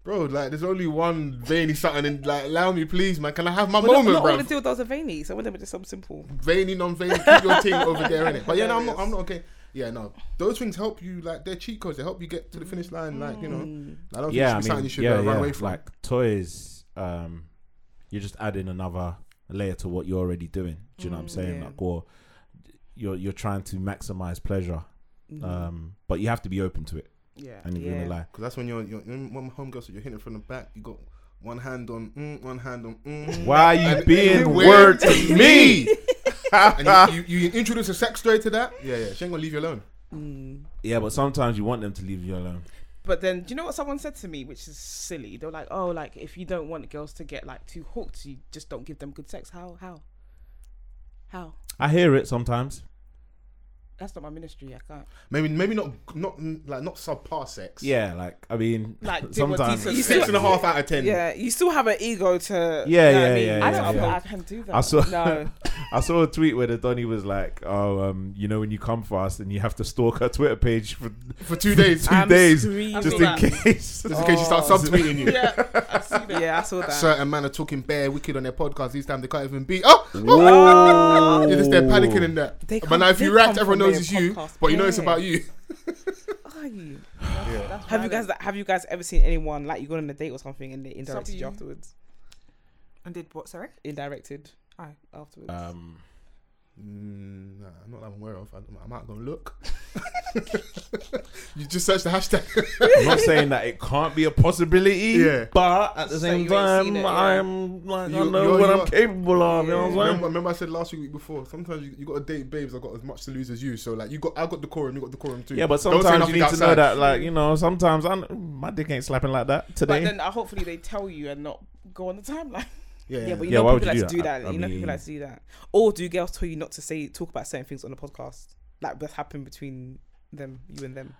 bro, like, there's only one veiny something, and like, allow me, please, man. Can I have my
But not,
moment,
not
bro?
all the dildos are veiny. Some of them are just some simple.
veiny, non-veiny, keep your thing over there in it. But yeah, no, I'm not, I'm not okay. Yeah, no, those things help you. Like they're cheat codes. They help you get to the finish line. Like you
Mm,
know, I don't
yeah,
think it should be
I
something
mean,
you should
yeah,
uh, run
yeah.
away from.
Like toys, um, you're just adding another layer to what you're already doing. Do you
Mm,
know what I'm saying?
yeah.
Like, or you're you're trying to maximize pleasure,
mm.
Mm. Uh,
um, but you have to be open to it.
Yeah.
and you're
Yeah.
gonna lie.
Because that's when you're, you're when my homegirls you're hitting from the back. You got one hand on, mm, one hand on. Mm,
Why are you
and-
being
and
word to me?
and you, you, you introduce a sex story to that. Yeah, yeah. She ain't gonna leave you alone.
Mm.
Yeah, but sometimes you want them to leave you alone.
But then, do you know what someone said to me, which is silly? They're like, "Oh, like if you don't want girls to get like too hooked, you just don't give them good sex." How? How? How?
I hear it sometimes.
That's not my ministry. I can't.
Maybe maybe not not mm, like not subpar sex.
Yeah, like I mean,
Like, do what
sometimes.
decent-
six and a half out of ten.
Yeah, you still have an ego to.
Yeah,
you know what
yeah,
I mean?
yeah,
I
yeah,
don't.
yeah.
know I can do that.
I saw,
No.
I saw a tweet where the Donny was like, "Oh, um, you know, when you come fast and you have to stalk her Twitter page for
For two days,
two
just
I'm
days,
screaming.
just
I
in
saw
case."
in case she starts subtweeting you.
yeah, I see that.
Yeah, I saw that.
certain man are talking bare wicked on their podcast. These time they can't even be. Oh,
Whoa.
You're just there panicking in that.
They
But
can't-
now if
they
you react,
come
everyone
from
knows it's
their
you.
podcast.
But you know it's
Yeah.
about you.
Are you?
That's
Have you
violent.
guys have you guys ever seen anyone like you gone on a date or something and they indirected you
you.
afterwards?
and did what? Sorry.
Indirected.
Aye.
Afterwards.
Um,
Mm, nah, not that I'm aware of. I, I might go and look. you just search the hashtag.
I'm not saying that it can't be a possibility,
Yeah.
but at the
So
same
you ain't seen
time,
it, yeah.
I'm like, I
You-
know
you're-
what
you're-
I'm capable of. You know what I'm
remember,
saying?
remember, I said last week, week before. Sometimes you, you got to date babes. I got as much to lose as you. So like, you got, I got decorum. You got decorum too.
Yeah, but
Don't say
sometimes you
nothing
need to know
outside.
that, like, you know, sometimes I my dick ain't slapping like that
But
today.
then, uh, hopefully, they tell you and not go on the timeline.
Yeah,
yeah,
yeah.
but you
Yeah, why
know
would
people
you
like to
do
do
that?
that.
I- I
you know
mean-
people like to do that. Or do girls tell you not to say talk about certain things on the podcast? Like that's happened between them, you and them.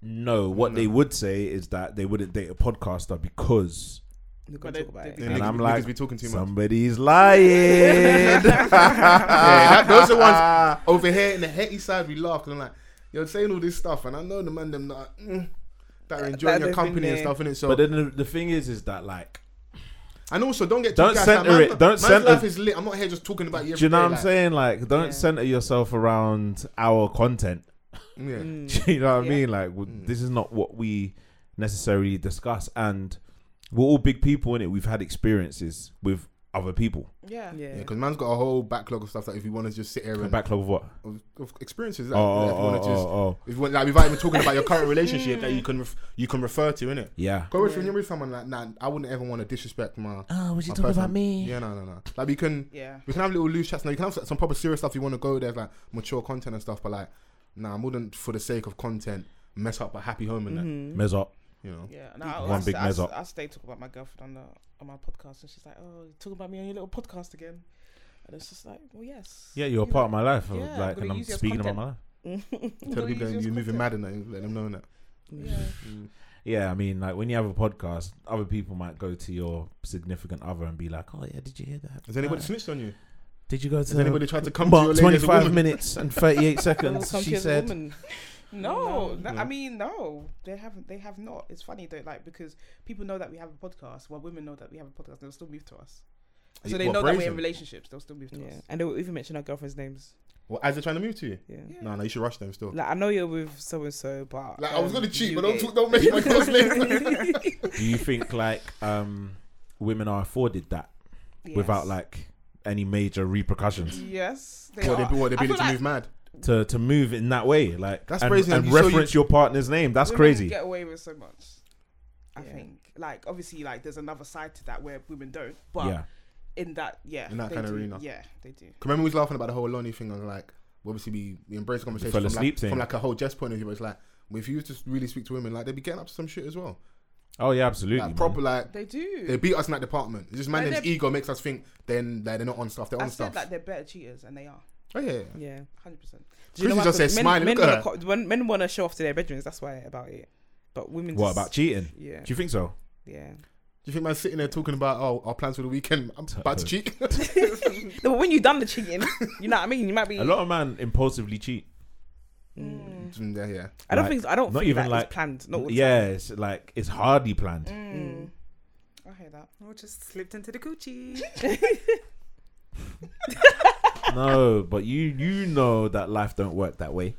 No, what they would say is that they wouldn't date a podcaster because,
You're gonna
they-
talk about
they
it.
do.
Then
and
niggas-
I'm
niggas
like,
be talking too much.
somebody's lying.
Yeah, that- those are ones over here in the hetty side. We laugh 'cause I'm like, you're saying all this stuff, and I know the man them that, mm, that are enjoying
that
your
they've been
company and
there.
stuff in it. So
but then the, the thing is, is that like,
And also, don't get too
Don't
gassed.
center
man,
it. Don't
man's
center-
life is lit. I'm not here just talking about you.
do you
every
know
day,
what I'm
like,
saying? Like, don't
Yeah.
center yourself around our content.
Yeah.
Mm.
Mm.
Do you know what I
Yeah.
mean? Like, w this is not what we necessarily discuss, and we're all big people in it. We've had experiences with other people.
Yeah.
Yeah.
because man's got a whole backlog of stuff that if you want to just sit here
A
and
backlog of what?
of, of experiences,
Oh,
like,
oh,
if you want
oh,
to just,
oh, oh.
if you want, like without even talking about your current relationship that you can ref, you can refer to, innit?
yeah.
Go with when you're with someone like, nah, I wouldn't ever want to disrespect my.
Oh, was
my person. Yeah, no, no, no. Like we can,
Yeah.
we can have little loose chats. Now you can have some proper serious stuff. You want to go there, like mature content and stuff. But like, nah, I wouldn't for the sake of content mess up a happy home and
Hmm.
Mess up.
that.
Mm-hmm.
You know.
Yeah, and I,
One
I,
big
I,
mess up.
I, stay talking about my girlfriend on the on my podcast, and she's like, "Oh, you're talking about me on your little podcast again," and it's just like, "Well, yes."
Yeah, you're a part of my life. uh,
Yeah, I'm
like,
gonna
and I'm
use you as
speaking about
content.
my life.
Tell the people that you're moving mad and that, and let them know that.
Yeah.
Yeah, I mean, like when you have a podcast, other people might go to your significant other and be like, "Oh yeah, did you hear that?
Has anybody
Uh,
snitched on you?
did you go
Has
to
anybody tried to come to your
Mark,
lady as a
25
woman?
minutes and 38
Will
seconds?"
come to
she
you as a
said.
woman.
No,
Mm-hmm. No.
that- I mean no. They haven't. They have not. It's funny though, like because people know that we have a podcast. Well, women know that we have a podcast. They'll still move to us.
Are
So
you-
they
what,
know that we're
brazen?
in relationships. They'll still move to
Yeah.
us.
And they will even mention our girlfriend's names.
Well, as they're trying to move to you.
Yeah.
Yeah.
No, no, you should rush them still.
Like I know you're with so and so, but
Like I was
um,
gonna cheat,
you
but don't
gay.
talk, don't make my girl's name.
Do you think like um, women are afforded that without
Yes.
like any major repercussions
Yes, they
What
are.
they what they
I
ability
feel
to
like
move mad?
to to move in that way? Like
That's
and,
crazy,
and
and you- so
reference your partner's name. That's
women
crazy.
Get away with so much. I
Yeah.
think, like, obviously, like, there's another side to that where women don't, but
Yeah,
in that, yeah,
In that
they
kind of
do.
arena.
yeah, they do.
'Cause Remember we was laughing about the whole Lonnie thing and like obviously we, we embraced the conversation
fell
from,
asleep
like,
thing.
from like a whole jest point of view. But it's like if you used to really speak to women, like they'd be getting up to some shit as well.
oh yeah, absolutely.
Like
man.
proper like
They do.
they beat us in that department. It's just man,
Like,
them's
they're-
ego makes us think then like, they're not on stuff. They're
I
on
said
stuff.
like they're better cheaters, and they are.
Oh yeah.
Yeah, hundred percent.
Chrissy just said smiling,
Men,
look at
wanna
her.
co- when men want to show off to their bedrooms. That's why about it. But women.
What
just-
about cheating?
Yeah,
Do you think so?
yeah.
Do you think man's sitting there talking about oh our plans for the weekend? I'm about to cheat.
No, but when you done the cheating, you know what I mean. You might be.
A lot of men impulsively cheat.
Mm, yeah, yeah.
I don't
like,
think. I don't.
not
think
even
that
like-
it's planned. Not all the Mm.
yeah, it's like it's hardly planned.
I hear that.
Or just slipped into the coochie.
no, but you you know that life don't work that way.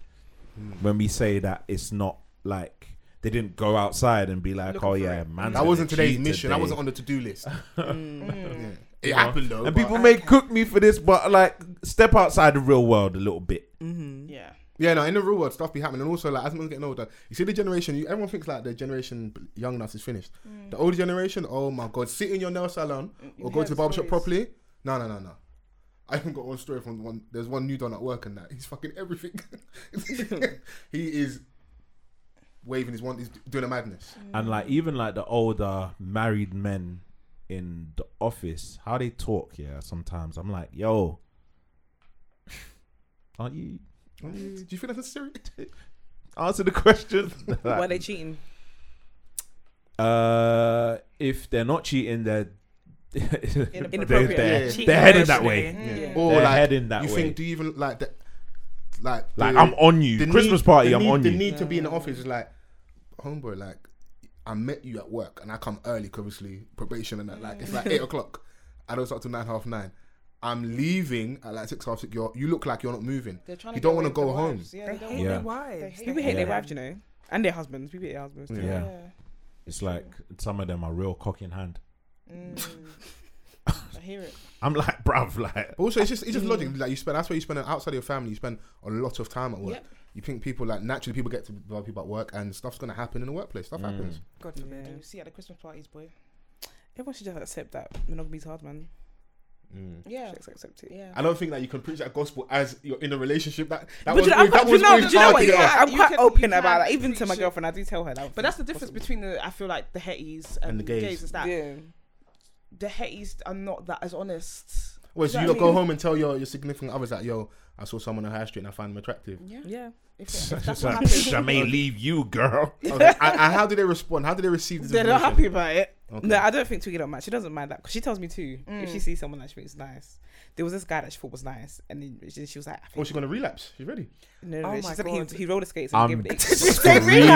Hmm.
When we say that it's not like they didn't go outside and be like,
Looking
oh
for
yeah,
it.
man.
That wasn't today's mission. I wasn't on the to-do list.
Mm.
Yeah. It happened though.
And
but-
people may cook me for this, but like step outside the real world a little bit.
Mm. mm-hmm.
Yeah.
Yeah, no, in the real world, stuff be happening. And also, like, as man's getting older, you see the generation, you, everyone thinks like the generation b- young enough is finished.
Mm.
The older generation, oh my God, sit in your nail salon or go
hear
to the
the
barbershop
stories.
properly. No, no, no, no. I even got one story from one. There's one new don at work and that he's fucking everything. he is waving his wand. He's doing a madness.
Mm.
And like even like the older married men in the office, how they talk, yeah, sometimes I'm like, yo, aren't you
Oh, Do you think that's necessary?
answer the question?
Time. Why
Like,
they cheating?
uh if they're not cheating, they're they're,
Inappropriate.
they're-
Yeah.
they're headed that way.
Mm.
Or
They're
like
heading that way.
you think? Do you even like that? Like,
Like
the-
I'm on you.
the
Christmas
need-
party,
the
I'm
need-
on
the
you.
need to be in the office is like, homeboy, like, I met you at work and I come early, 'cause obviously probation and that. Like, it's like eight o'clock. I don't start till nine half nine. I'm leaving at like six half six. You're, you look like you're not moving.
They're trying
You
to
don't
want to
go home.
Yeah,
They
they don't
hate
Yeah.
their wives.
They
People hate
Yeah.
their wives, you know, and their husbands. People hate their husbands. Too.
Yeah.
Yeah.
It's like some of them are real cock in hand.
Mm. I hear it.
I'm like, bruv, like
But also, it's just it's just logic. Like you spend that's where you spend outside of your family. You spend a lot of time at work.
Yep.
You think people like naturally people get to be other people at work and stuff's gonna happen in the workplace. Stuff
Mm.
happens.
God forbid.
You see at the Christmas parties, boy.
Everyone should just accept that monogamy's hard, man.
Mm.
Yeah.
Just accept it.
Yeah.
I don't think that you can preach that gospel as you're in a relationship. That
But
that was
you know, I'm
always- that
quite, you
was Oh,
know,
always
do you know
hard
what?
to get
Yeah,
out.
I'm
You
quite
can- you
open about
can
that. Even to my
preach it.
girlfriend, I do tell her that.
But that's the difference between the I feel like the hetties and,
And the
the
gays.
gays. is that
yeah.
the hetties are not that as honest.
Well,
Do
so
you
you
know
lot
what I
go
mean?
home and tell your, your significant others that, yo, I saw someone on High Street and I found them attractive.
Yeah.
Yeah.
If, if that's
It's
what
like,
happens,
I may leave you, girl.
Okay. and, and how do they respond? How do they receive this?
They're not happy
information?
about it.
Okay. Mm.
No, I don't think Twiggy don't match. She doesn't mind that because she tells me too. If she sees someone that she thinks is nice, there was this guy that she thought was nice, and then she, she was like, I
Or
think,
she's going to Oh, relapse. She's ready.
no, no, no.
Oh my
She said
God.
he, he roller skates and
I'm
gave it.
screaming.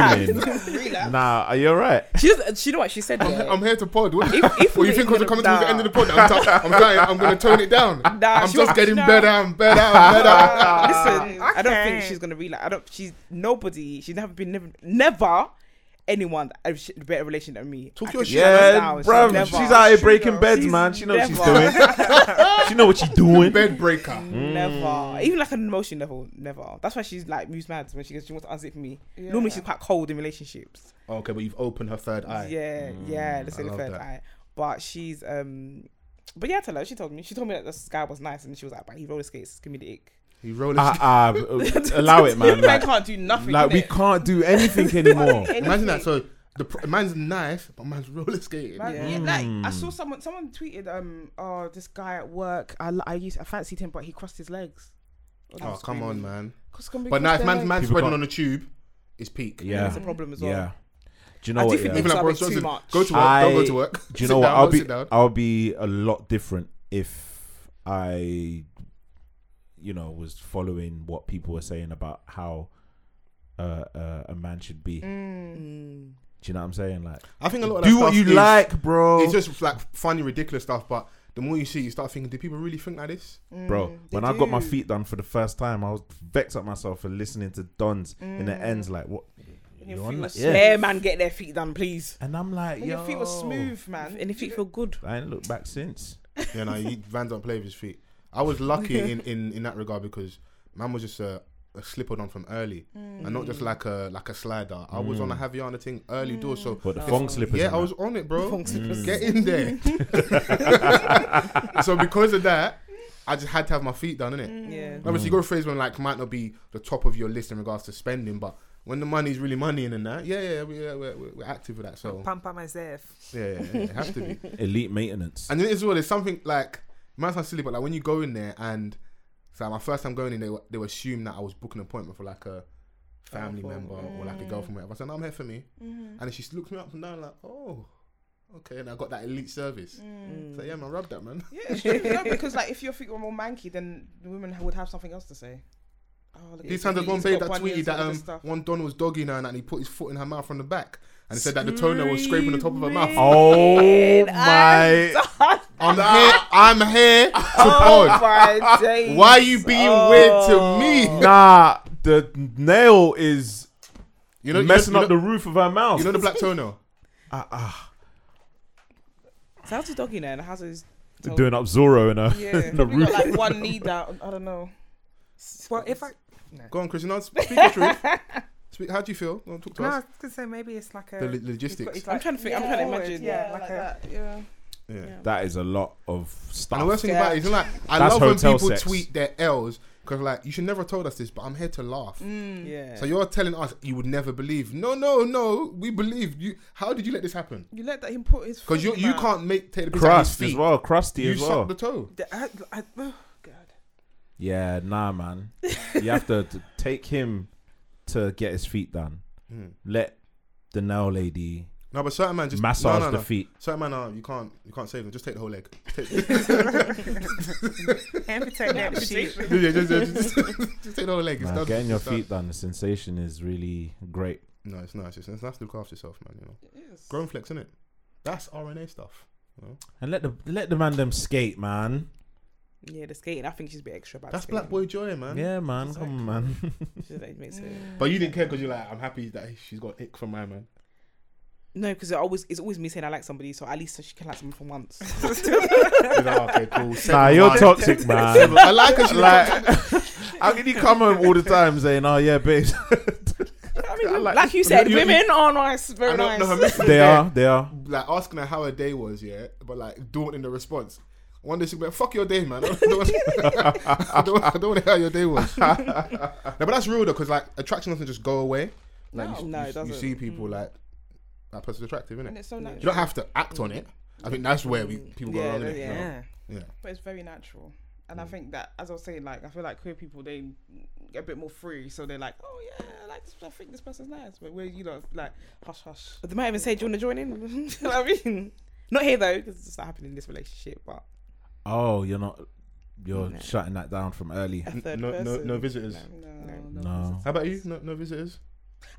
nah, are you alright?
She does. She know what she said. yeah.
I'm here to pod. What,
if
what you
we-
think? Because we're coming towards the
Nah.
end of the pod. I'm, t- I'm sorry. I'm going to tone it down.
Nah,
I'm
she
just
was-
getting
nah.
better and better and better.
Listen, I don't think
Okay.
she's gonna realize. I don't. She's nobody. She's never been never never anyone that a sh- better relation than me.
Talk
I
your
can
shit.
promise
Yeah,
now,
bruv.
never-
She's out here
she
breaking
knows-
beds,
she's
man. She knows what she's
never-
doing. she know what she's doing.
Bed breaker.
Never. Even like an emotion level, never. That's why she's like moves mad when she goes, she wants to unzip me. Normally she's quite cold in relationships.
Okay, but you've opened her third eye.
Yeah,
Mm,
yeah, the silly
love
third
that.
eye. But she's um but yeah, I tell her, she told me. She told me that this guy was nice and she was like, but he roller skates, give me the ick.
You roll
Uh, uh, allow it, man.
men
Like,
can't do nothing.
like, we
innit?
can't do anything anymore.
Ah.
Imagine that. So the pr- man's nice, but man's roller skating.
Like, yeah, like
Mm.
I saw someone someone tweeted um oh this guy at work I, I used I fancied him but he crossed his legs.
Oh, come on, man.
Cause can we
But now
cross
if
their
man's,
legs?
man's
People
spreading
can't-
on the tube, it's peak.
Yeah,
That's a problem as well.
yeah. Do you know
I do
what?
think
yeah?
people
Even like
Stop
Boris
it too
Johnson,
much.
go to work, don't go
I-
to work.
Do you
Sit
know what?
down,
I'll
don't
be
sit down.
I'll be a lot different if I, you know, was following what people were saying about how uh, uh, a man should be.
Mm.
Mm.
Do you know what I'm saying? Like,
I think a lot of
do
that
what
stuff
you
is-
like, bro.
It's just like funny, ridiculous stuff. But the more you see, you start thinking, do people really think like this?
mm.
bro, when I got my feet done for the first time, I was vexed at myself for listening to Dons in the ends. Like, what?
Mm. your
you on
feet
that?
was
Yeah.
Let man get their feet done, please.
And I'm like,
And
yo,
your feet were smooth, man.
And if feet feel good.
I ain't looked back since.
Yeah, no, you, Van don't play with his feet. I was lucky in, in, in that regard because man was just a, a slipper on from early,
Mm.
and not just like a like a slider. I was on a Haviana thing early door, so
But Mm. the thong slippers.
yeah,
and
I
that.
was on it, bro.
Thong slippers.
Get in there. so because of that, I just had to have my feet done, innit?
Mm.
Yeah.
Obviously, you go phrase when like might not be the top of your list in regards to spending, but when the money's really money in and that, yeah, yeah, we, yeah we're, we're we're active with that.
Mm.
So
Pump up myself.
yeah, yeah, yeah, it has to be.
elite maintenance.
And then as well, there's something like it might sound silly, but like when you go in there and So my first time going in, they were, they were assumed that I was booking an appointment for like a family
for-
member or like a girlfriend. Whatever. I said, "No, I'm here for me,"
Mm. Mm-hmm.
and then she looked me up and down like, "Oh, okay." And I got that elite service.
Mm.
So yeah, man, rub that man.
Yeah, it's true. no, because like if you're thinking more manky, then the women would have something else to say. Oh, look at
These times
him,
there's one
he's
babe
got
that tweeted
bunions and
that
all this
um,
stuff.
one Don was dogging her and, and he put his foot in her mouth from the back and he said that the toenail was scraping the top of her mouth.
Oh my!
I'm here. I'm here to
Oh
pod.
my days.
Why are you being weird to me?
Nah, the nail is
You know,
messing
you know,
up the roof of her mouth.
You know the black toenail.
So how's his doggy now? And how's his
They're doing up Zorro in her
yeah?
in the
we
roof.
got like one knee down. I don't know.
Well, if I
Go on, Chris. You know, speak the truth. Speak. How do you feel? Go on, talk to
no, I
us.
was gonna say maybe it's like a
The lo- logistics.
I'm trying to think. I'm trying to imagine.
Yeah, like, a,
Yeah.
Yeah.
That is a lot of
And the
stuff.
worst thing about it is like I
That's
love when
hotel
people
sex.
tweet their L's because like you should never have told us this, but I'm here to laugh.
Mm.
Yeah.
So you're telling us you would never believe? No, no, no. We believe you. How did you let this happen?
You let that him put his
Because you
foot in
you
that.
can't make take the piss out of his
Crust as
feet.
well, crusty
You
as well.
suck the toe.
the- I, I, oh, God.
Yeah, nah, man. you have to, t take him to get his feet done. Let the nail lady
No, but certain man just
massage
no, no, no.
the feet.
Certain man, uh, you can't you can't save them. Just take the whole leg. Take,
amputate that sheep.
yeah, just, just- just take the whole leg. It's
Man,
done.
getting your
It's done.
feet done, the sensation is really great.
No, it's nice. It's, it's nice to look after yourself, man. You know, grown flex, isn't it? That's RNA stuff. you know?
And let the let the man them skate, man.
Yeah, the skating. I think she's a bit extra about.
That's
the
black boy joy, man.
Yeah, man. Come on, man.
skating. That makes it-
But you didn't care because you're like, I'm happy that she's got ick from my man.
No, because it always it's always me saying I like somebody, so at least she can like someone for once.
You're like, "Oh, okay, cool.
nah,
Seven
you're
one.
toxic, man.
I like her. She's like,
like, how can you come home all the time saying, "Oh yeah, babe"?
I mean,
I like-
like you said,
You- you-
women are nice,
I
very
don't
nice.
know her missus
they
there,
are, they are.
Like asking her how her day was, yeah, but like daunting the response. One day she'll be like, fuck your day, man. I don't, I don't, I don't want to hear how your day was. no, but that's real though, because like attraction doesn't just go away. Like you,
No,
you-
it
you
doesn't.
see people like that person's attractive, isn't
And
it?
it's so
You
natural.
don't have to act on it. I think that's where we people go
Yeah,
wrong. innit?
yeah.
Yeah.
Yeah. Mm.
But it's very natural. And I think that, as I was saying, like I feel like queer people they get a bit more free, so they're like, oh yeah, I like this. I think this person's nice. But we're you know like hush hush.
But they might even say, "Do you want to join in?" Do you know what I mean, not here though, because it's not happening in this relationship. But
Oh, you're not. You're
No.
shutting that down from early.
a third
No, no,
person.
no visitors.
No,
No.
No.
How about you? No, no visitors.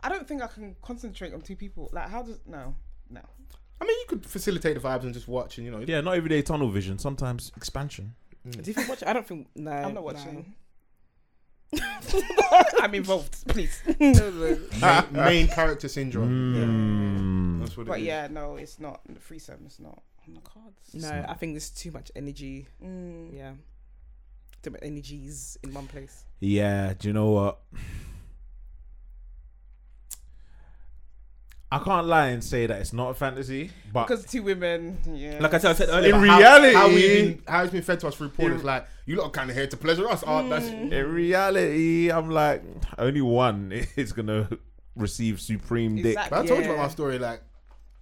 I don't think I can concentrate on two people. Like how does no no.
I mean, you could facilitate the vibes and just watch, and you know,
Yeah, not everyday tunnel vision. Sometimes expansion.
Do you think watch? I don't think. No,
I'm not watching.
I'm involved, please.
main, main character syndrome.
Mm.
That's what it
But
is.
yeah, no, it's not threesome. It's not on the cards.
No, I think there's too much energy.
Mm.
Yeah, too much energies in one place.
Yeah, do you know what? I can't lie and say that it's not a fantasy, but
Because two women, yeah.
Like I said, uh, I said earlier,
In
like, how- how,
reality-
we've been, how it's been fed to us through porn is like you lot kind of here to pleasure us. Oh, that's
Mm.
in reality, I'm like only one is gonna receive supreme dick.
But I told you about
Yeah.
my story. Like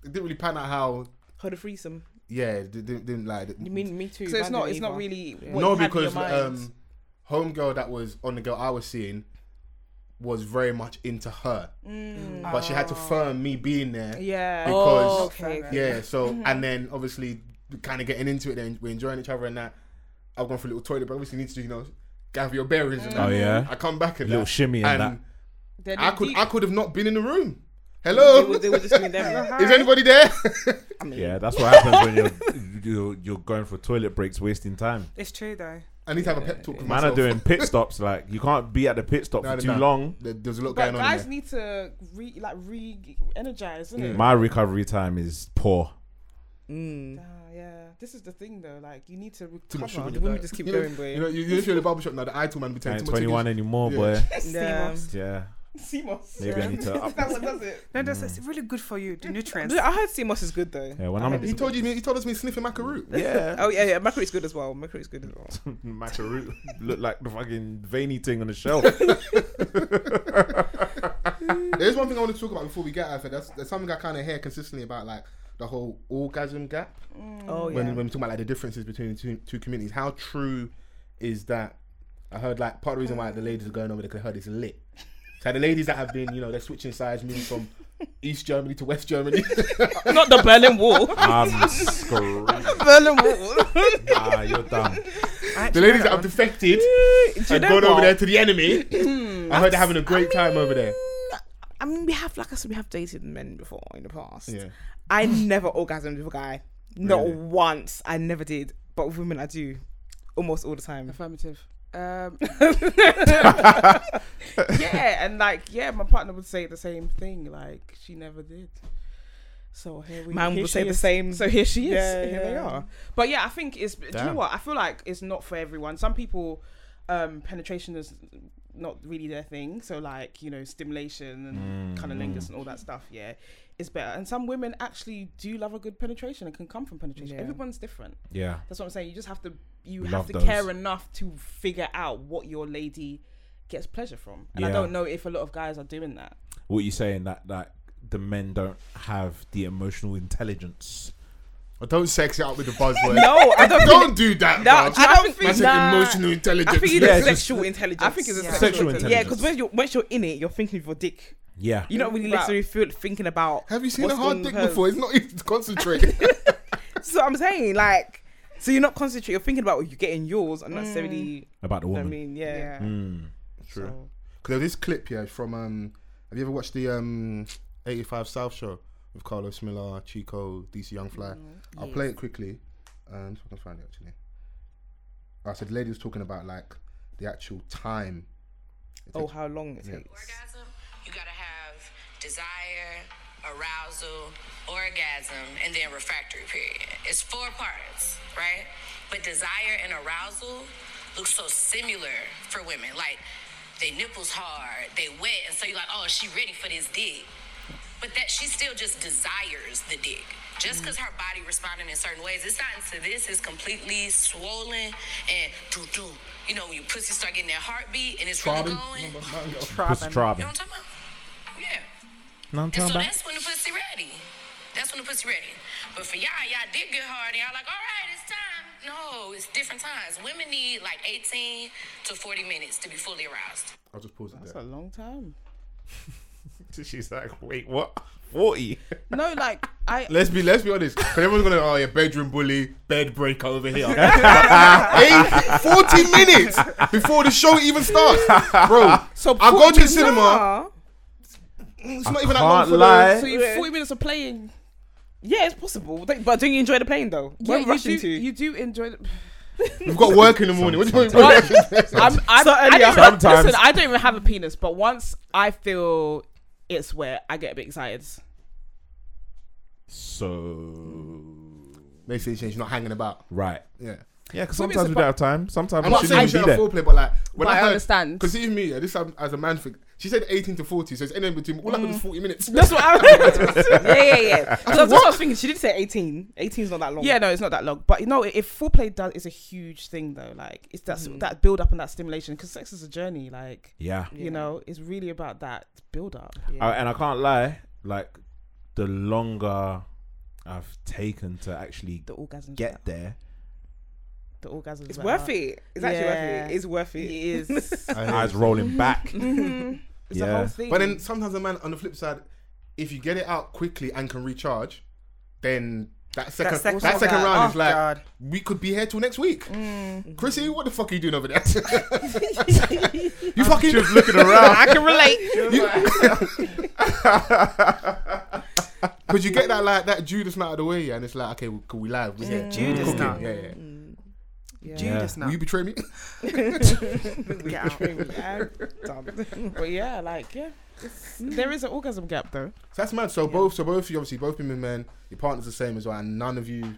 it didn't really pan out how.
Hold a threesome.
Yeah, it didn't, didn't like.
You mean me too?
so it's
mine
not.
don't
It's not
either.
really.
no,
What you have in your
because
mind.
um, homegirl that was on the girl I was seeing was very much into her,
Mm.
Mm.
but she had to firm me being there.
yeah.
because
Oh, okay, okay.
yeah so
Mm-hmm.
and then obviously kind of getting into it and we're enjoying each other and that I've gone for a little toilet but obviously needs to you know gather your bearings and
Oh,
that.
yeah.
I come back and
Little
that,
shimmy and
They're
I
knee
could
deep.
I could have not been in the room hello
They were, they were just doing them.
is anybody there
Yeah, that's what happens when you're, you're you're going for toilet breaks, wasting time.
It's true though.
I need to have a pep talk with
Man are
myself
doing pit stops. Like you can't be at the pit stop
No,
for
no,
too
no.
long.
There- there's a lot
But
going on
guys
there. Mm.
need to re like re-energize, isn't it?
My recovery time is poor.
mm.
Ah, yeah, this is the thing though. Like you need to recover.
too much sugar
The women
diet.
just keep
you know,
going, boy.
you know you, you feel the barber shop now the idle man be
I
taking
ain't
too much
21 anymore,
Yeah.
boy.
Yeah.
Yeah,
CMOS.
maybe I need to up.
That's what does it.
No, that's, that's really good for you. The nutrients.
I heard CMOS is good though.
Yeah, when I'm
he told you he told us me sniffing macaroon
yeah,
Oh yeah, yeah. Mercury's good as well. Mercury's good as well.
Macaroon look like the fucking veiny thing on the shelf.
There's one thing I want to talk about before we get out of it. That's, that's something I kind of hear consistently about, like the whole orgasm gap.
Oh yeah.
When, when we talk about like the differences between the two, two communities, how true is that? I heard like part of the reason why the ladies are going over there because I heard it's lit. So the ladies that have been, you know, they're switching sides, moving from East Germany to West Germany.
Not the Berlin Wall.
I'm screaming.
Berlin Wall.
Ah, you're done.
the ladies that have defected and
know
gone
what?
over there to the enemy.
Hmm.
I heard they're having a great time over there.
I mean, we have, like I said, we have dated men before in the past.
Yeah.
I never orgasmed with a guy. Not
Really?
once. I never did. But with women, I do. Almost all the time.
Affirmative. Um, yeah, and like, yeah, my partner would say the same thing. Like, she never did. So here we.
Man
here
will
she
say the
is.
same. So here she is.
Yeah,
here they
yeah.
are.
But yeah, I think it's. Do you know
Damn.
what? I feel like it's not for everyone. Some people, um, penetration is not really their thing. So like, you know, stimulation and cunnilingus and all that stuff. Yeah, is better. And some women actually do love a good penetration and can come from penetration.
Yeah.
Everyone's different.
Yeah.
That's what I'm saying. You just have to you
We
have
love
to
those.
care enough to figure out what your lady gets pleasure from. And I
Yeah.
don't know if a lot of guys are doing that.
What you saying that that the men don't have the emotional intelligence?
But don't sex it up with the buzzword.
No, Oh, I don't.
don't do that.
No,
bruv.
Ah, I don't
That's
think. Nah.
an emotional intelligence.
I think you
Yeah,
need
it's just-
sexual intelligence.
I think it's a
Yeah.
sexual,
Sexual
thing.
Yeah,
intelligence.
because when you're once you're in it, you're thinking of your dick.
Yeah.
You don't really
Right.
necessarily feel thinking about.
Have you seen
what's
a hard
on
dick
her.
before? It's not easy to concentrate.
So I'm saying, like, so you're not concentrating. You're thinking about you getting yours, and not necessarily.
About the
I
woman.
mean, yeah.
Yeah.
Mm, true.
So-
Because this clip here from um, have you ever watched the um, 85 South show with Carlos Miller, Chico, DC Young Fly?
Mm,
I'll play it quickly. Um, if I can find it actually. I said, lady was talking about like the actual time. It
Oh,
takes-
how long it
Yeah.
takes.
orgasm, you gotta have desire, arousal, orgasm, and then refractory period. It's four parts, right? But desire and arousal look so similar for women. Like they nipples hard, they wet, and so you're like, oh, she ready for this dick. But that she still just desires the dick. Just because her body responding in certain ways, it's not into this, it's completely swollen and do do. You know, when your pussy start getting that heartbeat and it's really
Robin,
going.
remember? No, no.
Pussy
You know
throbbing.
what I'm talking about? Oh, Yeah.
No, I'm
And so
talking about.
that's when the pussy ready. That's when the pussy ready. But for y'all, y'all did get hard. And y'all like, all right, it's time. No, it's different times. Women need like 18 to 40 minutes to be fully aroused.
I'll just pause it
That's
there.
a long time.
She's like, wait, what? Forty.
No, like I
Let's be let's be honest. 'Cause everyone's gonna oh yeah, bedroom bully, bed breaker over here. Eight- 40 minutes before the show even starts, bro.
So
I go to the
put-
cinema.
Nah.
It's not
I
even that long
can't
for
lie.
the
so you
Yeah.
forty minutes of playing.
Yeah, it's possible. Don't- But do you enjoy the plane though? We're
you
rushing
do,
to.
You do enjoy. The,
We've got work in the morning. What do you
Sometimes.
want?
I'm, I'm,
So
I don't
earlier.
even-
Sometimes.
Listen, I don't even have a penis, but once I feel it's where I get a bit excited.
So
Basically, she's not hanging about.
right.
Yeah.
Yeah, because
Women
sometimes we
suppo-
don't have time. Sometimes we
I'm not
shouldn't
saying you
even
should
be
have
there.
foreland, but like, when
But I
I, heard,
understand.
Because even me, this I'm, as a man, thing, she said 18 to 40, so it's anywhere between all up to 40 minutes.
That's what I was. yeah, yeah, yeah. So that's what I was thinking. She did say 18. 18 is not that long.
Yeah, no, it's not that long. But you know, if foreplay does is a huge thing though. Like it's that
Hmm.
that build up and that stimulation because sex is a journey. Like
Yeah.
you know, it's really about that build up.
I- and I can't lie. Like the longer I've taken to actually
The orgasm.
get there,
the orgasm.
It's worth it. It's actually
Yeah.
worth it. It's worth it. Mm.
It is.
eyes rolling back.
It's
Yeah.
a whole thing.
but then sometimes a man, on the flip side, if you get it out quickly and can recharge, then that second that second,
second round.
round is
Oh,
like
God.
we could be here till next week. Chrissy, what the fuck are you doing over there? you fucking just looking around.
I can relate.
Because you get that like that Judas out of the way, yeah, and it's like, okay, well, could we live? We're here.
Judas
Cooking.
now.
Yeah, yeah.
Judas
Will
now.
you betray me?
Get out.
I'm done. but yeah, like yeah, it's- there is an orgasm gap though.
So that's mad. So both, so both of you obviously both been with men. Your partner's the same as well, and none of you.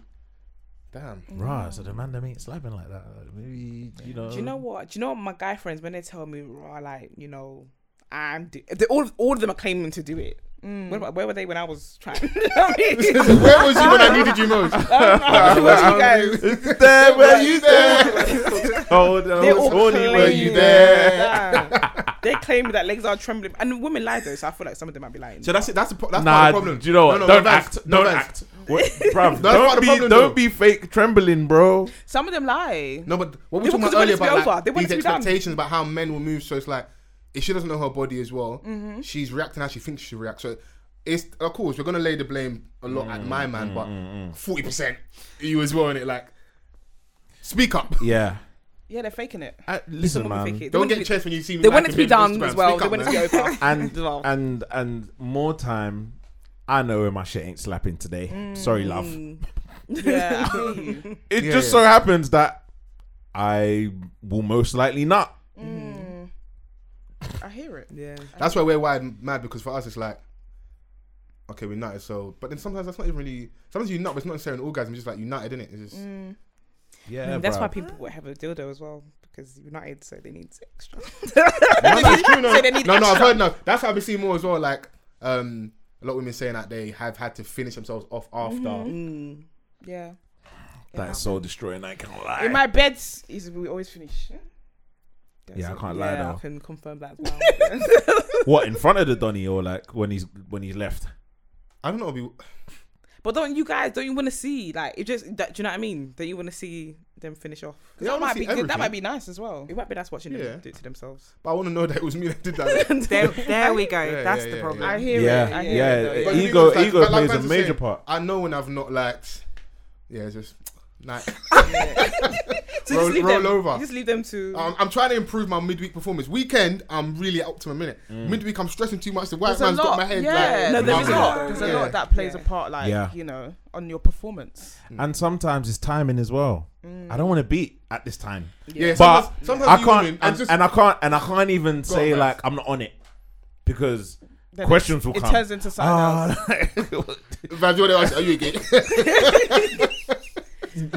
Damn.
Right, so the man that ain't slapping like that, like, maybe you know.
Do you know what? Do you know what my guy friends when they tell me, "Rah, like you know, I'm do- they, all all of them are claiming to do it. Where, were- where were they when I was trying?
Where was you when I needed you most?
Where were you guys?
There,
Were you there?
Oh, no,
They're all
Tony, were you
claiming-
there?
Yeah. They're claiming that legs are trembling, and women lie though, so I feel like some of them might be lying.
So that's it. That's the pro- that's
nah,
part of the problem.
do you know what? don't
Vance,
act.
No,
don't
Vance.
act. What, bruv,
That's part
don't
of
be,
the
don't
problem, though.
be fake trembling, bro.
Some of them lie.
No, but what we
They
were talking
want-
about earlier
'cause they want it to
about
be over.
like,
They want
these
it to be done.
expectations about how men will move. So it's like, if she doesn't know her body as well,
Mm-hmm.
she's reacting how she thinks she should react. So it's of course we're gonna lay the blame a lot
Mm,
at my man, but forty percent you as well in it. Like, speak up.
Yeah.
Yeah, they're faking it.
Uh, listen,
Women
man.
fake it. They
Don't
want it
get
to be-
chest when you see me.
They want it
liking
to be
me on
done
Instagram.
as well.
Speak
They
up,
want it to
man.
be over.
and
As well.
and and more time. I know where my shit ain't slapping today. Sorry, love.
Mm. Yeah, I hear you.
It
Yeah,
just so happens that I will most likely not.
I hear it. Mm. Yeah.
That's why we're wide mad because for us it's like, okay, we're united. So, but then sometimes that's not even really. Sometimes you nut, but it's not necessarily an orgasm. It's just like united, innit? It's just
Mm.
Yeah,
That's
bruv.
why people would have a dildo as well because United, so they need extra.
No, no, it's true, no.
So they need
no, no, I've
extra.
heard no. That's how we see more as well. Like um, a lot of women saying that they have had to finish themselves off after.
Mm-hmm. Mm. yeah.
that is so destroying. I can't lie.
In my beds, is we always finish.
yeah, I can't lie
yeah, I
though.
can confirm that. As well.
What in front of the Donny or like when he's when he's left?
I don't know. Be,
but don't you guys? Don't you want to see like it? Just that, do you know what I mean? Don't you want to see them finish off? 'Cause
Yeah, I
that
wanna
might
see
be good.
everything.
That might be nice as well. It might be nice watching them
Yeah.
do it to themselves.
but I want to know that it was me that did that.
There, there we go.
yeah,
That's
yeah,
the
yeah,
problem.
yeah.
I hear
Yeah,
it.
yeah.
I hear it.
But the thing
Ego,
is, like-
ego
like- like
plays a
Vance is
major
saying,
part.
I know when I've not liked. Yeah, it's just like
So
Roll-
just leave
roll
them.
over.
You just leave them to.
Uh,
um, I'm trying to improve my midweek performance. Weekend, I'm really up to my minute.
Mm.
Midweek, I'm stressing too much. The white
There's a
man's got
lot.
my head.
yeah,
like,
no,
there
there's
is
a
rubbing.
lot. There's a
Yeah.
lot that plays a part, like
Yeah.
you know, on your performance.
And sometimes it's timing as well. I don't want to beat at this time.
Yeah,
but
sometimes, sometimes
I
you
can't,
women, I'm
and,
just-
and I can't, and I can't even say
man.
like I'm not on it because
Then
questions
it-
will
it
come.
turns into
Ah.
something
else.
Vance, you wanna ask, are you gay?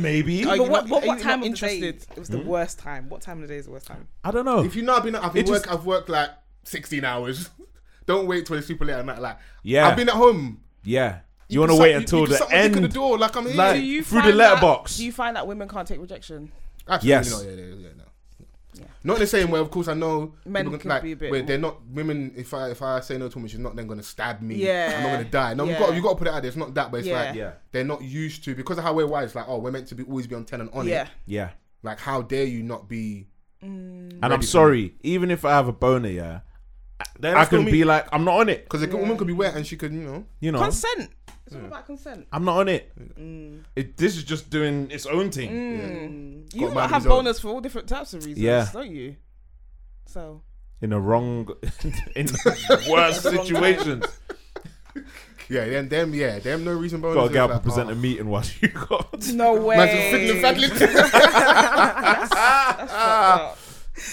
Maybe
But
you
what,
not-
what,
are
what
you
time
not
of
interested?
the day? It
Hmm?
was the worst time. What time of the day is the worst time?
I don't know.
If you know I've been, I've been
It
work,
just-
I've worked like sixteen hours. Don't wait till it's super late at night. Like,
Yeah.
I've been at home.
yeah, you,
can
want to
suck-
wait until
you, you can
the
suck my dick
end.
in the door, like I'm here.
Like-
Do you
Through the
find that-
letterbox.
Do you find that women can't take rejection?
Absolutely
Yes.
not. Yeah, yeah, yeah, no. Not in the same way, of course. I know
Men
people
can be a bit
where
more-
they're not women. If I if I say no to a woman, she's not then going to stab me.
Yeah.
I'm not going to die. No,
Yeah.
you got you got to put it out there. It's not that, but it's
Yeah.
like
Yeah.
they're not used to because of how we're wired. It's like oh, we're meant to be always be on ten and on
Yeah.
it.
yeah,
Like how dare you not be?
and I'm sorry. Even if I have a boner, yeah, I
that's
can
not
be
me.
like I'm not on it.
Because a good woman could be wet and she could you know.
You know,
Consent. It's all about consent.
I'm not on it.
Mm.
it. This is just doing its own thing.
Mm. You
Got
lot
man
have
his own.
bonus for all different types of reasons,
Yeah.
don't you? So
in the wrong, in the worst situations.
Yeah, then them yeah them no reason.
Got
Bonus
a girl
like,
present
oh.
a meeting while you got
no way.
Imagine fiddling, faddling.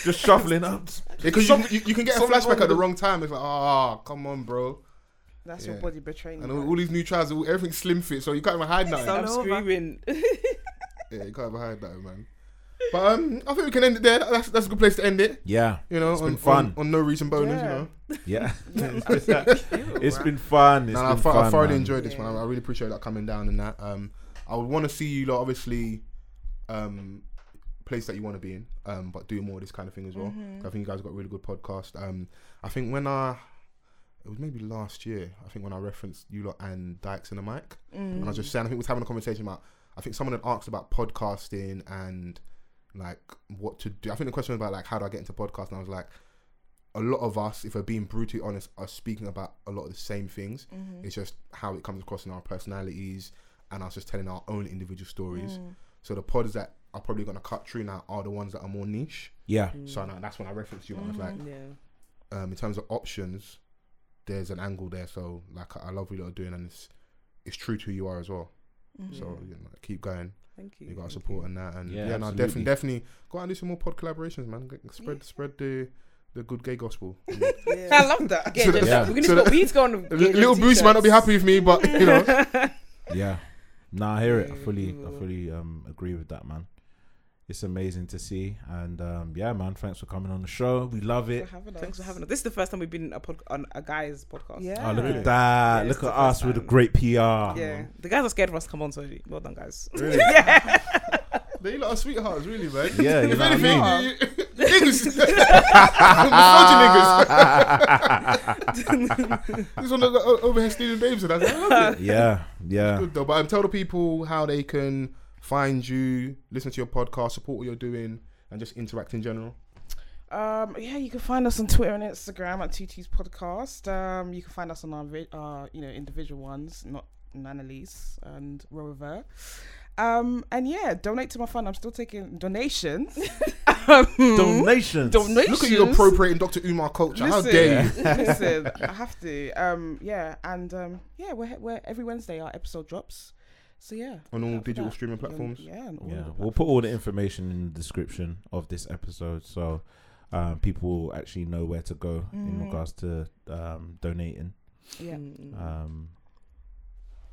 just shuffling up.
Because you, you, you can get a
something wrong
flashback
with
at the
it.
wrong time. It's like, ah, come on, bro.
That's
Yeah.
your body betraying
And
you.
all,
man.
all these new trousers, all- everything's slim fit, so you can't even hide nothing.
I'm screaming.
yeah, you can't even hide nothing, man. But um, I think we can end it there. That- That's, that's a good place to end it.
Yeah,
You know,
It's
on,
been fun.
on on no reason bonus. You
Yeah.
know,
yeah. it's been fun. It's
and I,
been
thought- I
fun,
thoroughly
man.
enjoyed this one. I really appreciate that coming down and that. Um, I would want to see you lot, obviously, um, place that you want to be in, um, but do more of this kind of thing as well.
Mm-hmm.
Mm-hmm.
I think you guys got a really good podcast. Um, I think when I it was maybe last year. I think when I referenced you lot and Dykes and the mic, and I was Mm-hmm. just saying, I think we was having a conversation about. I think someone had asked about podcasting and like what to do. I think the question was about like how do I get into podcasting? I was like, a lot of us, if we're being brutally honest, are speaking about a lot of the same things.
Mm.
Mm-hmm.
It's just how it comes across in our personalities and us just telling our own individual stories. So the pods that are probably gonna cut through now are the ones that are more niche.
Yeah,
Mm-hmm.
Mm.
So now that's when I referenced you. and I was like,
yeah.
um, in terms of options, there's an angle there. So like, I love what you're doing, and it's it's true to who you are as well.
Mm-hmm.
So you know, keep going.
Thank you.
You got
thank
support and that, and
Yeah,
yeah, no,
absolutely.
definitely, definitely go out and do some more pod collaborations, man. Get- Spread spread the the good gay gospel.
you. I love that. Get
that-
just-
yeah.
We're gonna just
so that-
got weeds going. on the-
Li-
get
Little
the
Boosie might not be
t-shirts.
happy with me, but you know,
yeah. Nah, I hear it. I fully, I fully um, agree with that, man. It's amazing to see, and um, yeah, man. Thanks for coming on the show. We love it.
Thanks for having us. This is the first time we've been a pod- on a guy's podcast.
Yeah.
Oh, look at that!
Yeah, it's
look at
the
us
first
with a
time.
great PR.
Yeah. The guys are scared of us. Come on, so well done, guys.
they lot are sweethearts, really, man.
Yeah, you know
if
what I
anything,
mean?
you- Niggas. I'm soldier niggas. Just one of the o- over here stealing names and I said, I love it.
Yeah, yeah.
Good though. But um, tell the people how they can find you, listen to your podcast, support what you're doing, and just interact in general.
Um, yeah, you can find us on Twitter and Instagram at TT's Podcast. Um, you can find us on our, vi- our you know, individual ones, not Nanalise and Rover. Um, and yeah, donate to my fund. I'm still taking donations.
Donations.
donations.
Look at you appropriating Dr. Umar culture. how dare you?
listen, I have to. Um, yeah, and um, yeah, we're, he- we're every Wednesday our episode drops. So yeah,
On all
look out for
digital
that.
streaming
On-
platforms.
Yeah, on all
Yeah,
of the
we'll put all the information in the description of this episode, so um, people will actually know where to go in regards to um, donating.
Yeah.
Mm.
Um,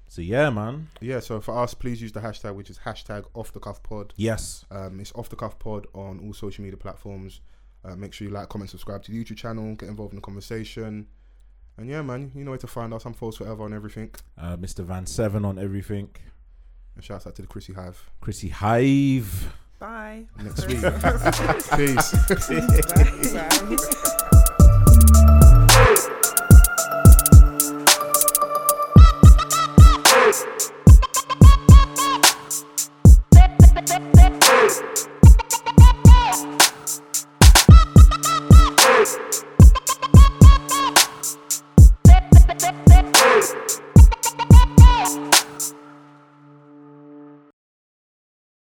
so yeah, man.
Yeah, so for us, please use the hashtag, which is hashtag off the cuff pod.
Yes.
Um, it's off the cuff pod on all social media platforms. Uh, make sure you like, comment, subscribe to the YouTube channel, get involved in the conversation. And yeah, man, you know where to find us. I'm False Forever on everything.
Uh, Mr. Van Seven on everything.
And shouts out to the Chrissy Hive.
Chrissy Hive.
Bye.
Next week. Peace.
platforms. Bye. Bye.